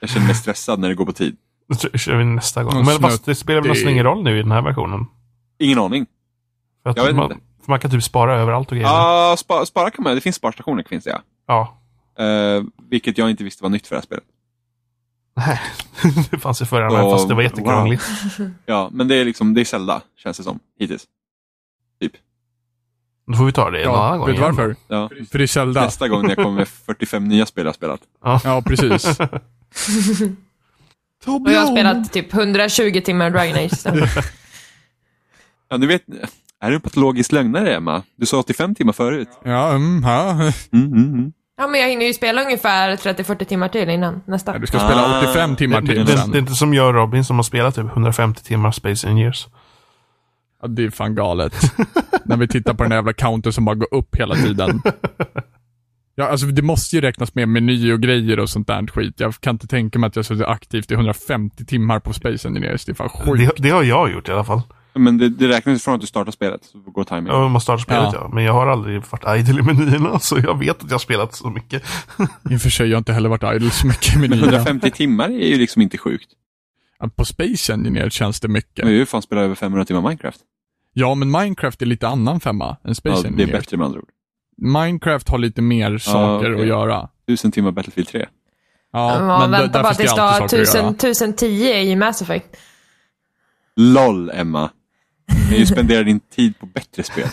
C: jag känner mig stressad när det går på tid.
B: Då tr- kör vi nästa gång.
A: Någon
B: Men fast
A: snutt-
B: det spelar väl nästan ingen roll nu i den här versionen?
C: Ingen aning.
B: För att
C: Jag vet
B: man,
C: inte.
B: För man kan typ spara överallt och grejer.
E: Ah,
C: Ja, spa, spara kan man Det finns sparstationer finns det ja.
B: Ja.
C: Eh, vilket jag inte visste var nytt för det här spelet.
B: Nej, det fanns i förra med,
E: Ja,
B: fast det var jättekrångligt.
E: Ja, men det är liksom, det är Zelda, känns det som, hittills.
B: Då får vi ta det en annan gång
A: vet du
B: igen.
A: varför?
E: Ja.
A: För det är Zelda.
E: Nästa gång när jag kommer med 45 nya spel jag har spelat.
A: Ja, precis.
D: Och jag har spelat typ 120 timmar Dragon Age. där.
E: Ja, du vet, är du en patologisk lögnare, Emma? Du sa 85 timmar förut.
A: Ja, mm, ja.
E: Mm, mm, mm.
D: Ja, men jag hinner ju spela ungefär 30-40 timmar till innan nästa.
A: Du ska spela
E: Ah.
A: 85 timmar
B: Det, det,
A: till
B: det, det är
A: sen.
B: inte som jag och Robin som har spelat typ 150 timmar Space Engineers.
A: Ja, det är fan galet. När vi tittar på den där jävla countern som bara går upp hela tiden. Ja, alltså det måste ju räknas med meny och grejer och sånt där skit. Jag kan inte tänka mig att jag suttit aktivt i 150 timmar på Space Engineers. Det är fan sjukt.
B: Det, det har jag gjort i alla fall.
E: Men det, det räknas från att du startar spelet, så går timing.
B: Jag måste starta spelet ja. Men jag har aldrig varit idle i menyerna så jag vet att jag har spelat så mycket.
A: I och för sig, jag har inte heller varit idle så mycket i menyerna.
E: 150 timmar är ju liksom inte sjukt.
A: Ja, På Space Engineers känns det mycket.
E: Jag har ju fan spelat över 500 timmar Minecraft.
A: Ja, men Minecraft är lite annan femma än Space
E: Ja, det är
A: Engineers.
E: bättre med andra ord.
A: Minecraft har lite mer saker
E: okej.
A: att göra.
E: 1000 timmar Battlefield 3.
A: Ja,
D: Ja,
A: men d-
D: vänta
A: därför
D: bara
A: ska jag
D: tills du
A: alltid
D: har
A: saker att göra.
D: 1000, 1010 i Mass Effect.
E: LOL, Emma. Du kan ju spendera din tid på bättre spel.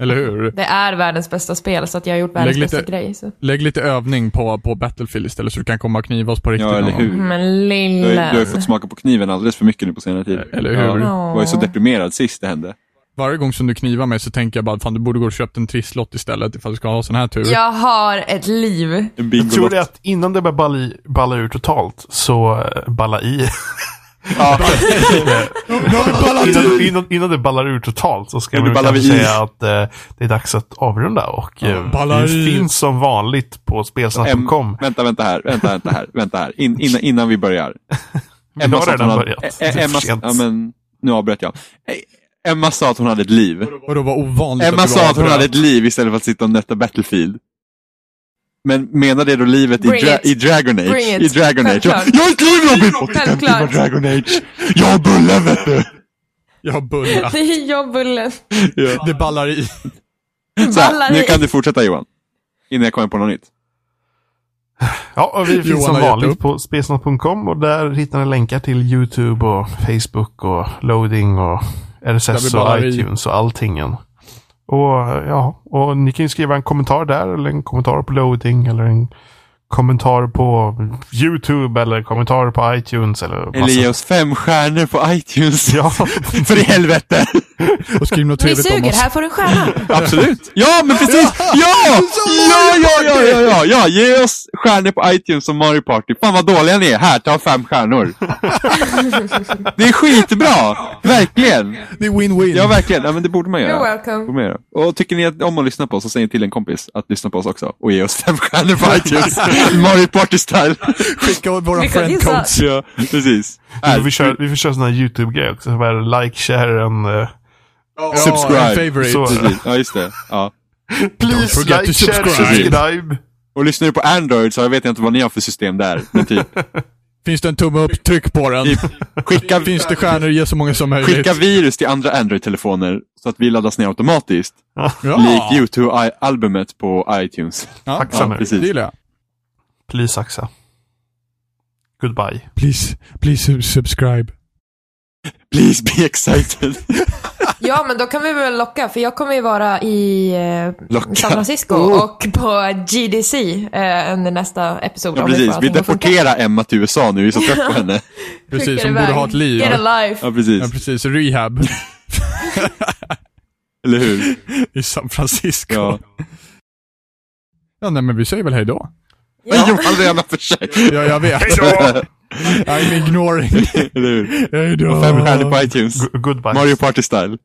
A: Eller hur?
D: Det är världens bästa spel, så att jag har gjort världens
A: Lägg lite-
D: bästa grej. Så.
A: Lägg lite övning på, på Battlefield istället så du kan komma och kniva oss på riktigt.
E: Ja, eller
A: någon gång.
E: hur?
D: Men
E: Du har, ju- du
D: lilla.
E: har ju fått smaka på kniven alldeles för mycket nu på senare tid.
A: Eller hur?
E: Ja, jag var ju så deprimerad sist det hände.
A: Varje gång som du knivar mig så tänker jag bara fan du borde gå och köpa en trisslott istället ifall du ska ha sån här tur.
D: Jag har ett liv.
E: En
B: Jag tror
E: bingolott.
B: det är att innan det börjar balla, i, balla ur totalt så eh, balla i.
E: Ja,
B: innan, innan, innan det ballar ur totalt så ska
E: Nu
B: jag väl
E: ballar
B: kanske
E: vi i.
B: säga att eh, det är dags att avrunda och eh,
A: ballar
B: vi
A: i.
B: finns som vanligt på
E: Em-
B: spelsnack.com.
E: vänta, vänta här, vänta, vänta här, vänta här. In, innan- innan vi börjar.
B: Vi har
E: sa att hon
B: redan
E: hade-
B: börjat.
E: Ä-
B: Det är för
E: Emma,
B: sent.
E: ja, men, nu avbröt jag. Ä- Emma sa att hon hade ett liv.
A: Och då var ovanligt
E: Emma
A: att du
E: sa att hon
A: avbröt.
E: hade ett liv istället för att sitta och nötta Battlefield. Men menar det då livet i,
D: Bring
E: dra-
D: it.
E: i Dragon Age?
D: Bring it.
E: I Dragon Age. Jag,
D: Självklart.
E: jag har ett liv Robin! 85 timmar
D: Självklart.
E: Dragon Age. Jag har bullar vet du!
A: Jag har bullat.
D: Det är jag, Bullen.
A: Det ballar i.
E: Så
D: Ballar
E: här, nu
D: i.
E: kan du fortsätta Johan. Innan jag kommer på något nytt.
B: Ja, och vi
A: Johan
B: finns som
A: har gett
B: vanligt
A: upp.
B: på spelsnack.com och där hittar ni länkar till YouTube och Facebook och loading och
A: vi
B: RSS och
A: ballar i.
B: iTunes och alltingen. Och eh, ja, och ni kan ju skriva en kommentar där eller en kommentar på loading eller en kommentar på YouTube eller kommentar på iTunes eller massa...
E: Eller ge oss fem stjärnor på iTunes.
B: Ja,
E: För i helvete!
A: Och skriv något
D: Ni
A: trevligt om
D: suger,
A: oss.
D: här får du en stjärna.
E: Absolut! Ja, men precis! Ja! Ja, ja, ja, ja, ja, ja! Ge oss stjärnor på iTunes som Mario Party. Fan vad dåliga ni är. Här, ta fem stjärnor. Det är skitbra! Verkligen!
A: Det är win-win.
E: Ja, verkligen. Ja, men det borde man
D: You're
E: göra.
D: welcome.
E: Borde man göra. Och tycker ni att om att lyssna på oss, så säg till en kompis att lyssna på oss också. Och ge oss fem stjärnor på iTunes. Mario Party-style.
A: Skicka våra
D: Vi kan
A: friend
D: gissa.
A: codes.
E: Ja, precis.
B: vi får köra, vi får köra sådana här YouTube-grejer också. Så bara like, share and... eh,
A: Ja,
E: Subscribe.
A: en favorite.
B: Så.
E: Precis. Ja, just det. Ja.
B: please
A: forget to
B: like, share,
A: subscribe.
B: subscribe.
E: Och lyssnar du på Android så jag vet inte vad ni har för system där. Men typ,
A: Finns det en tumme upp, tryck på den.
E: typ skicka,
A: Finns det stjärnor, ge så många som möjligt.
E: skicka virus till andra Android-telefoner så att vi laddas ner automatiskt.
A: ja.
E: Lik YouTube-albumet på iTunes.
A: Ja,
B: Tacksam
A: ja,
B: är vi.
A: precis. Det gillar jag.
B: Please axa. Goodbye.
A: Please, please subscribe.
E: Please be excited.
D: Ja, men då kan vi väl locka, för jag kommer ju vara i eh,
E: Locka.
D: San Francisco
E: Oh.
D: och på GDC eh, under nästa episod.
E: Ja,
D: om vi får
E: precis. Vi
D: allting att funka.
E: deporterar Emma till USA nu. Vi är så trött på henne.
A: Precis,
D: Skickar
A: hon borde
D: iväg.
A: ha ett liv.
D: Get
A: Ja,
D: a life.
E: Ja, precis.
A: precis. Rehab
E: Eller hur?
A: i San Francisco.
E: Ja.
A: Ja. nej, men vi säger väl hej då.
E: Nej, Johan redan för sig.
A: Ja, jag vet. I'm ignoring.
E: Eller hur?
A: Hej då.
E: Fem stjärnor på iTunes.
B: Go- goodbye.
E: Mario Party-style.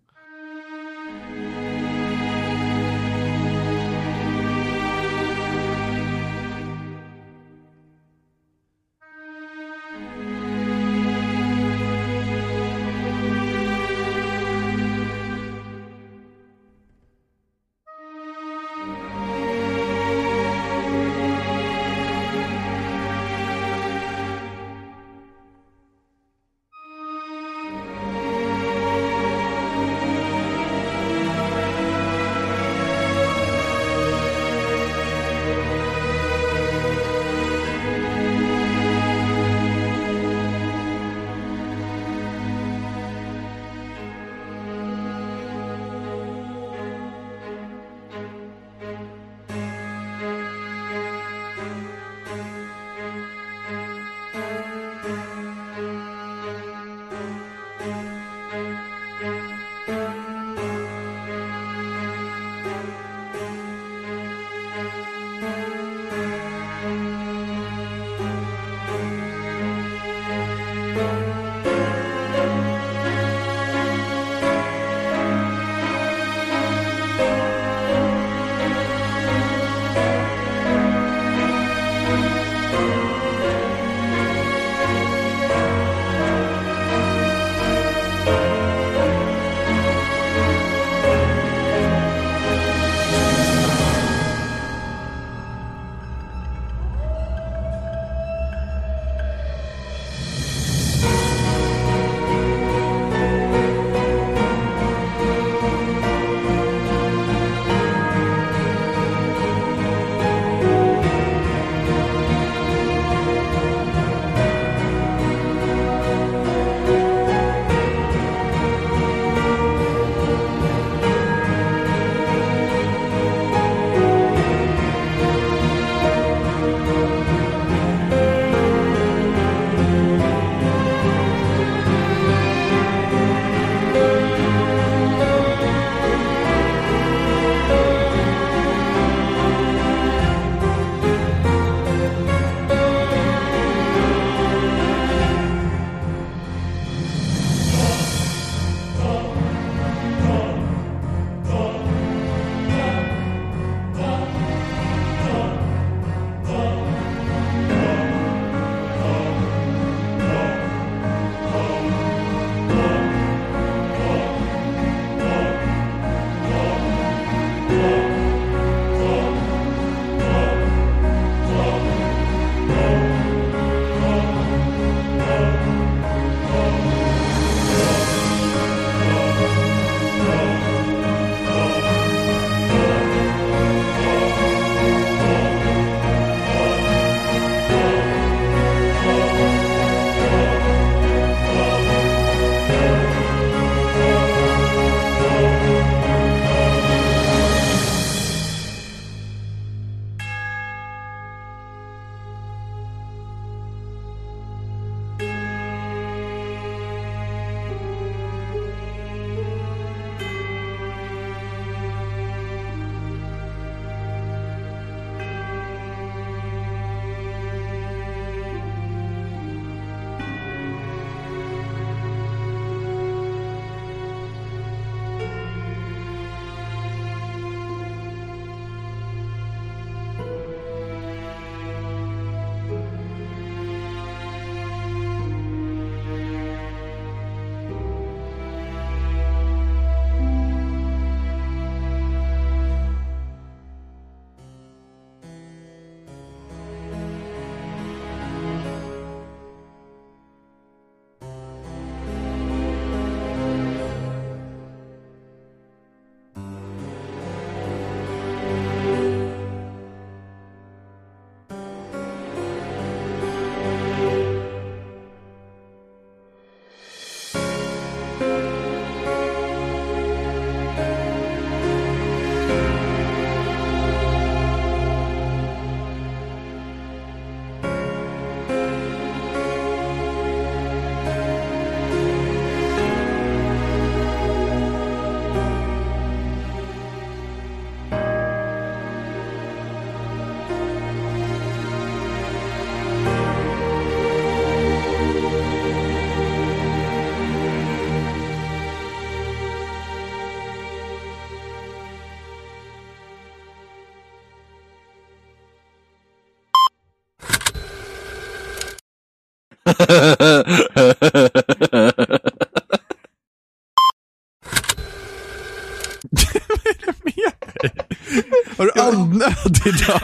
A: Har du andnöd idag?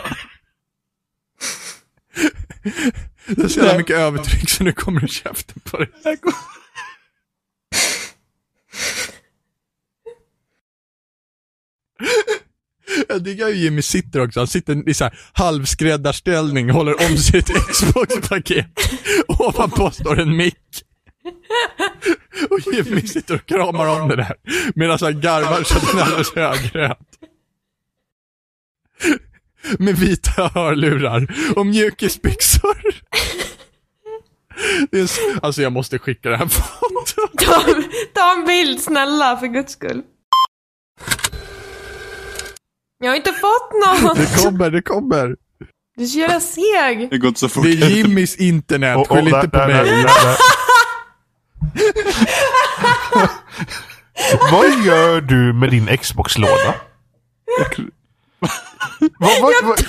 A: Det är så jävla mycket övertryck så nu kommer det i käften på dig. Jag diggar ju Jimmy sitter också. Han sitter i så här halvskräddarställning och håller om sitt Xbox-paket. Ovanpå står en mick. Och Jimmy sitter och kramar om det där. Medan han garvar så att han är alldeles högröd. Med vita hörlurar och mjukisbyxor. Det är så- Alltså jag måste skicka det här fotot.
D: Ta, ta en bild snälla, för guds skull. Jag har inte fått någon.
A: Det kommer, det kommer.
D: Du är så jävla seg.
C: Det går inte så fort.
A: Det är Jimmys internet,
B: Och- och
A: skyll
B: där-
A: inte på
B: där-
A: mig.
B: där- där- där. Vad gör du med din Xbox-låda? vad, vad, vad,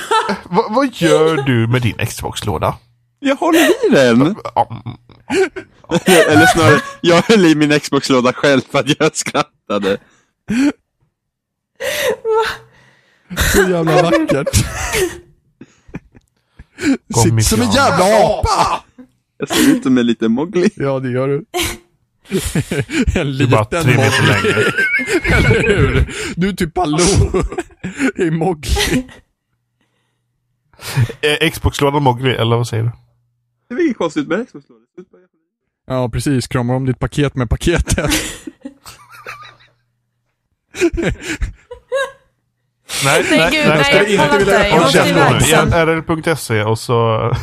B: vad, vad gör du med din Xbox-låda?
C: Jag håller i den!
B: Ja,
C: Eller snarare, jag höll i min Xbox-låda själv för att jag skrattade.
A: Så jävla vackert.
B: Kom,
A: Sitt
B: Mikael.
A: som en jävla apa!
C: Jag ser ut som en liten Mowgli.
A: Ja, det gör du. en
B: det är
A: liten
B: bara tre meter
A: Mowgli,
B: längre.
A: eller hur? Du är typ Baloo i Mowgli.
B: Eh, Xbox-lådan Mowgli, eller vad säger du?
C: Det är inget konstigt med Xbox-lådan.
A: Ja, precis. Kramar om ditt paket med paketet.
B: Nej,
D: Nej, gud, nej,
B: ska
D: jag
B: vi
D: pallar inte. Jag
B: Håll
D: måste
B: käften
D: iväg
B: nu.
D: sen.
B: RR.se och så E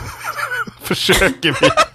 B: försöker vi.